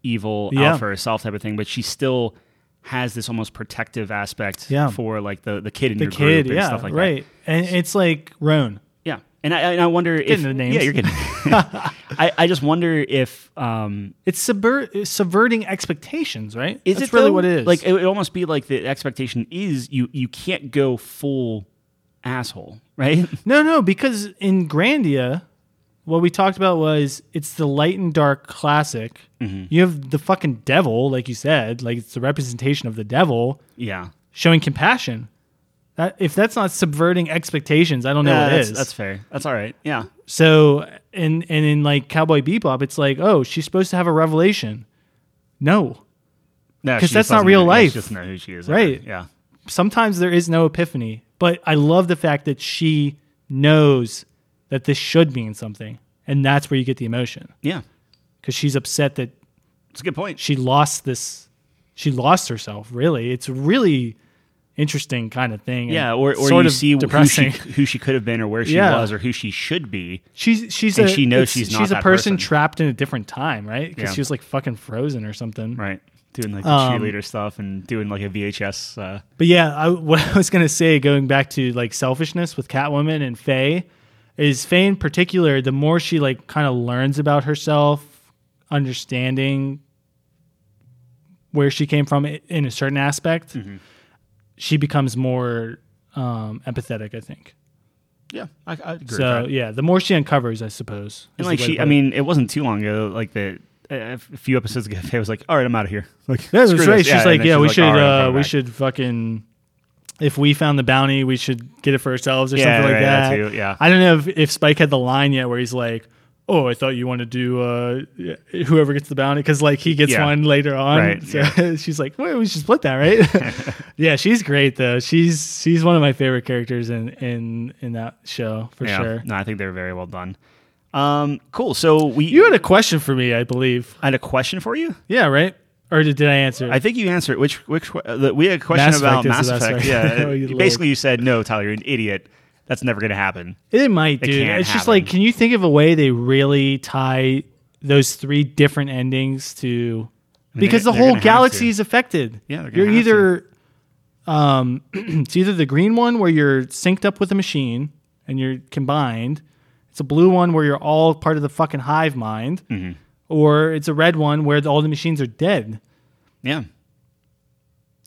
B: evil
A: Yeah.
B: out for herself type of thing, but she still has this almost protective aspect
A: Yeah.
B: for like the, the kid in
A: The
B: your
A: kid,
B: group and
A: yeah,
B: stuff like that.
A: right. And it's like Roan.
B: Yeah, and I, and I wonder if
A: Getting the names.
B: yeah, you're kidding. I, I just wonder if um,
A: It's subver- it's subverting expectations, right?
B: is
A: That's
B: it
A: really
B: though?
A: what it is?
B: Like it would almost be like the expectation is you you can't go full asshole, right?
A: no, no, because in Grandia, what we talked about was it's the light and dark classic.
B: Mm-hmm.
A: You have the fucking devil, like you said, like it's the representation of the devil
B: yeah,
A: showing compassion. That, if that's not subverting expectations, I don't know
B: Uh,
A: what
B: that's,
A: is.
B: that's fair. That's all right. Yeah,
A: So and and in like Cowboy Bebop, it's like, oh, she's supposed to have a revelation. No,
B: no,
A: 'Cause
B: she
A: that's
B: just
A: not
B: doesn't
A: real
B: know- yeah, she
A: life.
B: doesn't know who she is,
A: Right.
B: Yeah,
A: sometimes there is no epiphany, but I love the fact that she knows that this should mean something. And that's where you get the emotion
B: yeah.
A: because she's upset that
B: It's a good point.
A: she lost this, she lost herself, really. It's a really interesting kind of thing. and
B: Yeah, or or
A: sort
B: you
A: of
B: see who she,
A: depressing.
B: who she could have been, or where she
A: Yeah.
B: was, or who she should be.
A: She's she's
B: and
A: a,
B: she knows
A: it's-
B: she's not
A: she's a
B: that
A: person,
B: person.
A: trapped in a different time, right? Because
B: Yeah.
A: she was like fucking frozen or something.
B: Right, doing like the
A: Um,
B: cheerleader stuff and doing like a VHS. Uh,
A: But yeah, I, what I was gonna say, going back to like selfishness with Catwoman and Faye, is Faye in particular. The more she like kind of learns about herself, understanding where she came from i- in a certain aspect,
B: Mm-hmm.
A: she becomes more um, empathetic. I think.
B: yeah, I, I agree. with
A: So
B: that.
A: yeah, the more she uncovers, I suppose. is
B: And
A: the
B: like
A: way
B: she,
A: to put
B: I
A: it.
B: mean, it wasn't too long ago. Like the a a few episodes ago, Faye was like, "All right, I'm out of here." Like,
A: Yeah, that's
B: screw
A: right.
B: this.
A: She's
B: and
A: like,
B: then
A: yeah, we
B: "All
A: should,
B: right, I'm
A: uh,
B: coming
A: we
B: back."
A: should fucking if we found the bounty, we should get it for ourselves or
B: Yeah,
A: something like
B: right,
A: that.
B: that too, yeah.
A: I don't know if, if Spike had the line yet where he's like, "Oh, I thought you wanted to do uh, whoever gets the bounty," because like he gets
B: Yeah.
A: one later on.
B: Right,
A: So she's like, "Wait, we should split that, right?" yeah, she's great though. She's she's one of my favorite characters in in in that show for
B: Yeah.
A: sure.
B: No, I think they're very well done. Um, cool. So we
A: You had a question for me, I believe.
B: I had a question for you.
A: Yeah, right. Or did, did I answer? it?
B: I think you answered which which uh, the, we had a question
A: Mass
B: about
A: Effect
B: Mass
A: is the best
B: Effect.
A: way.
B: Yeah,
A: Oh, you little-
B: basically you said no, Tyler, you're an idiot. That's never going to happen.
A: It might, dude.
B: can't
A: It's just
B: happen.
A: like, can you think of a way they really tie those three different endings to? Because
B: they're
A: the
B: gonna
A: whole
B: have
A: galaxy
B: to.
A: is affected.
B: Yeah, they're gonna
A: you're
B: have to.
A: either, um, it's either the green one where you're synced up with a machine and you're combined. It's a blue one where you're all part of the fucking hive mind,
B: Mm-hmm.
A: or it's a red one where the, all the machines are dead.
B: Yeah,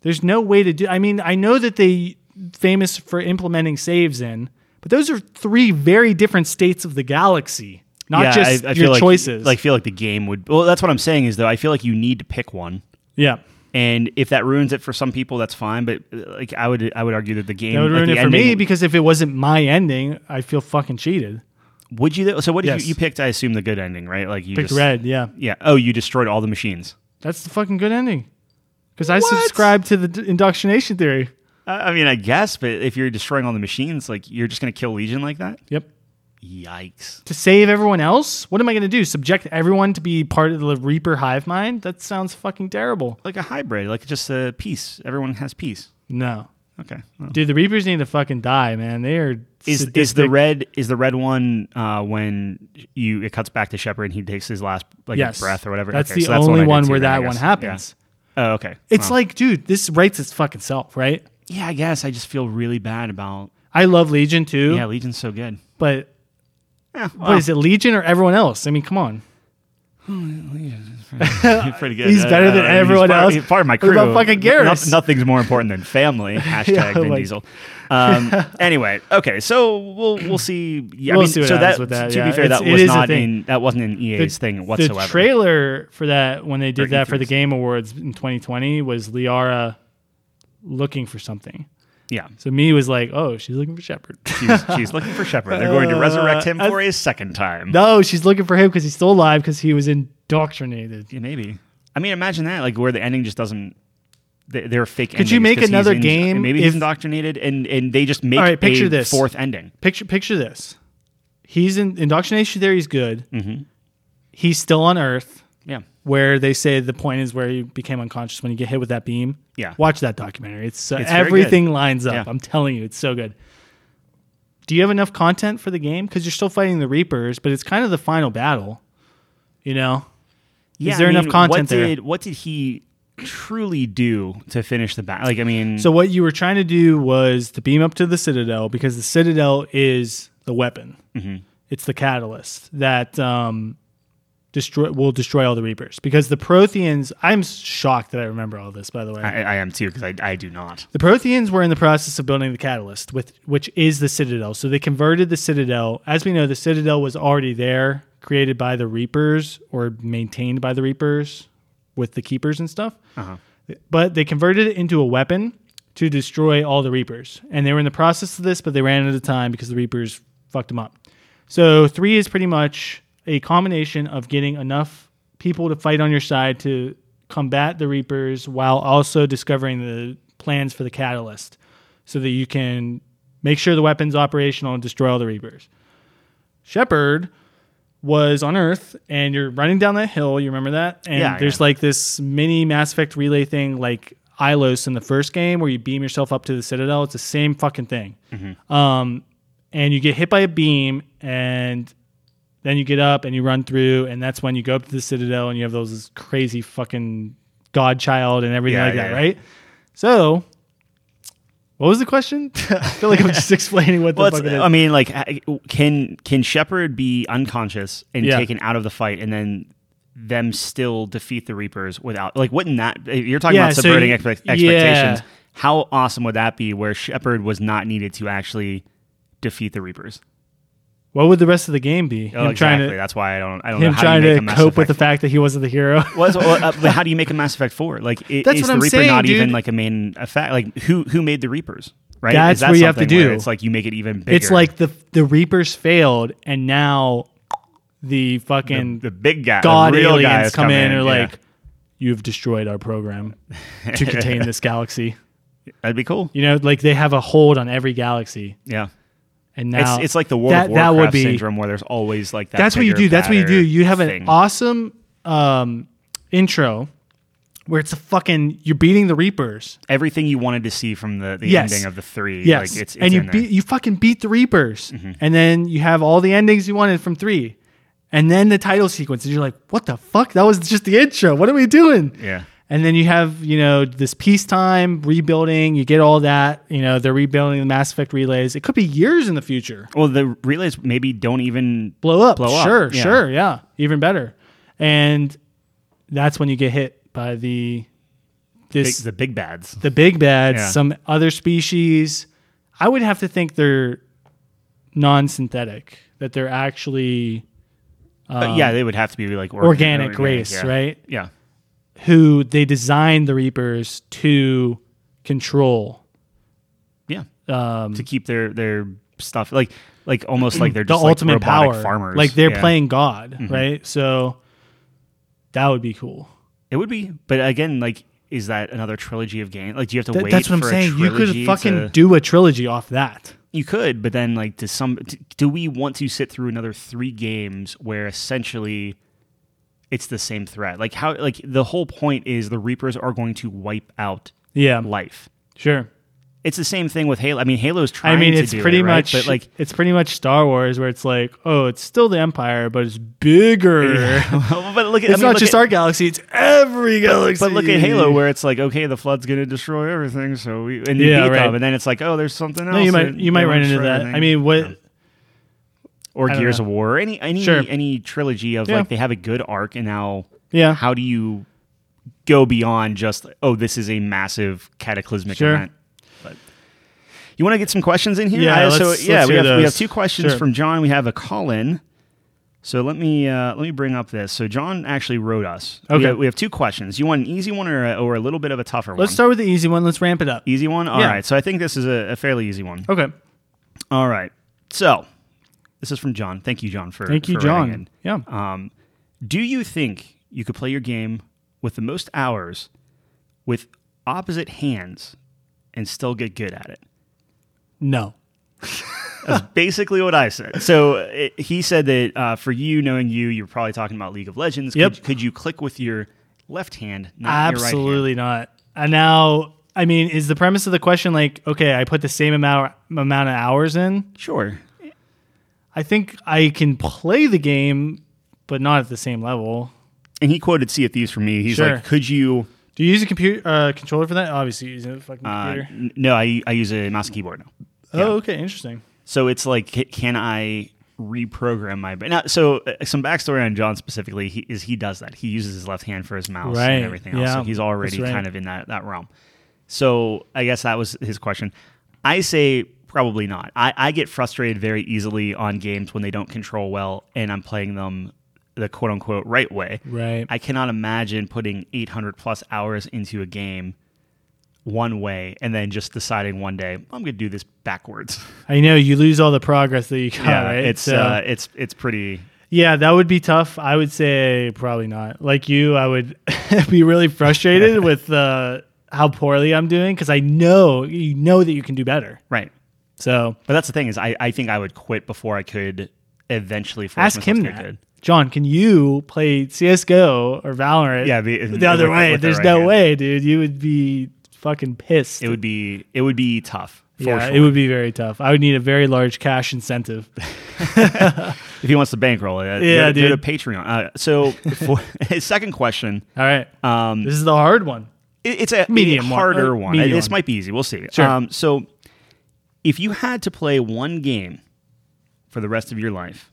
A: There's no way to do. I mean, I know that they famous for implementing saves in, but those are three very different states of the galaxy, not
B: yeah,
A: just
B: I, I
A: your
B: feel like,
A: choices.
B: Like feel like the game would. Well, that's what I'm saying is though. I feel like you need to pick one,
A: yeah,
B: and if that ruins it for some people, that's fine. But uh, like I would I would argue that the game
A: that would
B: like,
A: ruin
B: the
A: it for me
B: ending-
A: because if it wasn't my ending, I feel fucking cheated.
B: Would you? though? So what if
A: Yes.
B: you, you picked? I assume the good ending, right? Like you
A: Picked
B: just,
A: red, yeah,
B: Yeah. Oh, you destroyed all the machines.
A: that's the fucking good ending. Because I
B: What?
A: subscribe to the d- indoctrination theory.
B: I I mean, I guess, but if you're destroying all the machines, like you're just gonna kill Legion like that?
A: Yep.
B: Yikes!
A: To save everyone else, what am I going to do? Subject everyone to be part of the Reaper hive mind? That sounds fucking terrible.
B: Like a hybrid, like just a peace. Everyone has peace.
A: No,
B: Okay. well.
A: dude, the Reapers need to fucking die, man. They are
B: Is is the red is the red one uh, when you it cuts back to Shepard and he takes his last like
A: yes.
B: breath or whatever?
A: That's
B: Okay,
A: the
B: so the
A: only
B: I did
A: one
B: too
A: where
B: then, I
A: that one
B: guess.
A: happens.
B: Yeah. Oh, okay.
A: It's like, dude, this writes its fucking self, right?
B: yeah, I guess I just feel really bad about
A: I love Legion too,
B: yeah. Legion's so good.
A: but
B: Yeah,
A: what is it, Legion or everyone else? I mean, come on.
B: He's pretty good.
A: He's better than
B: I mean,
A: everyone
B: part,
A: else.
B: He's part of my
A: What
B: crew.
A: about fucking Garrus?
B: Noth- nothing's more important than family. Hashtag
A: Yeah,
B: Vin
A: like-
B: Diesel. Um, anyway, okay, so we'll we'll see. Yeah,
A: We'll
B: I mean,
A: see what
B: so
A: happens
B: that,
A: with that,
B: To
A: yeah.
B: be fair,
A: It's-
B: that
A: it
B: was
A: is a
B: not
A: thing.
B: in that wasn't in EA's thing whatsoever.
A: The trailer for that, when they did that for the
B: E3s.
A: Game Awards in 2020, was Liara looking for something.
B: yeah,
A: So me was like, oh, she's looking for Shepard.
B: she's, she's looking for Shepard. They're going to resurrect him
A: Uh,
B: for a second time.
A: no, she's looking for him because he's still alive because he was indoctrinated.
B: Yeah, maybe. I mean, imagine that, like where the ending just doesn't. they- They're fake.
A: Could you
B: endings
A: make
B: 'cause he's
A: another
B: in-
A: game
B: Maybe he's
A: if-
B: indoctrinated, and and they just make
A: All right, picture
B: a
A: this.
B: fourth ending.
A: Picture picture this. He's in indoctrination theory is good.
B: Mm-hmm.
A: He's still on Earth.
B: Yeah.
A: where they say the point is where you became unconscious when you get hit with that beam.
B: Yeah.
A: Watch that documentary. It's, uh,
B: It's very
A: everything lines up.
B: Yeah.
A: I'm telling you, it's so good. Do you have enough content for the game? Because you're still fighting the Reapers, but it's kind of the final battle. You know?
B: Yeah,
A: there enough content
B: what
A: there?
B: Did, what did he truly do to finish the battle? Like, I mean,
A: So what you were trying to do was to beam up to the Citadel because the Citadel is the weapon.
B: Mm-hmm.
A: It's the catalyst that um, destroy will destroy all the Reapers because the Protheans. I'm shocked that I remember all this. By the way,
B: I, I am too because I, I do not.
A: The Protheans were in the process of building the catalyst, with, which is the Citadel. So they converted the Citadel. As we know, the Citadel was already there, created by the Reapers or maintained by the Reapers with the Keepers and stuff. But they converted it into a weapon to destroy all the Reapers. And they were in the process of this, but they ran out of time because the Reapers fucked them up. So three is pretty much a combination of getting enough people to fight on your side to combat the Reapers while also discovering the plans for the catalyst so that you can make sure the weapon's operational and destroy all the Reapers. Shepard was on Earth and you're running down that hill, you remember that? And
B: Yeah,
A: there's
B: yeah.
A: like this mini Mass Effect relay thing like Ilos in the first game where you beam yourself up to the Citadel. It's the same fucking thing.
B: Mm-hmm.
A: Um, and you get hit by a beam and then you get up and you run through and that's when you go up to the citadel and you have those crazy fucking godchild and everything
B: Yeah,
A: like
B: yeah,
A: that
B: yeah.
A: right so what was the question i feel like i'm just explaining what the
B: Well,
A: fuck
B: it's,
A: it is
B: I mean, like, I- can can Shepard be unconscious and
A: Yeah.
B: taken out of the fight, and then them still defeat the Reapers without? Like, wouldn't that? if You're talking
A: Yeah,
B: about
A: so
B: subverting
A: you-
B: expe-
A: yeah.
B: expectations. How awesome would that be? Where Shepard was not needed to actually defeat the Reapers.
A: what would the rest of the game be?
B: Oh,
A: him trying
B: exactly.
A: to
B: That's why I don't. I don't
A: him
B: know how
A: trying
B: you make a
A: to
B: Mass
A: cope with the
B: Effect.
A: fact that he wasn't the hero.
B: Well, that's- well, uh, but how do you make a Mass Effect Four? Like, i- is
A: That's what
B: the
A: I'm
B: Reaper
A: saying,
B: not even
A: dude.
B: like a main effect? Like, who who made the Reapers? Right?
A: That's
B: is that
A: what you have to
B: something where
A: do.
B: It's like you make it even bigger.
A: it's like the the Reapers failed, and now the fucking
B: the big guy, the
A: god
B: real guy
A: aliens
B: has
A: come,
B: come
A: in
B: in,
A: and are
B: yeah.
A: like, "You've destroyed our program to contain this galaxy."
B: that'd be cool.
A: You know, like they have a hold on every galaxy,
B: Yeah,
A: and now
B: it's it's like the World
A: that-
B: of
A: that
B: Warcraft
A: would be-
B: syndrome where there's always like that.
A: that's what you
B: bigger,
A: do. That's what you do.
B: badder
A: You have an
B: thing.
A: awesome um, intro where it's a fucking you're beating the Reapers.
B: everything you wanted to see from the, the
A: Yes.
B: ending of the three.
A: Yes,
B: like, it's, it's
A: and you
B: in there. Mm-hmm.
A: beat you fucking beat the Reapers, and then you have all the endings you wanted from three, and then the title sequence, and you're like, "What the fuck? That was just the intro. What are we doing?"
B: Yeah.
A: And then you have you know this peacetime rebuilding. You get all that. You know they're rebuilding the Mass Effect relays. It could be years in the future.
B: Well, the relays maybe don't even
A: Blow up.
B: Blow up,
A: Sure.
B: yeah.
A: Sure. Yeah. Even better. And that's when you get hit by the
B: big,
A: this
B: the big bads.
A: the big bads,
B: Yeah.
A: some other species. I would have to think they're non-synthetic, that they're actually
B: But yeah, they would have to be like organ-
A: Um, organic, race,
B: yeah.
A: right?
B: Yeah,
A: Who they designed the Reapers to control.
B: yeah. Um, to keep their their stuff like like almost like they're
A: The
B: just like,
A: ultimate
B: robotic
A: power.
B: farmers.
A: Like they're
B: Yeah. Mm-hmm.
A: playing God, right? So that would be cool.
B: It would be, but again, like. Is that another trilogy of games? Like, do you have to
A: Th-
B: wait?
A: that's what I'm
B: for a
A: saying. You could
B: trilogy
A: fucking
B: to-
A: do a trilogy off that.
B: You could, but then like, does some d- do we want to sit through another three games where essentially it's the same threat? Like how like the whole point is the Reapers are going to wipe out
A: Yeah.
B: life.
A: Sure.
B: It's the same thing with Halo. I mean, Halo's trying.
A: I mean,
B: to
A: it's
B: do
A: pretty
B: it, right?
A: much
B: but like,
A: like it's pretty much Star Wars, where it's like, oh, it's still the Empire, but it's bigger.
B: but look at I
A: It's
B: mean,
A: not
B: look
A: just
B: at,
A: our galaxy; it's every galaxy.
B: But look at Halo, where it's like, okay, the flood's gonna destroy everything, so we and you
A: Yeah,
B: beat them,
A: right.
B: and then it's like, oh, there's something else.
A: No, you might
B: that
A: you
B: they
A: might
B: wanna
A: run into
B: destroy
A: that. I
B: everything.
A: mean, what?
B: or
A: don't
B: Gears
A: know.
B: of War, any any
A: Sure.
B: any trilogy of
A: Yeah.
B: like they have a good arc, and now
A: Yeah.
B: how do you go beyond just oh this is a massive cataclysmic
A: Sure.
B: event but you want to get some questions in here
A: Yeah,
B: I-
A: let's-
B: so
A: let's
B: yeah we
A: hear
B: have, we have
A: those.
B: two questions
A: Sure.
B: from john we have a call in so let me uh, let me bring up this so john actually wrote us We
A: Okay.
B: have- we have two questions you want an easy one or a, or a little bit of a tougher
A: Let's
B: one
A: start with the easy one. Let's ramp it up.
B: easy one All right.
A: Yeah.
B: so i think this is a, a fairly easy one
A: Okay.
B: all right so this is from john thank you john for
A: Thank you,
B: for writing
A: John.
B: in.
A: Yeah.
B: Um, do you think you could play your game with the most hours with opposite hands and still get good at it?
A: No.
B: That's basically what I said. So it, he said that uh, for you, knowing you, you're probably talking about League of Legends.
A: Yep.
B: Could, could you click with your left hand, not your right hand?
A: Absolutely not. And now, I mean, is the premise of the question like, okay, I put the same amount amount of hours in?
B: Sure.
A: I think I can play the game, but not at the same level.
B: And he quoted Sea of Thieves for me. He's
A: Sure.
B: like, could you?
A: Do you use a computer uh, controller for that? Obviously, you use a fucking
B: Uh,
A: computer.
B: n- no, I, I use a mouse and keyboard now. yeah.
A: Oh, okay, interesting.
B: So it's like, ca- can I reprogram my brain? Now, so uh, some backstory on John specifically he, is he does that. He uses his left hand for his mouse
A: Right,
B: and everything else. So
A: yeah,
B: he's already
A: that's right.
B: kind of in that, that realm. So I guess that was his question. I say probably not. I, I get frustrated very easily on games when they don't control well and I'm playing them the quote unquote right way.
A: Right.
B: I cannot imagine putting 800 plus hours into a game one way and then just deciding one day, I'm going to do this backwards.
A: I know you lose all the progress that you got.
B: yeah,
A: right?
B: it's
A: So,
B: uh, it's it's pretty.
A: yeah, that would be tough. I would say probably not. Like you, I would be really frustrated with uh, how poorly I'm doing because I know you know that you can do better.
B: Right.
A: So
B: But that's the thing is, I, I think I would quit before I could eventually force
A: ask
B: myself
A: him
B: to get
A: that.
B: good.
A: John, can you play CS:GO or Valorant?
B: Yeah, be-
A: the other
B: with-
A: way.
B: with the
A: There's
B: right
A: no
B: hand.
A: way, dude. You would be fucking pissed.
B: It would be it would be tough. For
A: yeah,
B: sure.
A: it would be very tough. I would need a very large cash incentive.
B: if he wants to bankroll it, uh,
A: Yeah,
B: go, go to
A: dude.
B: Patreon. Uh, so for his second question,
A: All right.
B: um,
A: This is the hard one.
B: it- it's a
A: Medium
B: a
A: one,
B: harder
A: uh,
B: one.
A: medium
B: This
A: one.
B: might be easy. We'll see.
A: Sure.
B: Um, so if you had to play one game for the rest of your life,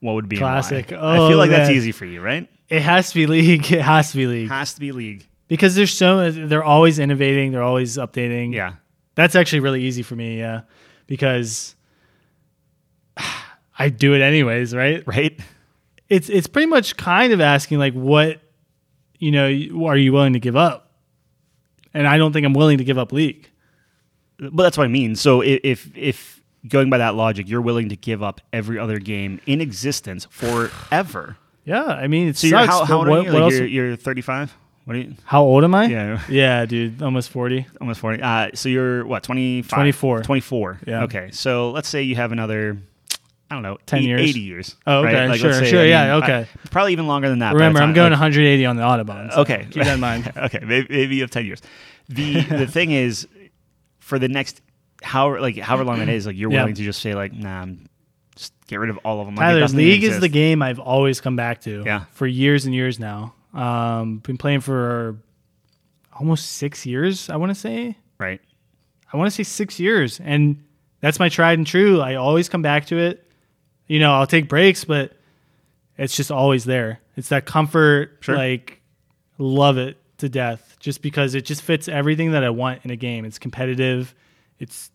B: what would be and why?
A: Classic.
B: I feel
A: Oh,
B: like that's
A: man.
B: easy for you, right?
A: It has to be league. It has to be league
B: Has to be league.
A: because there's so they're always innovating. They're always updating.
B: Yeah.
A: that's actually really easy for me. Yeah, because I do it anyways, right?
B: right?
A: It's it's pretty much kind of asking like what you know you- are you willing to give up? And I don't think I'm willing to give up league.
B: But that's what I mean. So i- if if going by that logic, you're willing to give up every other game in existence forever.
A: Yeah, I mean, it's
B: So you're how, how old are you? Like you're, you're 35. What are you?
A: How old am I?
B: Yeah.
A: yeah, dude, almost forty.
B: Almost 40. Uh, so you're what? 25?
A: 24.
B: 24.
A: Yeah.
B: Okay. So let's say you have another. I don't know,
A: 10
B: eight-
A: years.
B: 80 years.
A: Oh, okay,
B: right?
A: sure, sure, yeah, okay.
B: I- probably even longer than that. by the
A: Remember, I'm
B: time,
A: going
B: like-
A: 180 on the autobahn. so
B: Okay.
A: keep that in mind.
B: okay, maybe, maybe you have ten years. The the thing is, for the next however like however long it is, like you're
A: Yeah.
B: willing to just say like, nah, I'm, just get rid of all of them. Like, it
A: Tyler,
B: doesn't even
A: League is the
B: exist.
A: game I've always come back to.
B: Yeah.
A: For years and years now. Um, been playing for almost six years. I want to say.
B: right?
A: I want to say six years, and that's my tried and true. I always come back to it. You know, I'll take breaks, but it's just always there. It's that comfort.
B: Sure.
A: Like, love it to death, just because it just fits everything that I want in a game. It's competitive. It's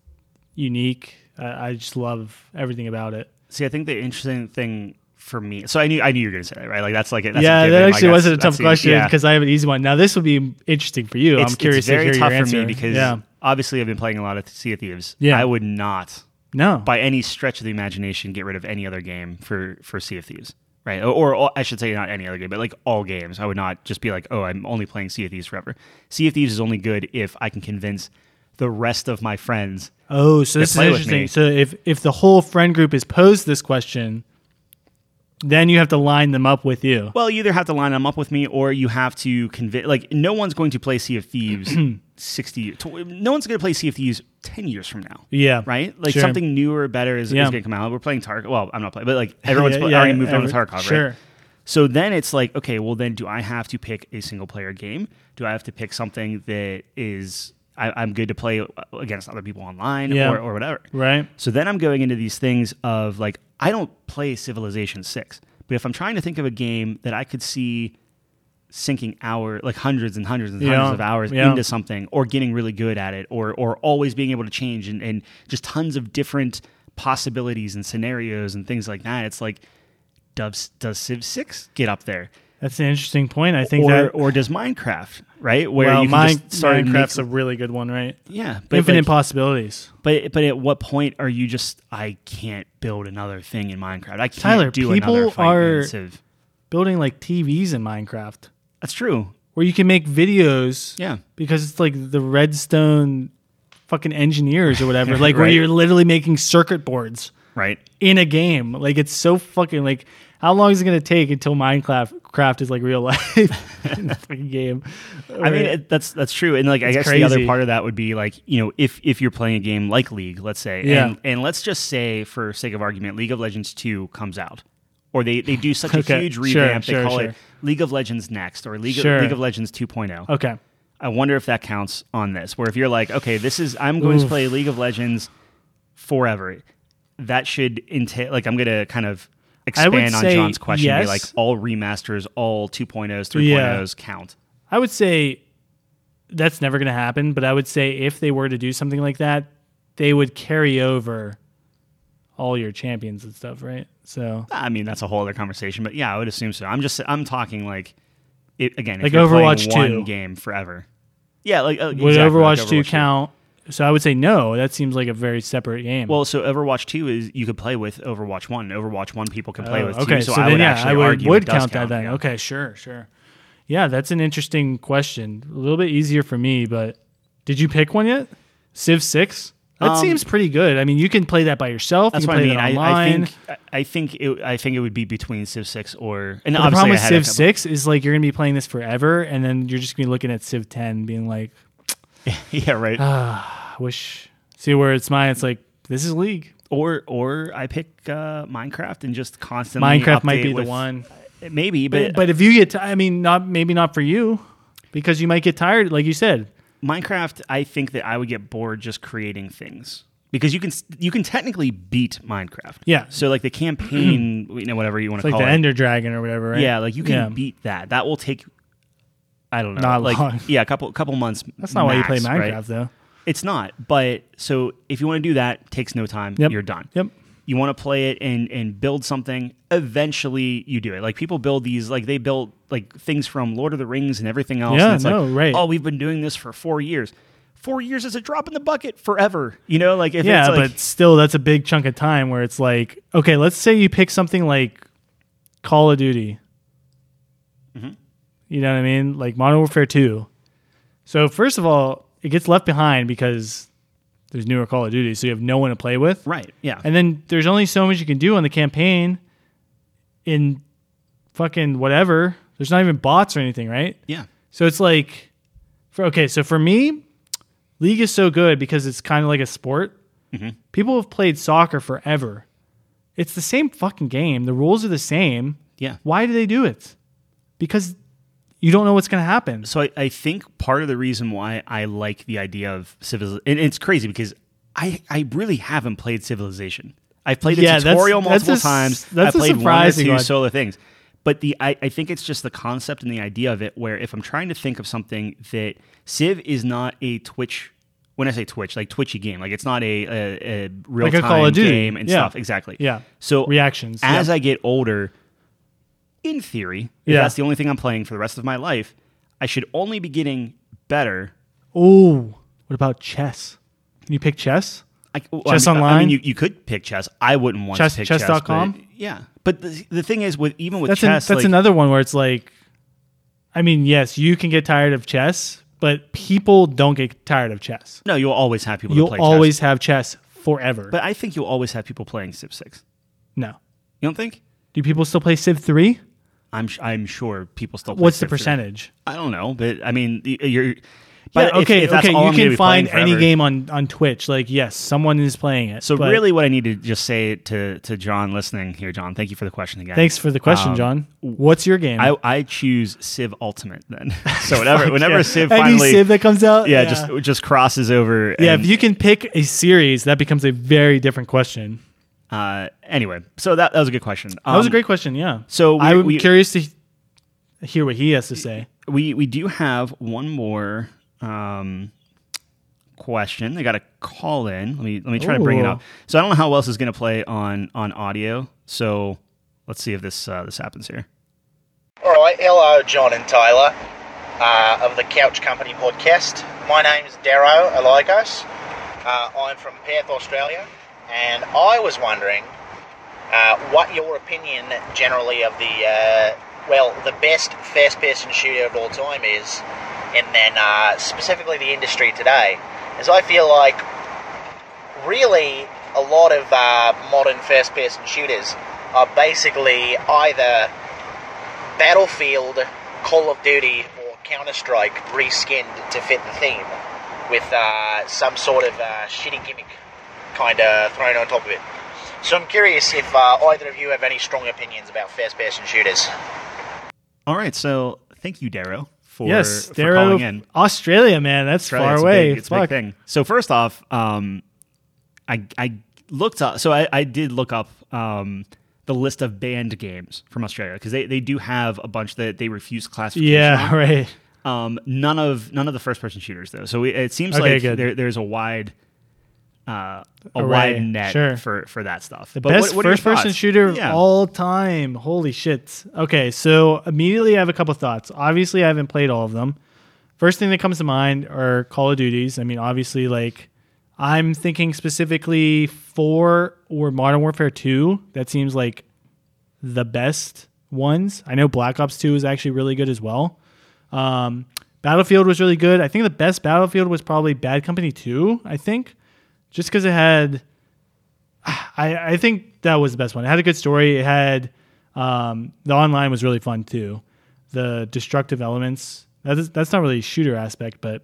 A: unique. I, I just love everything about it.
B: See, I think the interesting thing for me, so I knew I knew you were gonna say that, right? Like that's like a- that's
A: yeah,
B: a
A: that
B: given. Like,
A: actually
B: that's-
A: wasn't a
B: that's
A: tough
B: the-
A: question
B: yeah.
A: because I have an easy one. Now this will be interesting for you.
B: It's,
A: I'm curious
B: it's very
A: to hear
B: tough
A: your answer.
B: for me because
A: yeah,
B: obviously I've been playing a lot of Sea of Thieves.
A: Yeah.
B: I would not
A: no,
B: by any stretch of the imagination get rid of any other game for for Sea of Thieves, right? Or, or all, I should say not any other game, but like all games. I would not just be like, oh, I'm only playing Sea of Thieves forever. Sea of Thieves is only good if I can convince the rest of my friends.
A: Oh, so this is
B: play with
A: interesting.
B: me.
A: So if if the whole friend group is posed this question, then you have to line them up with you.
B: Well, you either have to line them up with me, or you have to convince. Like, no one's going to play Sea of Thieves sixty. years- tw- No one's going to play Sea of Thieves ten years from now.
A: Yeah.
B: Right, like
A: Sure.
B: something newer, better is,
A: Yeah.
B: is going to come out. We're playing Tarkov. Well, I'm not playing, but like everyone's
A: Yeah,
B: pl-
A: yeah,
B: already moved
A: every-
B: on to Tarkov.
A: Sure.
B: Right? So then it's like, okay, well then do I have to pick a single player game? Do I have to pick something that is I, I'm good to play against other people online
A: Yeah.
B: or, or whatever?
A: Right.
B: So then I'm going into these things of like I don't play Civilization Six, but if I'm trying to think of a game that I could see sinking hour like hundreds and hundreds and
A: Yeah.
B: hundreds of hours
A: Yeah.
B: into something or getting really good at it or or always being able to change and, and just tons of different possibilities and scenarios and things like that. It's like does does Civ Six get up there?
A: That's an interesting point. I think
B: or,
A: that
B: or does Minecraft, right? Where
A: well,
B: you can
A: mine,
B: just start and make
A: Minecraft's a really good one, right?
B: yeah,
A: Infinite
B: like-
A: possibilities.
B: but but at what point are you just I can't build another thing in Minecraft? I can't
A: Tyler,
B: do
A: people
B: another fight in
A: are-
B: Civ.
A: Building like TVs in Minecraft
B: That's true.
A: where you can make videos
B: Yeah.
A: because it's like the redstone fucking engineers or whatever, like where
B: Right.
A: you're literally making circuit boards.
B: Right.
A: in a game. Like it's so fucking like how long is it gonna take until Minecraft craft is like real life in the fucking game?
B: I mean it, that's that's true. And like I guess the
A: crazy.
B: other part of that would be like, you know, if if you're playing a game like League, let's say,
A: Yeah.
B: and and let's just say for sake of argument, League of Legends 2 comes out. Or they, they do such
A: Okay,
B: a huge
A: sure,
B: revamp,
A: sure,
B: they call
A: sure.
B: it League of Legends Next or League
A: Sure.
B: of, League of Legends oh. 2.0.
A: okay.
B: I wonder if that counts on this. Where if you're like, okay, this is I'm going to play League of Legends forever, that should entail like I'm going to kind of
A: would
B: expand on
A: say
B: John's question. and be Like
A: yes.
B: all remasters, all 2.0s, 3.0s count.
A: I would say that's never gonna happen, but I would say if they were to do something like that, they would carry over all your champions and stuff, right? So
B: I mean, that's a whole other conversation, but yeah, I would assume so. I'm just I'm talking like it, again, if
A: Like
B: you're playing
A: Overwatch
B: one
A: 2.
B: game forever. Yeah, like uh,
A: would
B: exactly,
A: Overwatch,
B: like
A: 2 count? So I would say no. That seems like a very separate game.
B: Well, so Overwatch two is you could play with Overwatch one. Overwatch one people can play
A: Oh,
B: with.
A: okay,
B: two,
A: so,
B: so, I
A: then
B: would
A: yeah,
B: actually
A: I would,
B: argue
A: would
B: it does
A: count that then.
B: yeah.
A: Okay, sure, sure. Yeah, that's an interesting question. A little bit easier for me, but did you pick one yet? Civ six. That
B: Um,
A: seems pretty good. I mean, you can play that by yourself.
B: That's
A: you
B: what
A: can play
B: I mean.
A: that
B: I, I
A: online.
B: think I- I think it, I think it would be between Civ six or
A: But
B: and
A: the
B: obviously
A: problem
B: I
A: with
B: had
A: Civ
B: a couple-
A: six is like you're gonna be playing this forever, and then you're just gonna be looking at Civ ten, being like,
B: yeah, right.
A: Ah. I wish. See where it's mine. It's like this is League.
B: or or I pick uh, Minecraft and just constantly
A: Minecraft might
B: update
A: be the
B: with-
A: one.
B: Maybe,
A: But,
B: but,
A: but if you get, t- I mean, not maybe not for you, because you might get tired, like you said.
B: Minecraft. I think that I would get bored just creating things because you can s- you can technically beat Minecraft.
A: Yeah.
B: So like the campaign, you know, whatever you want to
A: Oh, like
B: call
A: the
B: it.
A: Ender Dragon or whatever, right?
B: Yeah, like you can
A: Yeah.
B: beat that. That will take. I don't know.
A: Not
B: like
A: long.
B: yeah, a couple couple months.
A: That's not why you play
B: max, right?
A: Minecraft though.
B: It's not. But so if you want to do that, takes no time.
A: Yep.
B: You're done.
A: Yep.
B: you want to play it and and build something eventually you do it like people build these like they built like things from lord of the rings and everything else
A: Yeah,
B: and it's
A: no,
B: like
A: right.
B: oh we've been doing this for four years four years is a drop in the bucket forever you know like if
A: yeah,
B: it's like,
A: but still, that's a big chunk of time where it's like, okay, let's say you pick something like Call of Duty. You know what I mean? Like Modern Warfare 2. So, first of all, it gets left behind because there's newer Call of Duty, so you have no one to play with.
B: right yeah
A: And then there's only so much you can do on the campaign in fucking whatever. There's not even bots or anything, right?
B: yeah
A: So it's like, for okay, so for me, league is so good because it's kind of like a sport.
B: Mm-hmm.
A: People have played soccer forever. It's the same fucking game. The rules are the same.
B: yeah
A: Why do they do it? Because you don't know what's going to happen.
B: Um, so I, I think part of the reason why I like the idea of civilization, and it's crazy because I, I really haven't played Civilization. I've played the
A: Yeah, that's-
B: tutorial
A: that's
B: multiple
A: a s-
B: times.
A: that's
B: I
A: a
B: played one or
A: surprising
B: two
A: one.
B: solo things, but the I, I think it's just the concept and the idea of it. Where if I'm trying to think of something that Civ is not a Twitch. When I say Twitch, like Twitchy game, like it's not a a, a real
A: Like a Call
B: time
A: of Duty.
B: game and
A: Yeah.
B: stuff. Exactly.
A: Yeah.
B: So
A: Reactions.
B: As I get older, in theory, if
A: Yeah.
B: that's the only thing I'm playing for the rest of my life, I should only be getting better.
A: Oh, what about chess? Can you pick chess?
B: I, well,
A: Chess
B: I mean, I
A: online?
B: mean, you, you could pick chess. I wouldn't want
A: Chess-
B: to pick chess.
A: chess.com?
B: but- yeah, but the, the thing is, with even with
A: That's an-
B: chess,
A: that's
B: like,
A: another one where it's like, I mean, yes, you can get tired of chess, but people don't get tired of chess.
B: no, you'll always have people. to
A: You'll
B: play
A: always
B: chess.
A: have chess forever.
B: But I think you'll always have people playing Civ Six.
A: no.
B: You don't think?
A: Do people still play Civ 3?
B: I'm sh- I'm sure people still. Play
A: What's the
B: Civ three.
A: percentage?
B: I don't know, but I mean, y- you're. But if-
A: okay,
B: if that's
A: okay,
B: all
A: you
B: I'm gonna
A: can
B: be
A: find
B: playing
A: any
B: forever-
A: game on on Twitch. Like, yes, someone is playing it.
B: So
A: but
B: really, what I need to just say to to John listening here, John, thank you for the question again.
A: thanks for the question,
B: Um,
A: John. What's your game?
B: I, I choose Civ Ultimate then. So whenever whenever
A: Yeah.
B: Civ
A: any
B: finally
A: Civ that comes out,
B: yeah, just just crosses over.
A: yeah.
B: and,
A: If you can pick a series, that becomes a very different question.
B: uh, anyway, so that, that was a good question.
A: That was a great question. Yeah.
B: Um, so we-
A: I'm
B: we-
A: curious to he- hear what he has to say.
B: We we do have one more um, question. I got a call in. Let me let me try to bring it
A: Ooh.
B: up. So I don't know how else is going to play on on audio. So let's see if this uh, this happens here.
C: All right, hello, John and Taylor uh, of the Couch Company podcast. My name is Darrow Oligos. Uh, I'm from Perth, Australia, and I was wondering uh, what your opinion generally of the uh, well, the best first-person shooter of all time is, and then uh, specifically the industry today, as I feel like really a lot of uh, modern first-person shooters are basically either Battlefield, Call of Duty, or Counter Strike reskinned to fit the theme, with uh, some sort of uh, shitty gimmick kind of thrown on top of it. So I'm curious if uh, either of you have any strong opinions about first-person shooters.
B: All right, so thank you, Darrow, for
A: yes,
B: for
A: Darrow,
B: calling in.
A: Australia, man, that's
B: Australia,
A: far
B: it's a
A: away.
B: big- it's a
A: Fuck.
B: big thing. So first off, um, I I looked up. So I, I did look up um, the list of banned games from Australia because they, they do have a bunch that they refuse classification.
A: Yeah,
B: on.
A: right.
B: Um, none of none of the first person shooters though. So it, it seems
A: Okay,
B: like
A: good.
B: there, there's a wide uh, a
A: Array,
B: wide net
A: sure.
B: for for that stuff.
A: The
B: But
A: best
B: are your
A: first person
B: thoughts?
A: shooter of
B: Yeah.
A: all time. Holy shit. Okay, so immediately I have a couple thoughts. Obviously, I haven't played all of them. First thing that comes to mind are Call of Duties. I mean, obviously, like I'm thinking specifically 4 or Modern Warfare 2. That seems like the best ones. I know Black Ops 2 is actually really good as well. Um, Battlefield was really good. I think the best Battlefield was probably Bad Company 2, I think, just because it had. I, I think that was the best one. It had a good story. It had um, the online was really fun too. The destructive elements that's that's not really a shooter aspect, but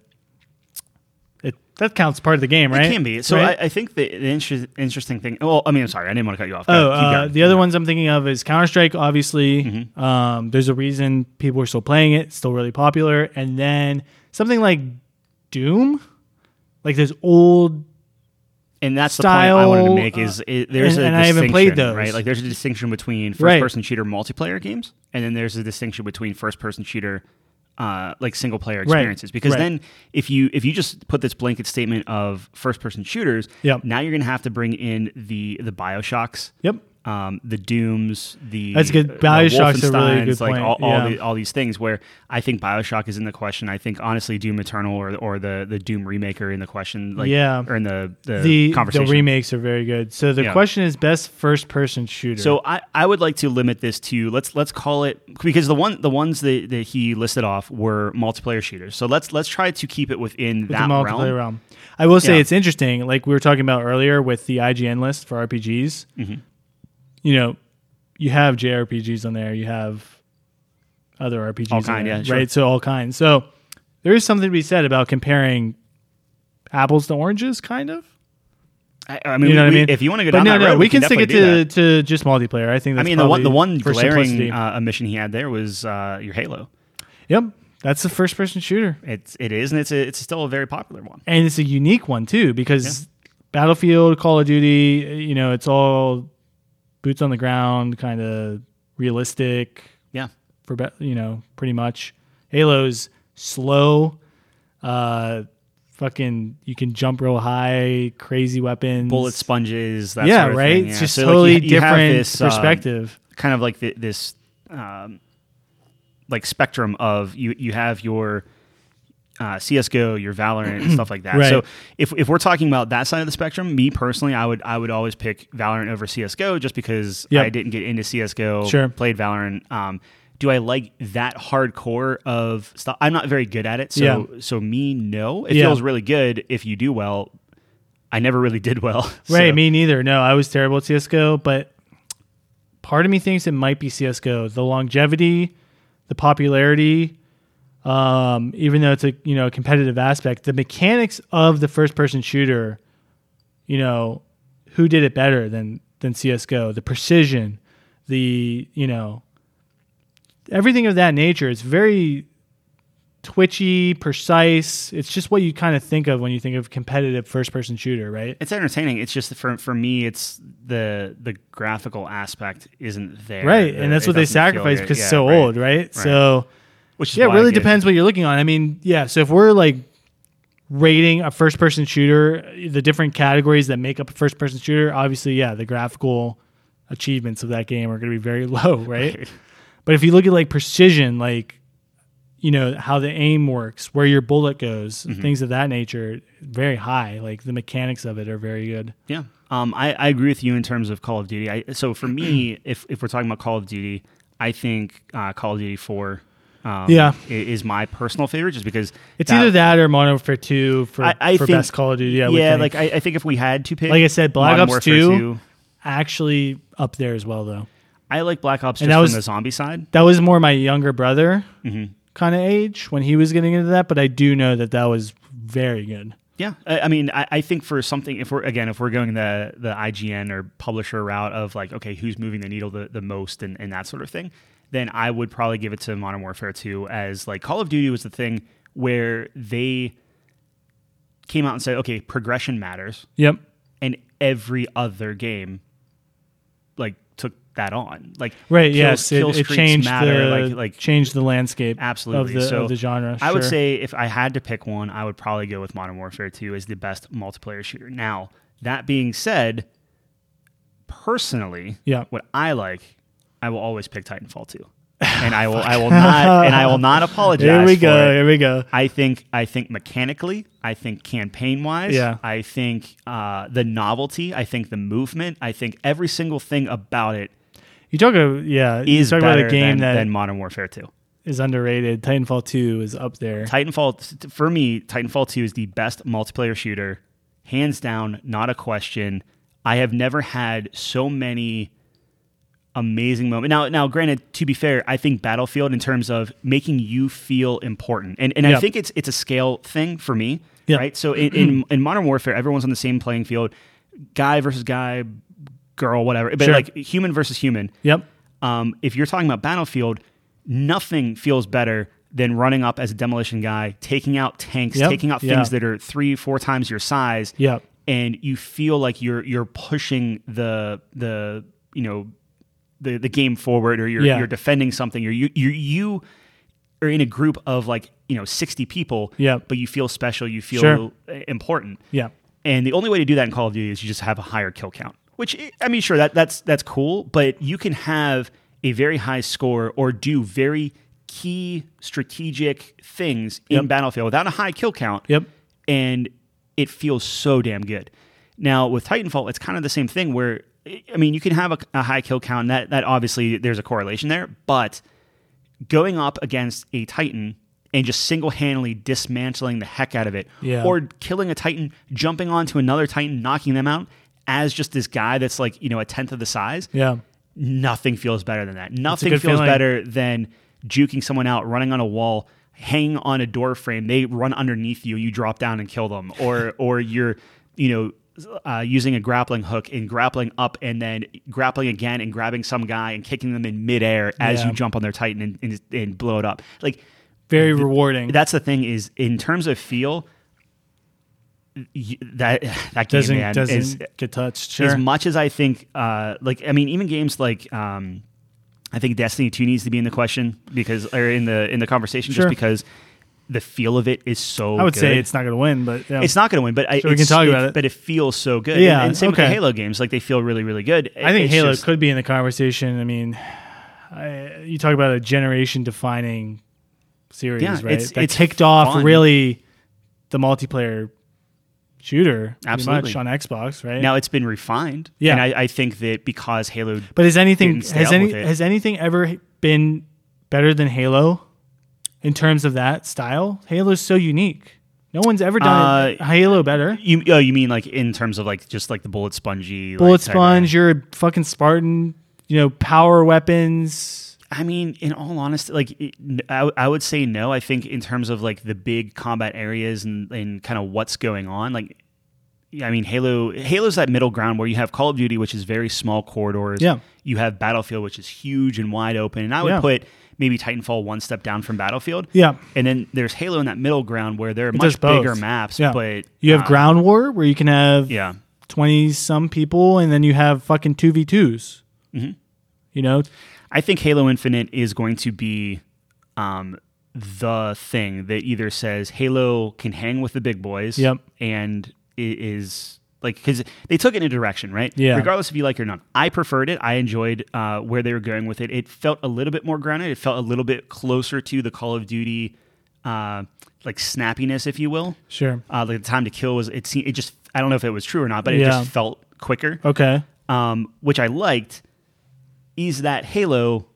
A: it that counts part of the game, right?
B: It can be. So
A: Right?
B: I, I think the, the inter- interesting thing. Well, I mean, I'm sorry, I didn't want to cut you off. Go
A: oh,
B: ahead, keep
A: uh,
B: going.
A: the other ones I'm thinking of is Counter Strike. Obviously,
B: Mm-hmm.
A: um, there's a reason people are still playing it. It's still really popular. And then something like Doom, like those old
B: and that's the point I wanted to
A: style, uh,
B: make is it, there's
A: and-
B: a
A: and I
B: distinction,
A: haven't played those.
B: right? Like there's a distinction between
A: Right.
B: first-person shooter multiplayer games, and then there's a distinction between first-person shooter uh, like single player
A: Right.
B: experiences because
A: Right.
B: then if you if you just put this blanket statement of first person shooters,
A: Yep.
B: now you're gonna have to bring in the the Bioshocks,
A: Yep.
B: um, the Dooms, the
A: That's good.
B: uh,
A: Bioshock's a really good
B: Wolfensteins, like
A: point.
B: all, all,
A: Yeah.
B: the, all these things where I think Bioshock is in the question. I think honestly Doom Eternal or or the the Doom remake are in the question, like
A: Yeah.
B: or in the the,
A: The the
B: conversation.
A: remakes are very good. So the
B: Yeah.
A: question is best first person shooter.
B: So I, I would like to limit this to let's let's call it because the one the ones that, that he listed off were multiplayer shooters. So let's let's try to keep it within
A: with
B: that
A: the multiplayer realm.
B: realm.
A: I will say
B: Yeah.
A: it's interesting. Like we were talking about earlier with the IGN list for RPGs.
B: Mm-hmm.
A: You know, you have JRPGs on there. You have other RPGs, on
B: kind,
A: there,
B: yeah, sure.
A: right? So all kinds. So there is something to be said about comparing apples to oranges, kind of.
B: I, I mean,
A: You know
B: we-
A: what I mean?
B: if you want to go
A: But
B: down
A: no,
B: that
A: no,
B: road,
A: we, can stick it
B: definitely do
A: to,
B: that.
A: to just multiplayer. I think
B: I
A: that's
B: mean, the one the
A: probably
B: one
A: for simplicity.
B: glaring uh, omission he had there was uh, your Halo.
A: yep, that's the first person shooter.
B: It's it is, and it's a, it's still a very popular one.
A: and it's a unique one too because Battlefield, Call of Duty, you know, it's all boots on the ground, kind of realistic
B: Yeah,
A: for be- you know pretty much. Halo's slow, uh, fucking you can jump real high, crazy weapons,
B: bullet sponges. That
A: yeah,
B: sort of
A: right.
B: Thing.
A: It's
B: yeah.
A: just
B: So, like,
A: totally
B: you- you have
A: different
B: this, uh,
A: perspective.
B: kind of like the, this um, like spectrum of you you have your uh, CS:GO, your Valorant, and stuff like that.
A: Right.
B: So if, if we're talking about that side of the spectrum, me personally, I would I would always pick Valorant over CS:GO just because
A: Yep.
B: I didn't get into CS:GO.
A: Sure.
B: played Valorant. Um, do I like that hardcore of stuff? I'm not very good at it, so
A: Yeah.
B: so me no. It
A: Yeah.
B: feels really good if you do well. I never really did well.
A: Right,
B: so-
A: me neither. No, I was terrible at CS:GO, but part of me thinks it might be CS:GO. The longevity, the popularity, um, even though it's a you know a competitive aspect, the mechanics of the first-person shooter, you know, who did it better than than CS:GO? The precision, the you know, everything of that nature. It's very twitchy, precise. It's just what you kind of think of when you think of competitive first-person shooter, right?
B: it's entertaining. It's just for for me, it's the the graphical aspect isn't there,
A: right
B: The-
A: and that's
B: it
A: what they
B: doesn't feel
A: sacrifice
B: good.
A: because
B: Yeah,
A: it's so
B: right.
A: old right, so
B: Which is
A: yeah it
B: why
A: really
B: I get-
A: depends what you're looking on i mean yeah so if we're like rating a first person shooter the different categories that make up a first person shooter obviously yeah the graphical achievements of that game are going to be very low right but if you look at like precision like you know how the aim works where your bullet goes
B: Mm-hmm.
A: things of that nature very high like the mechanics of it are very good
B: Yeah, um, I, I agree with you in terms of Call of Duty. I, so for me,
A: Mm-hmm.
B: if if we're talking about Call of Duty, I think uh, Call of Duty Four, um,
A: Yeah.
B: i- is my personal favorite, just because
A: it's either that or Modern Warfare 2 for,
B: I- I
A: for
B: think-
A: best Call of Duty. I would
B: yeah,
A: think.
B: like I, I think if we had to pick,
A: Like I said, Black
B: Modern
A: Ops
B: Warfare
A: 2, actually up there as well though.
B: I like Black Ops
A: And
B: just
A: that was-
B: from the zombie side.
A: That was more my younger brother
B: Mm-hmm.
A: kind of age when he was getting into that, but I do know that that was very good.
B: Yeah, I, I mean, I, I think for something, if we're again, if we're going the the IGN or publisher route of like, okay, who's moving the needle the, the most and, and that sort of thing, then I would probably give it to Modern Warfare 2 as like Call of Duty was the thing where they came out and said, okay, progression matters,
A: Yep.
B: and every other game like took that on, like
A: Right.
B: kills-
A: yes. It,
B: kill
A: it
B: streaks
A: changed
B: matter,
A: the
B: like like
A: changed the landscape
B: Absolutely.
A: of the
B: so
A: of the genre.
B: I would
A: sure.
B: say if I had to pick one, I would probably go with Modern Warfare 2 as the best multiplayer shooter. Now, that being said, personally,
A: Yeah.
B: what I like, I will always pick Titanfall 2. And I will I will not and I will not apologize.
A: Here we
B: for
A: go.
B: it.
A: Here we go.
B: I think I think mechanically, I think campaign wise,
A: Yeah.
B: I think uh, the novelty, I think the movement, I think every single thing about it
A: You talk about yeah, you
B: is
A: talk
B: better
A: about a game
B: than,
A: that is
B: than Modern Warfare 2.
A: underrated. Titanfall 2 is up there.
B: Titanfall for me, Titanfall 2 is the best multiplayer shooter, hands down, not a question. I have never had so many amazing moments. Now, now, granted, to be fair, I think Battlefield in terms of making you feel important, and and
A: Yeah.
B: I think it's it's a scale thing for me,
A: Yeah.
B: right? So in, in in Modern Warfare, everyone's on the same playing field, guy versus guy, girl, whatever, but
A: Sure.
B: like human versus human
A: Yep.
B: um, if you're talking about Battlefield, nothing feels better than running up as a demolition guy, taking out tanks,
A: Yep,
B: taking out
A: yeah.
B: things that are three, four times your size.
A: Yep.
B: And you feel like you're you're pushing the the you know the the game forward, or you're
A: Yeah.
B: you're defending something, or you you you or in a group of like you know 60 people
A: Yeah.
B: but you feel special you feel
A: Sure.
B: important
A: Yeah.
B: and the only way to do that in Call of Duty is you just have a higher kill count. Which I mean, sure, that that's that's cool, but you can have a very high score or do very key strategic things in
A: Yep.
B: Battlefield without a high kill count.
A: Yep.
B: And it feels so damn good. Now with Titanfall, it's kind of the same thing where I mean, you can have a, a high kill count. And that that obviously there's a correlation there, but going up against a Titan and just single handedly dismantling the heck out of it,
A: Yeah.
B: or killing a Titan, jumping onto another Titan, knocking them out as just this guy that's like, you know, a tenth of the size.
A: Yeah.
B: Nothing feels better than that. Nothing
A: good
B: feels
A: feeling.
B: better than juking someone out, running on a wall, hanging on a door frame. They run underneath you, you drop down and kill them, or or you're, you know. Uh, using a grappling hook and grappling up and then grappling again and grabbing some guy and kicking them in midair as
A: Yeah.
B: you jump on their titan and, and, and blow it up like
A: Very rewarding.
B: that's the thing is in terms of feel y- that that game
A: doesn't
B: man,
A: doesn't
B: is
A: get touched.
B: as
A: Sure.
B: much as I think uh like I mean even games like um I think Destiny 2 needs to be in the question because or in the in the conversation
A: Sure.
B: just because the feel of it is so
A: I would say
B: good.
A: it's not going to win, but yeah.
B: it's not going to win, but I,
A: Sure, we can
B: it's-
A: talk about it.
B: But it feels so good.
A: Yeah,
B: and, and same with
A: okay.
B: the Halo games; like they feel really, really good.
A: I think
B: It's
A: Halo
B: just-
A: could be in the conversation. I mean, I, you talk about a generation defining series,
B: Yeah,
A: right?
B: it's-
A: that
B: it's
A: kicked off
B: fun.
A: really the multiplayer shooter pretty
B: Absolutely.
A: much on Xbox, right?
B: now it's been refined.
A: Yeah.
B: and I, I think that because Halo,
A: but has anything
B: didn't stay
A: has
B: up
A: any
B: with it.
A: has anything ever been better than Halo in terms of that style? Halo's so unique. No one's ever done
B: Uh,
A: Halo better.
B: you oh, you mean like in terms of like just like the bullet spongy like,
A: Bullet
B: type of-
A: sponge, you're a fucking Spartan, you know, power weapons.
B: I mean, in all honesty, like it- I, I would say no. I think in terms of like the big combat areas and, and kind of what's going on, like yeah, I mean, Halo Halo's that middle ground where you have Call of Duty, which is very small corridors.
A: Yeah.
B: You have Battlefield, which is huge and wide open, and I would
A: Yeah.
B: put maybe Titanfall one step down from Battlefield.
A: Yeah.
B: And then there's Halo in that middle ground where there are
A: does
B: much
A: both.
B: bigger maps,
A: Yeah.
B: but
A: You have
B: uh,
A: ground war where you can have
B: Yeah.
A: 20 some people and then you have fucking 2v2s. Mm-hmm. You know,
B: I think Halo Infinite is going to be um, the thing that either says Halo can hang with the big boys,
A: Yep.
B: and i- is like because they took it in a direction, right?
A: Yeah.
B: Regardless if you like it or not, I preferred it. I enjoyed uh, where they were going with it. It felt a little bit more grounded. It felt a little bit closer to the Call of Duty, uh, like snappiness, if you will.
A: sure.
B: Uh, like the time to kill was it. Seemed, it just I don't know if it was true or not, but it
A: Yeah.
B: just felt quicker
A: Okay.
B: um, which I liked, is that Halo.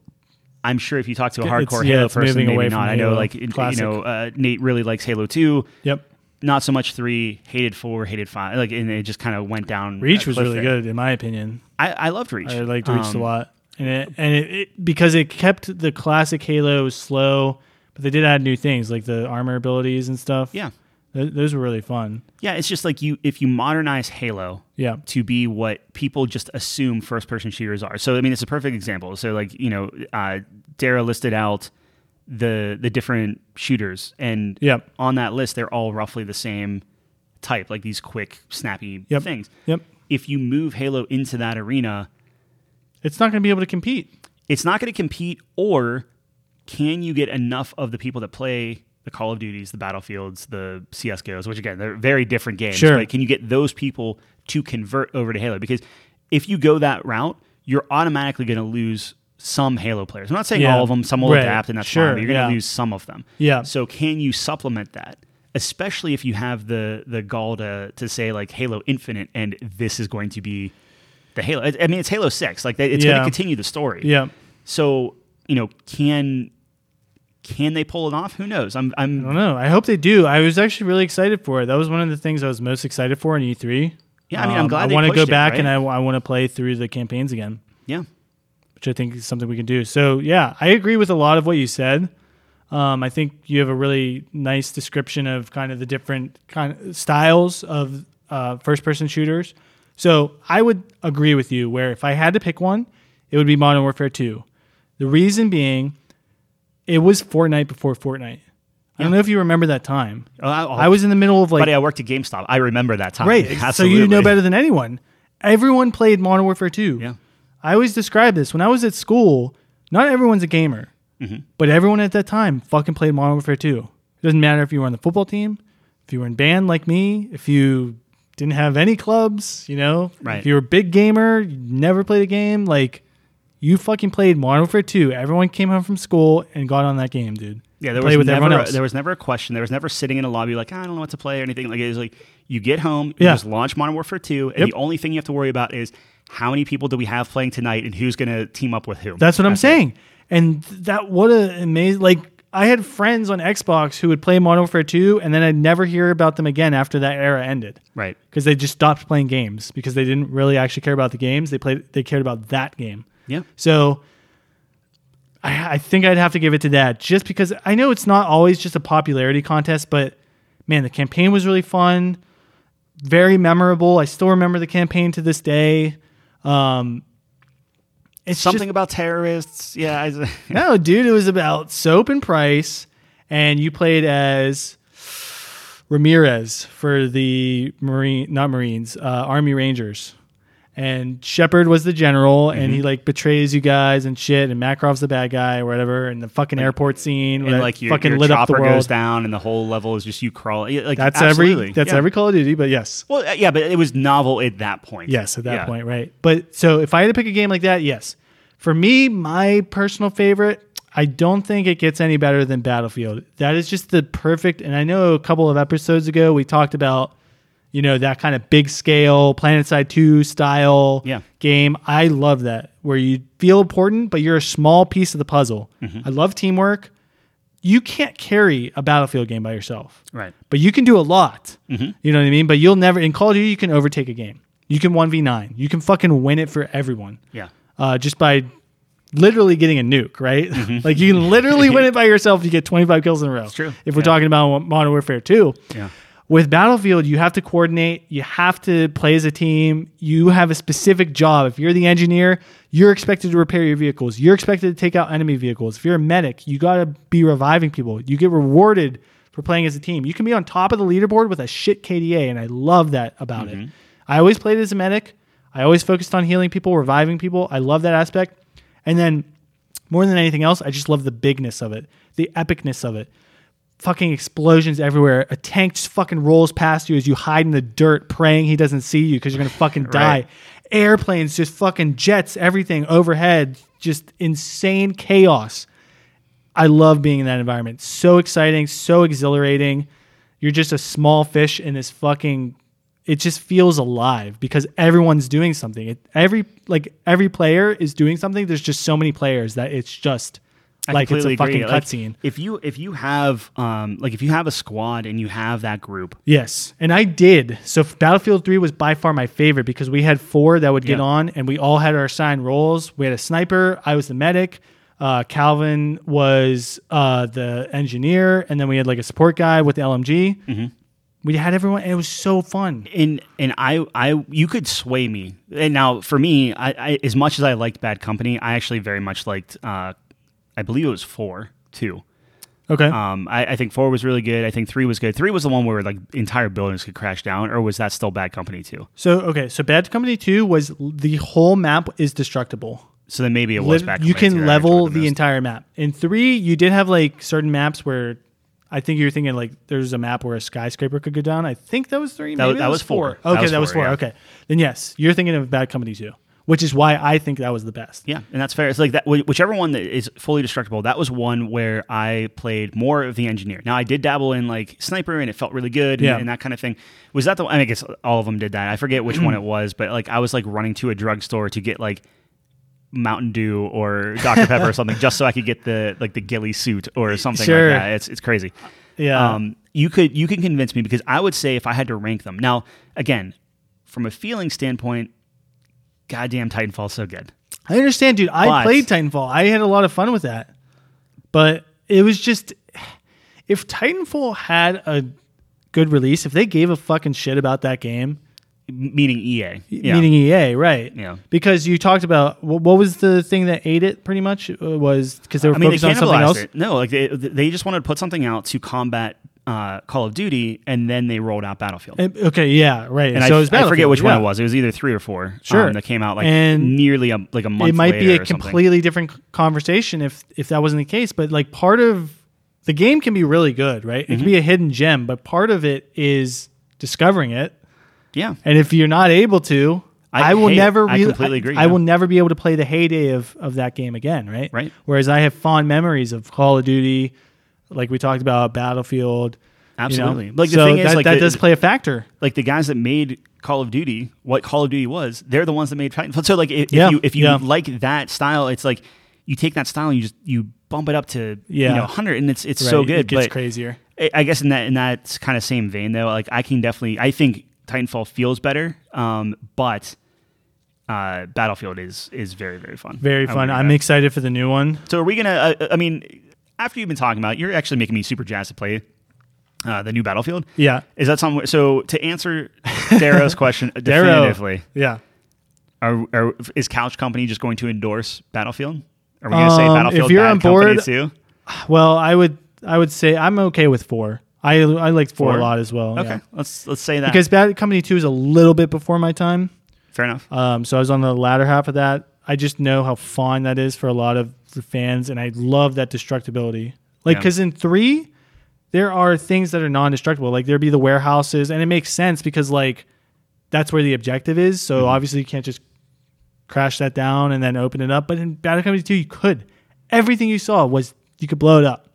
B: I'm sure if you talk to a hardcore
A: yeah,
B: Halo
A: it's
B: person,
A: moving
B: maybe
A: away
B: not.
A: from
B: I know,
A: Halo.
B: like it-
A: Classic.
B: you know, uh, Nate really likes Halo Two.
A: Yep.
B: Not so much three. Hated four. Hated five. Like, and it just kind of went down.
A: Reach
B: a
A: was
B: cliff
A: really
B: there.
A: good in my opinion.
B: I, I loved Reach.
A: I liked Reach
B: Um,
A: a lot. And it, and it, it because it kept the classic Halo slow, but they did add new things like the armor abilities and stuff.
B: Yeah,
A: Th- those were really fun.
B: yeah. It's just like you if you modernize Halo,
A: Yeah.
B: to be what people just assume first person shooters are. So I mean, it's a perfect example. So like you know, uh, Dara listed out the the different shooters, and
A: Yep.
B: on that list, they're all roughly the same type, like these quick, snappy
A: Yep.
B: things.
A: Yep.
B: If you move Halo into that arena,
A: It's not going to be able to compete.
B: it's not going to compete. Or can you get enough of the people that play? The Call of Duties, the Battlefields, the CSGOs, which again, they're very different games.
A: Sure.
B: But can you get those people to convert over to Halo? Because if you go that route, you're automatically going to lose some Halo players. I'm not saying
A: Yeah.
B: all of them, some will
A: Right.
B: adapt and that's
A: Sure,
B: fine, but you're going
A: yeah.
B: to lose some of them.
A: Yeah.
B: So can you supplement that? Especially if you have the the gall to, to say like Halo Infinite and this is going to be the Halo. I I mean, it's Halo Six. Like it's going
A: Yeah.
B: to continue the story.
A: Yeah.
B: So you know, can can they pull it off? Who knows? I'm
A: I
B: I'm
A: don't know. I hope they do. I was actually really excited for it. That was one of the things I was most excited for in E3.
B: Yeah, I mean, I'm glad
A: I
B: they
A: wanna go
B: pushed it,
A: back
B: right?
A: and I, want to play through the campaigns again,
B: yeah.
A: which I think is something we can do. So yeah, I agree with a lot of what you said. Um, I think you have a really nice description of kind of the different kind of styles of uh, first-person shooters. So I would agree with you. Where if I had to pick one, it would be Modern Warfare 2. The reason being, it was Fortnite before Fortnite. I don't know if you remember that time.
B: Oh, I, oh,
A: I was in the middle of like
B: buddy. I worked at GameStop. I remember that time.
A: right. So
B: Absolutely.
A: you know better than anyone. Everyone played Modern Warfare 2.
B: Yeah.
A: I always describe this when I was at school. Not everyone's a gamer.
B: Mm-hmm.
A: But everyone at that time fucking played Modern Warfare 2. It doesn't matter if you were on the football team, if you were in band like me, if you didn't have any clubs, you know,
B: Right.
A: if you were a big gamer, you never played a game, like you fucking played Modern Warfare 2. Everyone came home from school and got on that game, dude.
B: Yeah, there
A: Play with
B: was never
A: everyone
B: a,
A: else.
B: there was never a question. There was never sitting in a lobby like I don't know what to play or anything. Like it was like you get home, you
A: Yeah.
B: just launch Modern Warfare Two, and
A: Yep.
B: the only thing you have to worry about is how many people do we have playing tonight and who's going to team up with whom.
A: That's what I'm
B: it.
A: saying. And th- that what a amazing like I had friends on Xbox who would play Modern Warfare 2 and then I'd never hear about them again after that era ended.
B: Right.
A: Because they just stopped playing games because they didn't really actually care about the games. They played they cared about that game.
B: Yeah.
A: So I, I think I'd have to give it to that just because I know it's not always just a popularity contest, but man, the campaign was really fun, very memorable. I still remember the campaign to this day. Um, it's just-
B: Something about terrorists. Yeah. I,
A: no, dude, it was about soap and price, and you played as Ramirez for the Marine, not Marines, uh, Army Rangers, and Shepard was the general, and
B: Mm-hmm.
A: he like betrays you guys and shit, and Makarov's the bad guy or whatever, and the fucking airport scene
B: and
A: that
B: like your,
A: fucking
B: your
A: lit up the
B: chopper
A: world.
B: goes down, and the whole level is just you crawling. Yeah, Like
A: That's
B: absolutely.
A: every that's
B: Yeah.
A: every Call of Duty, but yes,
B: Well, uh, yeah, but it was novel at that point.
A: Yes, at that
B: Yeah.
A: point, right. But so if I had to pick a game like that, yes. For me, my personal favorite, I don't think it gets any better than Battlefield. That is just the perfect. And I know a couple of episodes ago we talked about, you know, that kind of big scale PlanetSide 2 style
B: Yeah.
A: game. I love that where you feel important, but you're a small piece of the puzzle.
B: Mm-hmm.
A: I love teamwork. You can't carry a Battlefield game by yourself
B: Right.
A: but you can do a lot.
B: Mm-hmm.
A: You know what I mean? But you'll never in Call of Duty you can overtake a game. You can one v nine. You can fucking win it for everyone.
B: Yeah.
A: Uh, just by literally getting a nuke, right? like you can literally win it by yourself. You get twenty five kills in a row.
B: Mm-hmm. true.
A: If we're
B: Yeah.
A: talking about Modern Warfare two,
B: Yeah.
A: with Battlefield, you have to coordinate, you have to play as a team, you have a specific job. If you're the engineer, you're expected to repair your vehicles, you're expected to take out enemy vehicles. If you're a medic, you got to be reviving people. You get rewarded for playing as a team. You can be on top of the leaderboard with a shit KDA, and I love that about it.
B: Mm-hmm.
A: I always played as a medic, I always focused on healing people, reviving people. I love that aspect. And then more than anything else, I just love the bigness of it, the epicness of it fucking explosions everywhere. A tank just fucking rolls past you as you hide in the dirt, praying he doesn't see you because you're gonna fucking die.
B: Right.
A: Airplanes, just fucking jets, everything overhead, just insane chaos. I love being in that environment. So exciting, so exhilarating. You're just a small fish in this fucking. It just feels alive because everyone's doing something. It, every like every player is doing something. There's just so many players that it's just
B: I
A: like it's a
B: completely
A: fucking
B: agree. Like,
A: cutscene.
B: If you if you have um like if you have a squad and you have that group,
A: Yes, and I did. So f- Battlefield 3 was by far my favorite because we had four that would get
B: Yeah.
A: on, and we all had our assigned roles. We had a sniper, I was the medic, uh, Calvin was uh, the engineer, and then we had like a support guy with the LMG. We had everyone, and it was so fun.
B: and and I I you could sway me. And now for me, I, I as much as I liked Bad Company, I actually very much liked uh I believe it was four two.
A: Okay.
B: Um, I, I think four was really good. I think three was good. Three was the one where like entire buildings could crash down, or was that still Bad Company too?
A: so, okay, so Bad Company 2 was l- the whole map is destructible.
B: So then maybe it was
A: Lit-
B: Bad
A: you
B: Company
A: can
B: 2. I
A: level
B: actually
A: the
B: missed.
A: entire map. In three, you did have like certain maps where I think you were thinking like there's a map where a skyscraper could go down. I think that was three.
B: That
A: maybe
B: was- that was four. That
A: Okay, that
B: was
A: was,
B: four,
A: four.
B: yeah.
A: Okay, then yes, you're thinking of Bad Company two, which is why I think that was the best.
B: Yeah, and that's fair. It's like that wh- whichever one that is fully destructible. That was one where I played more of the engineer. Now I did dabble in like sniper, and it felt really good, and,
A: Yeah.
B: and that kind of thing. Was that the? I mean, I guess all of them did that. I forget which one it was, but like I was like running to a drugstore to get like Mountain Dew or Dr Pepper or something, just so I could get the like the ghillie suit or something
A: Sure.
B: like that. It's it's crazy.
A: Yeah.
B: Um, you could you can convince me because I would say if I had to rank them now again from a feeling standpoint, goddamn Titanfall's so good.
A: I understand, dude. I
B: But-
A: played Titanfall. I had a lot of fun with that, but it was just if Titanfall had a good release, if they gave a fucking shit about that game,
B: M- meaning EA. Yeah.
A: meaning EA, right?
B: Yeah.
A: Because you talked about wh- what was the thing that ate it pretty much uh, was because they were
B: I mean, they
A: focused on something
B: cannibalized
A: else.
B: it. No, like they, they just wanted to put something out to combat uh, Call of Duty, and then they rolled out Battlefield.
A: And- okay, yeah, right.
B: and
A: so
B: I,
A: it was
B: I forget
A: Battlefield,
B: which one
A: yeah.
B: it was. It was either three or four.
A: Sure.
B: um, that came out like
A: And
B: nearly a, like a month.
A: It might be
B: later
A: a
B: or something.
A: completely different c- conversation if if that wasn't the case. But like part of the game can be really good, right?
B: Mm-hmm.
A: It can be a hidden gem, but part of it is discovering it.
B: Yeah,
A: And if you're not able to,
B: I
A: I, will
B: hate it.
A: never.
B: I completely agree,
A: I,
B: yeah.
A: will never be able to play the heyday of of that game again. Right.
B: Right.
A: Whereas I have fond memories of Call of Duty, like we talked about Battlefield. you know?
B: Absolutely. Like, the
A: so
B: thing is,
A: that,
B: like,
A: that
B: the-
A: does play a factor.
B: like the guys that made Call of Duty, what Call of Duty was, they're the ones that made Titanfall. So like if,
A: Yeah,
B: if you if you
A: yeah.
B: like that style, it's like you take that style and you just you bump it up to
A: Yeah.
B: you know 100 and it's it's so
A: Right,
B: good
A: It gets
B: but
A: crazier.
B: I- I guess in that in that kind of same vein though, like I can definitely I think Titanfall feels better, um, but uh, Battlefield is is very very fun.
A: Very
B: I
A: fun.
B: would
A: I'm
B: agree with
A: excited for the new one.
B: that. So are we gonna? Uh, I mean, after you've been talking about, it, you're actually making me super jazzed to play uh, the new Battlefield.
A: Yeah.
B: Is that something? So to answer Darrow's question
A: Darrow.
B: definitively,
A: Yeah.
B: are, are, is Couch Company just going to endorse Battlefield? Are we going to say
A: Um,
B: Battlefield
A: if you're
B: bad
A: on
B: company
A: board-
B: too?
A: Well, I would I would say I'm okay with four. I I liked four,
B: Four?
A: a lot as well.
B: Okay,
A: yeah.
B: let's let's say that
A: Because Bad Company Two is a little bit before my time.
B: fair enough.
A: Um, so I was on the latter half of that. I just know how fond that is for a lot of the fans, and I love that destructibility. Like,
B: Yeah.
A: because in three, there are things that are non-destructible. Like there'd be the warehouses, and it makes sense because like that's where the objective is. So
B: Mm-hmm.
A: obviously you can't just crash that down and then open it up. But in Battle Company Two, you could. Everything you saw was you could blow it up,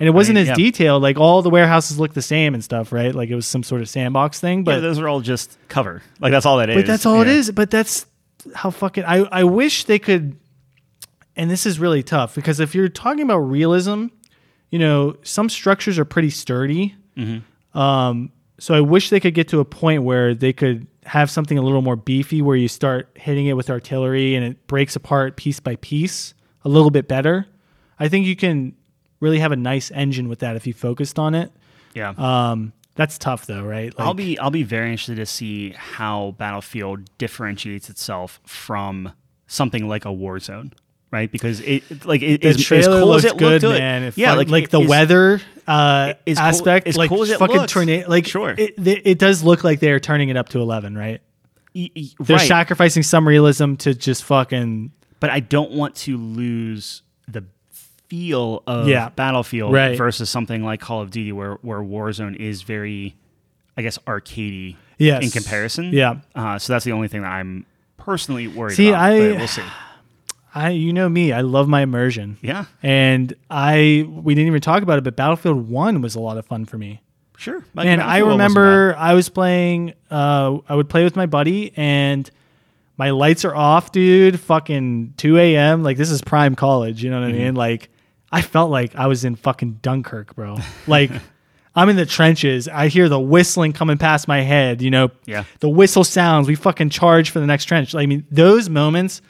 A: and it wasn't
B: mean,
A: as
B: yeah.
A: detailed. Like all the warehouses looked the same and stuff, right? Like it was some sort of sandbox thing. But
B: But those are all just cover. Like that's all that is.
A: but that's all it
B: Yeah.
A: is. But that's how fucking I, I wish they could and this is really tough because if you're talking about realism, you know, some structures are pretty sturdy.
B: Mm-hmm.
A: Um, so I wish they could get to a point where they could have something a little more beefy where you start hitting it with artillery and it breaks apart piece by piece a little bit better. I think you can really have a nice engine with that if you focused on it.
B: Yeah.
A: Um, that's tough though, right?
B: I'll
A: Like-
B: be I'll be very interested to see how Battlefield differentiates itself from something like a Warzone, right? Because it it- like it,
A: the
B: as, as
A: trailer
B: cool
A: looks
B: as it
A: good,
B: looked, like-
A: man. If
B: yeah,
A: I-
B: like,
A: like,
B: it-
A: the
B: is-
A: weather uh,
B: is cool-
A: aspect,
B: as
A: like
B: cool as it
A: fucking
B: looks.
A: tornado, like
B: Sure.
A: it, it, it does look like they are turning it up to eleven, right?
B: y- y-
A: They're
B: right.
A: sacrificing some realism to just fucking
B: but I don't want to lose the feel of
A: Yeah.
B: Battlefield
A: Right.
B: versus something like Call of Duty, where where Warzone is very, I guess, arcadey
A: Yes.
B: in comparison.
A: Yeah.
B: Uh, so that's the only thing that I'm personally worried
A: See,
B: about.
A: I-
B: but we'll see.
A: I, you know me, I love my immersion.
B: Yeah.
A: and I we didn't even talk about it, but Battlefield One was a lot of fun for me.
B: Sure. Like,
A: And I
B: Battlefield wasn't
A: remember I was playing. Uh, I would play with my buddy, and my lights are off, dude. Fucking two a.m. Like this is prime college. You know
B: Mm-hmm.
A: what I mean? Like I felt like I was in fucking Dunkirk, bro. Like I'm in the trenches. I hear the whistling coming past my head. You know?
B: Yeah.
A: The whistle sounds. We fucking charge for the next trench. Like, I mean, those moments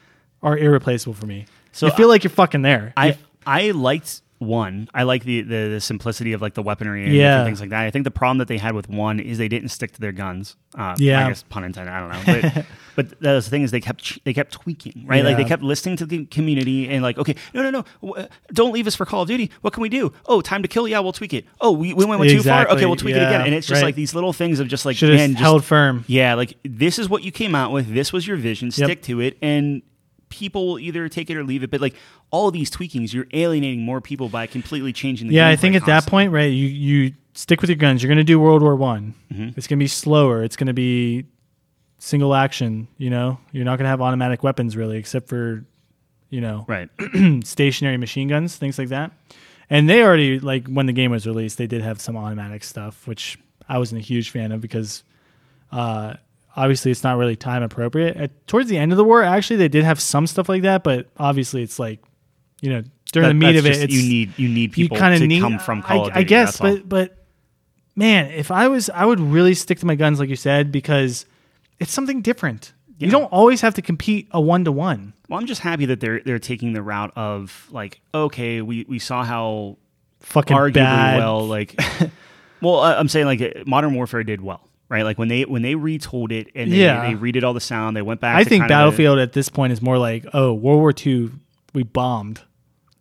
A: are irreplaceable for me. So
B: So
A: you feel like you're fucking there.
B: I I liked one. I like the, the the simplicity of like the weaponry and
A: Yeah.
B: different things like that. I think the problem that they had with one is they didn't stick to their guns. Uh,
A: Yeah.
B: I guess pun intended. I don't know. But but the thing is they kept ch- they kept tweaking right. Like they
A: Yeah.
B: kept listening to the community and like okay no no no w- uh, don't leave us for Call of Duty. What can we do? Oh time to kill. Yeah we'll tweak it. Oh we, we went too far.
A: Exactly.
B: Okay we'll tweak it
A: Yeah.
B: again. And it's just
A: Right.
B: like these little things of just like
A: should have
B: man, just-
A: held firm.
B: yeah, like this is what you came out with. This was your vision. Stick to it, and people will either take it or leave it. But like all these tweakings, you're alienating more people by completely changing the.
A: Yeah, I
B: gameplay
A: think at that
B: constantly.
A: point, right, you you stick with your guns. You're going to do World War One.
B: Mm-hmm.
A: It's going to be slower. It's going to be single action. You know, you're not going to have automatic weapons really, except for you know
B: Right.
A: stationary machine guns, things like that. And they already like when the game was released, they did have some automatic stuff, which I wasn't a huge fan of because uh, obviously it's not really time appropriate. At, towards the end of the war, actually, they did have some stuff like that, but obviously it's like you know during the
B: That-
A: meat
B: that's
A: of it,
B: just-
A: it's
B: you need you need people
A: kinda
B: to come from Call
A: I,
B: of
A: I
B: Duty,
A: guess,
B: that's all.
A: but but man, if I was, I would really stick to my guns, like you said, because it's something different. You don't always have to compete a one to one.
B: well, I'm just happy that they're they're taking the route of like okay, we we saw how
A: Fucking
B: arguably
A: bad.
B: well like well I- i'm saying like uh, modern warfare did well right like when they when they retold it and they,
A: Yeah.
B: they redid all the sound they went back
A: I
B: to
A: think
B: kind of the-
A: Battlefield at this point is more like, oh, World War II, we bombed.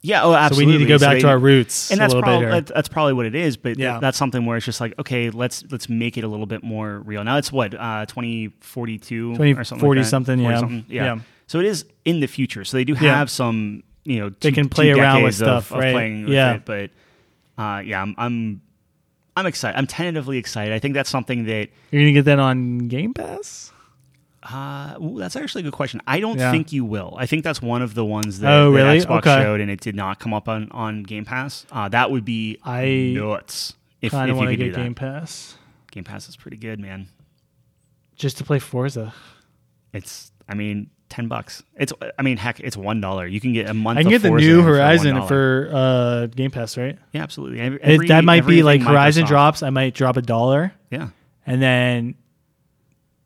B: Yeah, oh, absolutely.
A: So we need to go
B: So
A: back
B: they-
A: to our roots
B: and
A: a
B: that's
A: little
B: probably
A: bit. here.
B: that's probably what it is. But th-
A: Yeah.
B: that's something where it's just like, okay, let's let's make it a little bit more real. Now it's what uh, twenty forty two or something,
A: 40
B: like that.
A: something,
B: 40
A: yeah.
B: yeah.
A: Yeah.
B: So it is in the future. So they do have
A: Yeah.
B: some, you know,
A: They
B: two-
A: can
B: two
A: play around with
B: decades of-
A: stuff,
B: of,
A: right?
B: playing with
A: Yeah.
B: it. But uh, yeah, I'm, I'm I'm excited. I'm tentatively excited. I think that's something that
A: You're gonna get that on Game Pass.
B: uh, ooh, that's actually a good question. I don't
A: Yeah.
B: think you will. I think that's one of the ones that,
A: Oh,
B: that
A: really?
B: Xbox
A: Okay.
B: showed, and it did not come up on, on Game Pass. Uh, that would be
A: I
B: nuts if, if
A: Kind
B: you
A: of want to
B: could do
A: get
B: that.
A: Game
B: Game.
A: Pass
B: Pass is pretty good, man.
A: just to play Forza.
B: It's, I mean, ten bucks. It's, I mean, heck, it's one dollar. You can get a month.
A: I can get
B: of
A: the
B: Forza
A: new
B: for
A: Horizon
B: $1.
A: for uh, Game Pass, right?
B: yeah, absolutely. Every-
A: It-
B: every-
A: that might be
B: everything
A: like Horizon
B: Microsoft.
A: drops. I might drop a dollar,
B: Yeah,
A: and then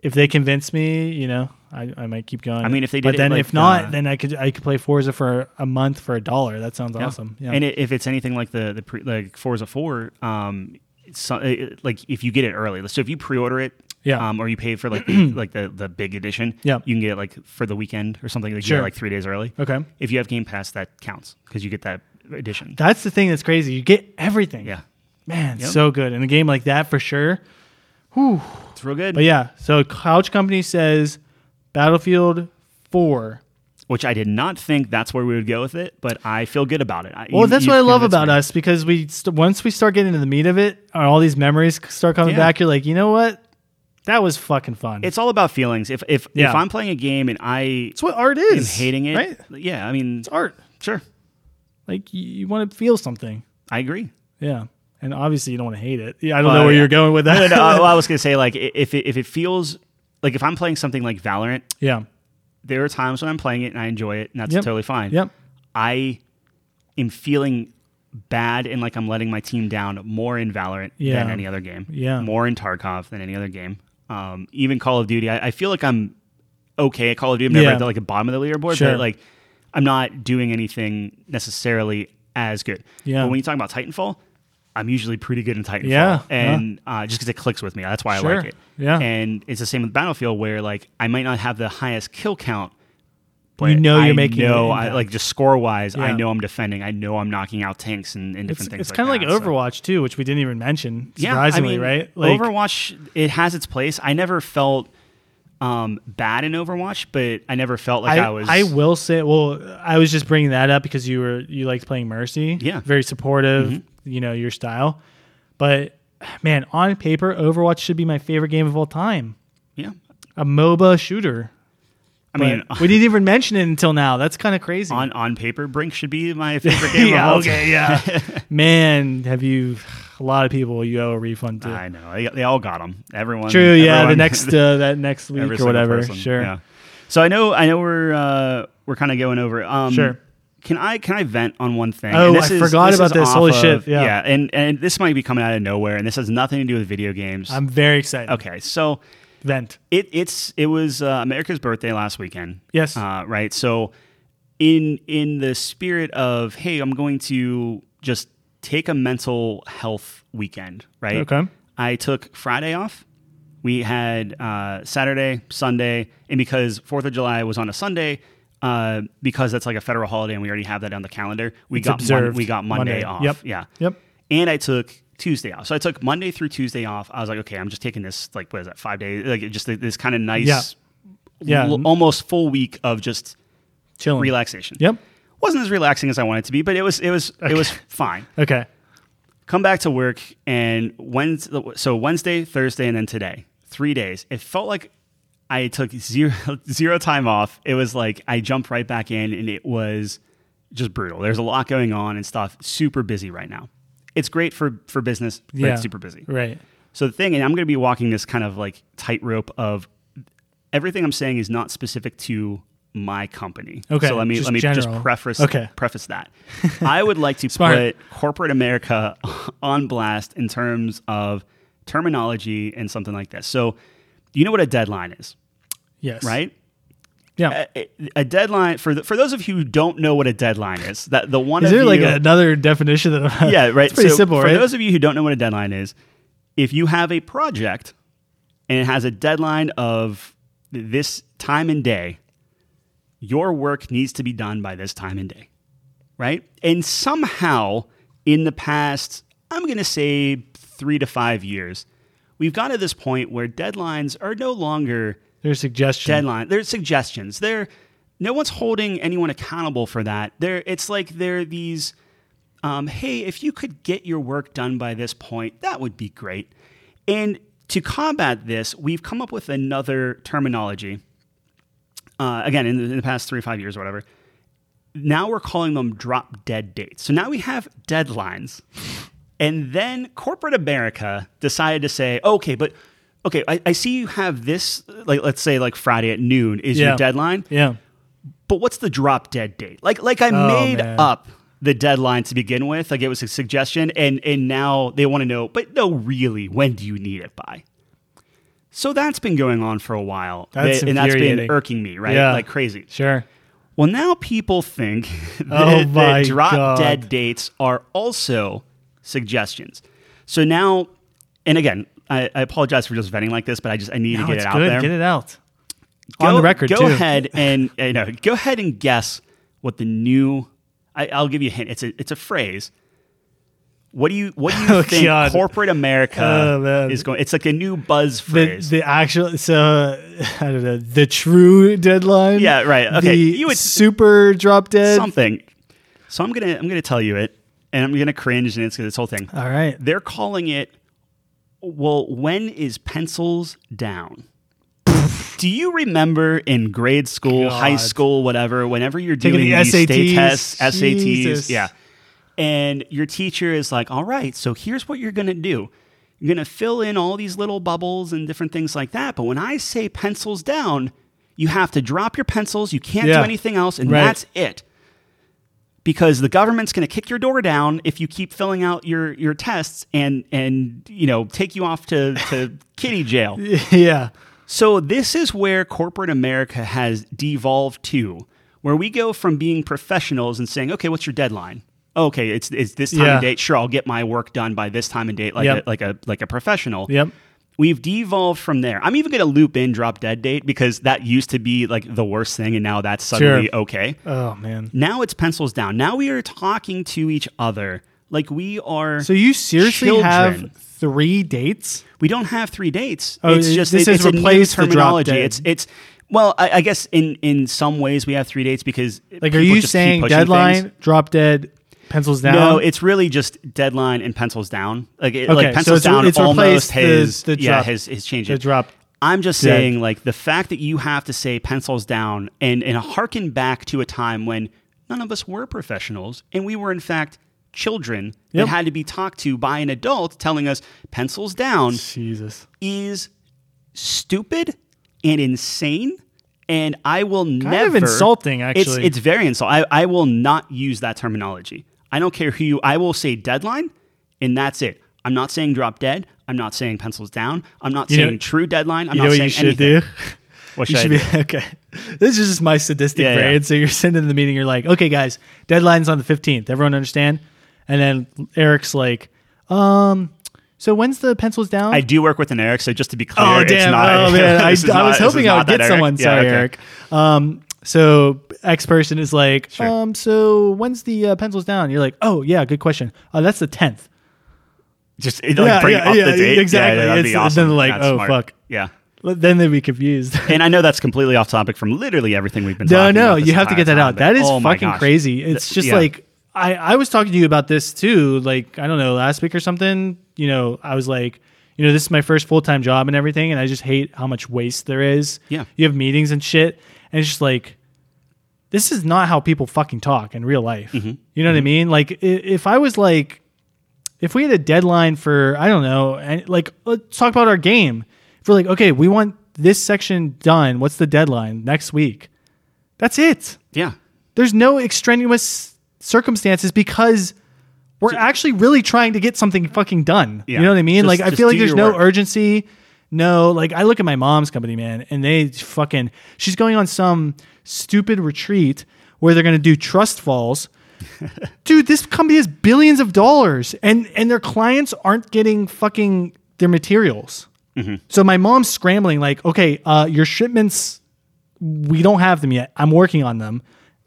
A: if they convince me, you know, I, I might keep going.
B: I mean, if they
A: but
B: did it
A: then
B: like,
A: if not,
B: uh,
A: then I could I could play Forza for a month for a dollar. That sounds awesome. Yeah.
B: And it, if it's anything like the the pre, like Forza Four, um, so, it, like if you get it early, so if you pre-order it,
A: Yeah.
B: um, or you pay for like the, like the the big edition,
A: Yeah.
B: you can get it like for the weekend or something. Like you get it,
A: Sure.
B: like three days early.
A: okay,
B: If you have Game Pass, that counts because you get that edition.
A: that's the thing that's crazy. You get everything.
B: yeah,
A: man,
B: Yep.
A: so good. And a game like that for sure.
B: it's real good.
A: But yeah, so Couch Company says Battlefield Four.
B: Which I did not think that's where we would go with it, but I feel good about it. I,
A: Well,
B: you-
A: that's
B: you
A: what I love
B: convinced
A: about
B: me.
A: us because we st- once we start getting into the meat of it, and all these memories start coming
B: Yeah.
A: back. You're like, you know what? That was fucking fun.
B: It's all about feelings. If if
A: Yeah.
B: if I'm playing a game and I
A: It's what art
B: am
A: is.
B: hating it,
A: right?
B: yeah, I mean,
A: It's art.
B: sure,
A: Like you, you want to feel something.
B: I agree.
A: Yeah, and obviously you don't want to hate it. Oh, Yeah, I don't
B: Well,
A: know where
B: yeah.
A: you're going with
B: no,
A: that.
B: no, well, I was gonna say like i- if it, if it feels like if I'm playing something like Valorant,
A: yeah,
B: there are times when I'm playing it and I enjoy it, and that's
A: Yep.
B: totally fine.
A: Yep.
B: I am feeling bad and like I'm letting my team down more in Valorant
A: Yeah.
B: than any other game.
A: Yeah.
B: More in Tarkov than any other game. Um, even Call of Duty, I, I feel like I'm okay at Call of Duty. I'm never
A: Yeah.
B: at the, like the bottom of the leaderboard,
A: Sure.
B: but like I'm not doing anything necessarily as good.
A: Yeah.
B: But when you talk about Titanfall. I'm usually pretty good in Titanfall,
A: Yeah.
B: and uh, just because it clicks with me, that's why I
A: Sure.
B: like it.
A: Yeah.
B: and it's the same with Battlefield, where like I might not have the highest kill count,
A: You know
B: I
A: you're making an
B: know, I,
A: impact.
B: like just score wise, I
A: Yeah.
B: know I'm defending. I know I'm knocking out tanks and, and
A: it's,
B: different things.
A: it's kind of like,
B: that, so-
A: Overwatch too, which we didn't even mention.
B: Yeah, I
A: Surprisingly,
B: mean,
A: right? Like,
B: Overwatch, it has its place. I never felt um, bad in Overwatch, but I never felt like I, was.
A: will say, well, I was just bringing that up because you were you liked playing Mercy.
B: Yeah. Mm-hmm.
A: very supportive. You know your style, but man, on paper, Overwatch should be my favorite game of all time.
B: yeah,
A: A MOBA shooter.
B: I
A: But
B: mean,
A: we didn't even mention it until now. That's kind of crazy.
B: on on paper, Brink should be my favorite game.
A: Yeah,
B: of all
A: okay,
B: time.
A: yeah. Man, have you? A lot of people you owe a refund to.
B: I know they, they all got them. Everyone.
A: True. Yeah. The
B: everyone-
A: next uh, that next
B: every
A: week or
B: single
A: whatever.
B: person.
A: Sure.
B: Yeah. So I know I know we're uh, we're kind of going over. Um,
A: Sure.
B: Can I can I vent on one thing?
A: Oh, I forgot about
B: is
A: this.
B: off
A: Holy shit, yeah.
B: yeah, and and this might be coming out of nowhere, and this has nothing to do with video games.
A: I'm very excited.
B: okay, so
A: Vent.
B: it it's it was uh, America's birthday last weekend.
A: Yes.
B: Uh, right. So in in the spirit of hey, I'm going to just take a mental health weekend. Right.
A: Okay.
B: I took Friday off. We had uh, Saturday, Sunday, and because Fourth of July was on a Sunday, uh, because that's like a federal holiday and we already have that on the calendar, we got Mon-
A: observed.
B: we got
A: Monday.
B: Monday, off.
A: Yep.
B: Yeah.
A: Yep.
B: And I took Tuesday off. So I took Monday through Tuesday off. I was like, okay, I'm just taking this like what is that five days? Like just this kind of nice,
A: Yeah. Yeah.
B: l- almost full week of just
A: Chilling.
B: relaxation.
A: Yep.
B: Wasn't as relaxing as I wanted it to be, but it was it was it was fine
A: Okay.
B: come back to work and Wednesday, so Wednesday, Thursday, and then today, three days. It felt like I took zero zero time off. It was like I jumped right back in, and it was just brutal. There's a lot going on and stuff. Super busy right now. It's great for for business, but
A: yeah.
B: it's super busy.
A: Right.
B: So the thing, and I'm going to be walking this kind of like tightrope of everything I'm saying is not specific to my company.
A: Okay,
B: So let me
A: just
B: let me
A: general.
B: just preface
A: Okay.
B: preface that. I would like to
A: Smart.
B: put corporate America on blast in terms of terminology and something like this. So you know what a deadline is,
A: Yes.
B: right? Uh,
A: Yeah.
B: A, a deadline for the, for those of you who don't know what a deadline is, that the one
A: Is
B: of
A: there like
B: you-
A: another definition that?
B: yeah, right.
A: It's pretty
B: So
A: simple,
B: for
A: right?
B: those of you who don't know what a deadline is, if you have a project and it has a deadline of this time and day, your work needs to be done by this time and day. right? And somehow in the past, I'm going to say three to five years, we've gotten to this point where deadlines are no longer
A: There's suggestion.
B: deadline. They're suggestions. They're no one's holding anyone accountable for that. They're it's like they're these. Um, hey, if you could get your work done by this point, that would be great. And to combat this, we've come up with another terminology. Uh, again, in the, in the past three or five years or whatever, now we're calling them drop dead dates. So now we have deadlines. And then corporate America decided to say, okay, but okay, I, I see you have this, like let's say like Friday at noon is
A: Yeah.
B: your deadline.
A: Yeah.
B: But what's the drop dead date? Like like I made
A: Oh, man.
B: up the deadline to begin with. Like it was a suggestion, and and now they want to know, but no, really, when do you need it by? So that's been going on for a while,
A: That's
B: and that's been
A: infuriating.
B: irking me, right?
A: Yeah.
B: Like crazy.
A: Sure.
B: Well, now people think that,
A: Oh
B: that
A: my
B: drop
A: God.
B: dead dates are also suggestions. So now, and again, I, I apologize for just venting like this, but I just I need
A: No,
B: to get
A: it's
B: it out
A: good.
B: there.
A: Get it out.
B: Go-
A: On the record,
B: Go
A: too.
B: ahead and you know, go ahead and guess what the new. I, I'll give you a hint. It's a it's a phrase. What do you what do you
A: Oh,
B: think
A: God.
B: corporate America
A: Oh, man.
B: is going? It's like a new buzz
A: The,
B: phrase.
A: the actual so I don't know the true deadline.
B: Yeah, right. Okay.
A: The
B: You would-
A: super drop dead.
B: something. So I'm gonna I'm gonna tell you it, and I'm gonna cringe, and it's gonna this whole thing.
A: All right.
B: They're calling it. Well, when is pencils down? Do you remember in grade school, high
A: God.
B: school, whatever, whenever you're
A: Taking
B: doing
A: the
B: these
A: SATs?
B: state tests, SATs,
A: Jesus.
B: yeah, and your teacher is like, "All right, so here's what you're gonna do. You're gonna fill in all these little bubbles and different things like that. But when I say pencils down, you have to drop your pencils. You can't
A: Yeah.
B: do anything else, and
A: Right.
B: that's it." because the government's going to kick your door down if you keep filling out your your tests and and you know take you off to to kitty jail.
A: yeah.
B: So this is where corporate America has devolved to, where we go from being professionals and saying, okay, what's your deadline? Okay, it's it's this time
A: Yeah.
B: and date. Sure, I'll get my work done by this time and date, like
A: Yep.
B: a, like a like a professional.
A: Yep.
B: We've devolved from there. I'm even going to loop in drop dead date because that used to be like the worst thing, and now that's suddenly okay.
A: Oh man.
B: Now it's pencils down. Now we are talking to each other like we are.
A: So you seriously have
B: Children.
A: three dates?
B: we don't have three dates.
A: Oh,
B: it's
A: it-
B: just
A: this
B: it-
A: has
B: it's a new
A: replaced the drop
B: terminology.
A: dead.
B: It's it's well, I, I guess in in some ways we have three dates because
A: Like, are
B: people
A: you
B: just keep
A: saying
B: pushing
A: deadline,
B: things.
A: drop dead, pencils down?
B: No, it's really just deadline and pencils down. Like it,
A: Okay,
B: like
A: so
B: pencils
A: it's-
B: down
A: it's replaced
B: almost
A: the-
B: his
A: the
B: yeah
A: drop-
B: his his change.
A: the
B: it.
A: drop.
B: I'm just
A: Dead.
B: saying, like the fact that you have to say pencils down and and harken back to a time when none of us were professionals and we were in fact children
A: Yep.
B: that had to be talked to by an adult telling us pencils down
A: Jesus.
B: is stupid and insane. And I will
A: Kind
B: never
A: of insulting,
B: It's,
A: actually.
B: it's very insulting. I, I will not use that terminology. I don't care who you. I will say deadline, and that's it. I'm not saying drop dead. I'm not saying pencils down. I'm not
A: You know-
B: saying true deadline. I'm
A: You
B: not
A: know what
B: saying
A: you should
B: anything.
A: do?
B: What
A: You
B: should I
A: should be
B: do?
A: okay. This is just my sadistic
B: Yeah, yeah.
A: brain. So you're sitting in the meeting, you're like, okay, guys, deadline's on the 15th. Everyone understand? And then Eric's like, um, so when's the pencils down?
B: I do work with an Eric, so just to be clear,
A: oh,
B: it's
A: damn.
B: not-
A: oh, man. I,
B: this is
A: I was
B: not- this
A: hoping
B: is
A: I
B: not
A: would
B: that
A: get someone.
B: Yeah,
A: Sorry,
B: okay.
A: Eric. Um, so X person is like, um, so when's the uh, pencils down? You're like, oh, yeah, good question. Uh, that's the 10th.
B: Just it, like, bring up the date. Yeah,
A: exactly.
B: Yeah, that'd be
A: It's-
B: awesome.
A: Then like,
B: That's
A: oh,
B: smart.
A: fuck.
B: Yeah.
A: Then they'd be confused.
B: And I know that's completely off topic from literally everything we've been
A: No,
B: talking about.
A: no,
B: this
A: you have to
B: entire
A: get that
B: time,
A: out.
B: but
A: That is
B: oh my
A: fucking
B: gosh.
A: crazy. It's
B: Th-
A: just
B: yeah.
A: like I, I was talking to you about this too, like, I don't know, last week or something. You know, I was like, you know, this is my first full time job and everything, and I just hate how much waste there is.
B: Yeah.
A: You have meetings and shit, and it's just like this is not how people fucking talk in real life. You know what I mean? Like i- if I was like if we had a deadline for I don't know, and like let's talk about our game. If we're like, okay, we want this section done. What's the deadline next week? That's it.
B: yeah.
A: There's no extraneous circumstances because we're actually really trying to get something fucking done.
B: Yeah.
A: You know what I mean?
B: Just-
A: like I
B: just
A: feel like
B: do
A: there's
B: your
A: no
B: work.
A: urgency. No, like I look at my mom's company, man, and they fucking she's going on some stupid retreat where they're gonna do trust falls. Dude, this company has billions of dollars and and their clients aren't getting fucking their materials. So my mom's scrambling, like, okay, uh, your shipments, we don't have them yet. I'm working on them.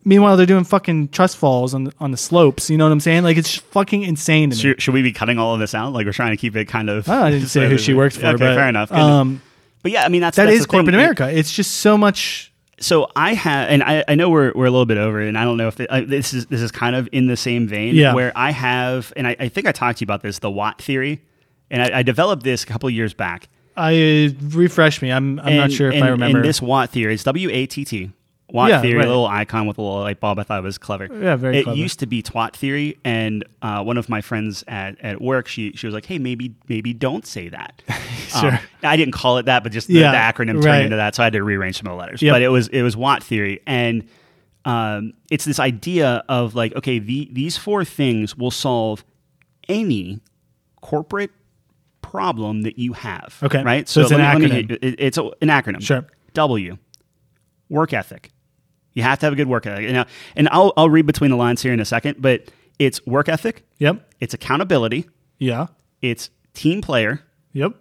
A: Meanwhile, they're doing fucking trust falls on the, on the slopes. You know what I'm saying? Like it's fucking insane to me. Ah,
B: Should, should we be cutting all of this out? Like we're trying to keep it kind of.
A: Oh, I didn't say who she works for,
B: Okay,
A: but
B: fair enough. Good.
A: Um,
B: but yeah, I mean that's
A: that
B: that's
A: is
B: the thing.
A: corporate
B: It-
A: America. It's just so much.
B: so I have, and I, I know we're, we're a little bit over, it, and I don't know if it, uh, this is this is kind of in the same vein.
A: Yeah.
B: Where I have, and I, I think I talked to you about this, the Watt theory, and I, I developed this a couple of years back.
A: I refresh me. I'm I'm not
B: And-
A: sure if
B: and-
A: I remember.
B: And this Watt theory, it's W A T T. Watt
A: Yeah,
B: theory,
A: right.
B: a little icon with a little light bulb. I thought it was clever.
A: Yeah, very
B: It
A: clever.
B: used to be twat theory, and uh, one of my friends at, at work, she she was like, "Hey, maybe maybe don't say that." sure. I didn't call it that, but just the,
A: Yeah,
B: the acronym turned
A: right.
B: into that, so I had to rearrange some of the letters.
A: Yep.
B: But it was it was Watt theory, and um, it's this idea of like, okay, the, these four things will solve any corporate problem that you have.
A: Okay.
B: right?
A: So it's an
B: let me- let me
A: acronym.
B: hit- it- it's a, an acronym.
A: Sure.
B: W. Work ethic. You have to have a good work ethic. Now, and I'll I'll read between the lines here in a second, but it's work ethic,
A: yep.
B: it's accountability,
A: Yeah.
B: it's team player,
A: Yep.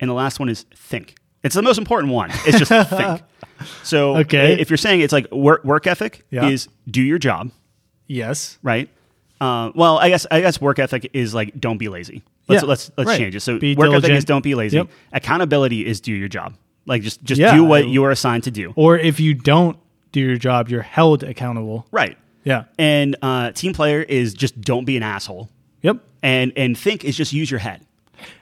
B: and the last one is think. It's the most important one. It's just think. So
A: Okay.
B: i- if you're saying it's like work work ethic
A: Yeah.
B: is do your job,
A: Yes.
B: right? Uh, well, I guess I guess work ethic is like don't be lazy. Let's
A: Yeah,
B: let's let's
A: right.
B: change it. So
A: Be
B: work ethic
A: diligent.
B: is don't be lazy.
A: Yep.
B: Accountability is do your job. Like just just
A: Yeah,
B: do
A: I-
B: what you are assigned to do.
A: Or if you don't do your job, you're held accountable.
B: Right.
A: Yeah.
B: And uh, team player is just don't be an asshole.
A: Yep.
B: And and think is just use your head.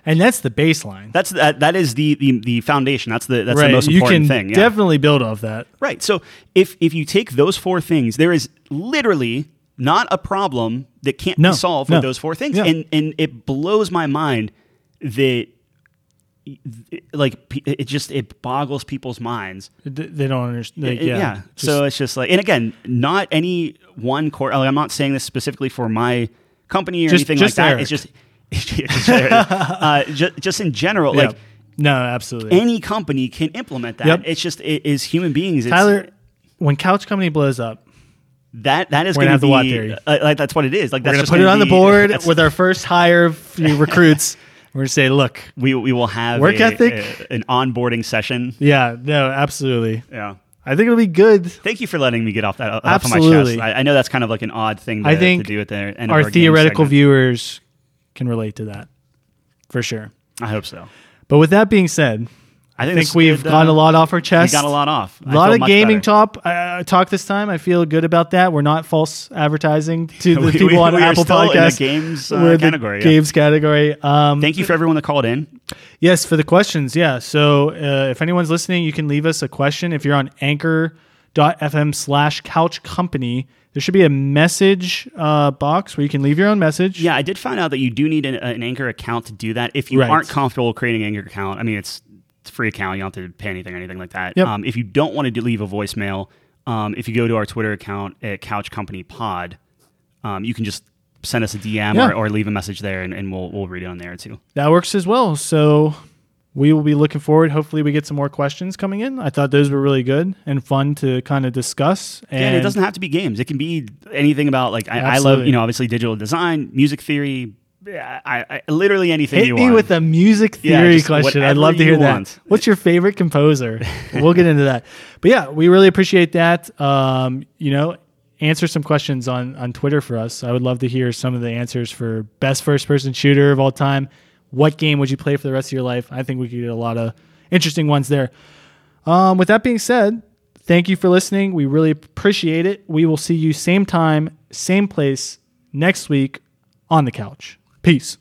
A: And that's the baseline.
B: That's that that is the the, the foundation. That's the that's
A: right.
B: the most
A: you
B: important
A: can
B: thing. Yeah.
A: definitely build off that.
B: right. So if if you take those four things, there is literally not a problem that can't
A: No,
B: be solved
A: no.
B: with those four things.
A: Yeah.
B: And and it blows my mind that like pe- it just it boggles people's minds
A: Th- They don't understand.
B: It-
A: Uh, yeah.
B: yeah. so it's just like, and again, not any one core. Like, I'm not saying this specifically for my company or
A: Just-
B: anything
A: just
B: like that.
A: Eric.
B: It's just, yeah, just, Eric. uh, just, just in general,
A: Yeah.
B: like
A: no, absolutely.
B: any company can implement that.
A: Yep.
B: It's just it, is human beings. It's,
A: Tyler, when Couch Company blows up,
B: that that is
A: We're gonna have
B: going to
A: the
B: be
A: Watt theory.
B: uh, like that's what it is. Like
A: we're
B: that's
A: gonna
B: just
A: put it
B: gonna
A: on the
B: be-
A: board
B: that's-
A: with our first hire of your recruits. we're gonna say, look,
B: We we will have
A: Work
B: a-
A: ethic.
B: a- an onboarding session.
A: yeah, no, absolutely.
B: Yeah.
A: I think it'll be good.
B: Thank you for letting me get off that off of my
A: Absolutely.
B: chest. I, I know that's kind of like an odd thing to,
A: I think
B: to do at the end of
A: Our
B: game
A: theoretical
B: segment.
A: viewers can relate to that for sure.
B: I hope so.
A: But with that being said,
B: I
A: I
B: think,
A: think
B: this
A: we've
B: did,
A: gotten
B: uh,
A: a lot off our
B: We
A: chest.
B: got a lot off.
A: A lot of gaming talk, uh, talk this time. I feel good about that. We're not false advertising to the
B: We-
A: people
B: we-
A: on
B: we are
A: Apple
B: still in the
A: Podcasts.
B: games, uh,
A: We're in
B: category, yeah.
A: Games category. Um,
B: Thank you for everyone that called in.
A: yes, for the questions. Yeah. So uh, if anyone's listening, you can leave us a question. If you're on anchor.fm slash couch company, there should be a message uh, box where you can leave your own message.
B: Yeah, I did find out that you do need an, uh, an Anchor account to do that. If you
A: Right.
B: aren't comfortable creating an Anchor account, I mean, it's, it's a free account. You don't have to pay anything or anything like that.
A: Yep.
B: Um, if you don't want to do, leave a voicemail, um, if you go to our Twitter account at Couch Company Pod, um, you can just send us a DM
A: Yeah.
B: or, or leave a message there, and, and we'll we'll read it on there too.
A: That works as well. So we will be looking forward. Hopefully, we get some more questions coming in. I thought those were really good and fun to kind of discuss.
B: Yeah,
A: And
B: and it doesn't have to be games. It can be anything about like I, I love
A: Absolutely.
B: you know obviously digital design, music theory, yeah, I, I, literally anything
A: Hit
B: you
A: me
B: want.
A: with a music
B: Yeah,
A: theory
B: just
A: question. I'd
B: whatever
A: love to
B: you
A: hear that.
B: want.
A: What's your favorite composer? we'll get into that. But yeah, we really appreciate that. Um, you know, answer some questions on on Twitter for us. I would love to hear some of the answers for best first person shooter of all time. What game would you play for the rest of your life? I think we could get a lot of interesting ones there. Um, with that being said, thank you for listening. We really appreciate it. We will see you same time, same place next week on the couch. Peace.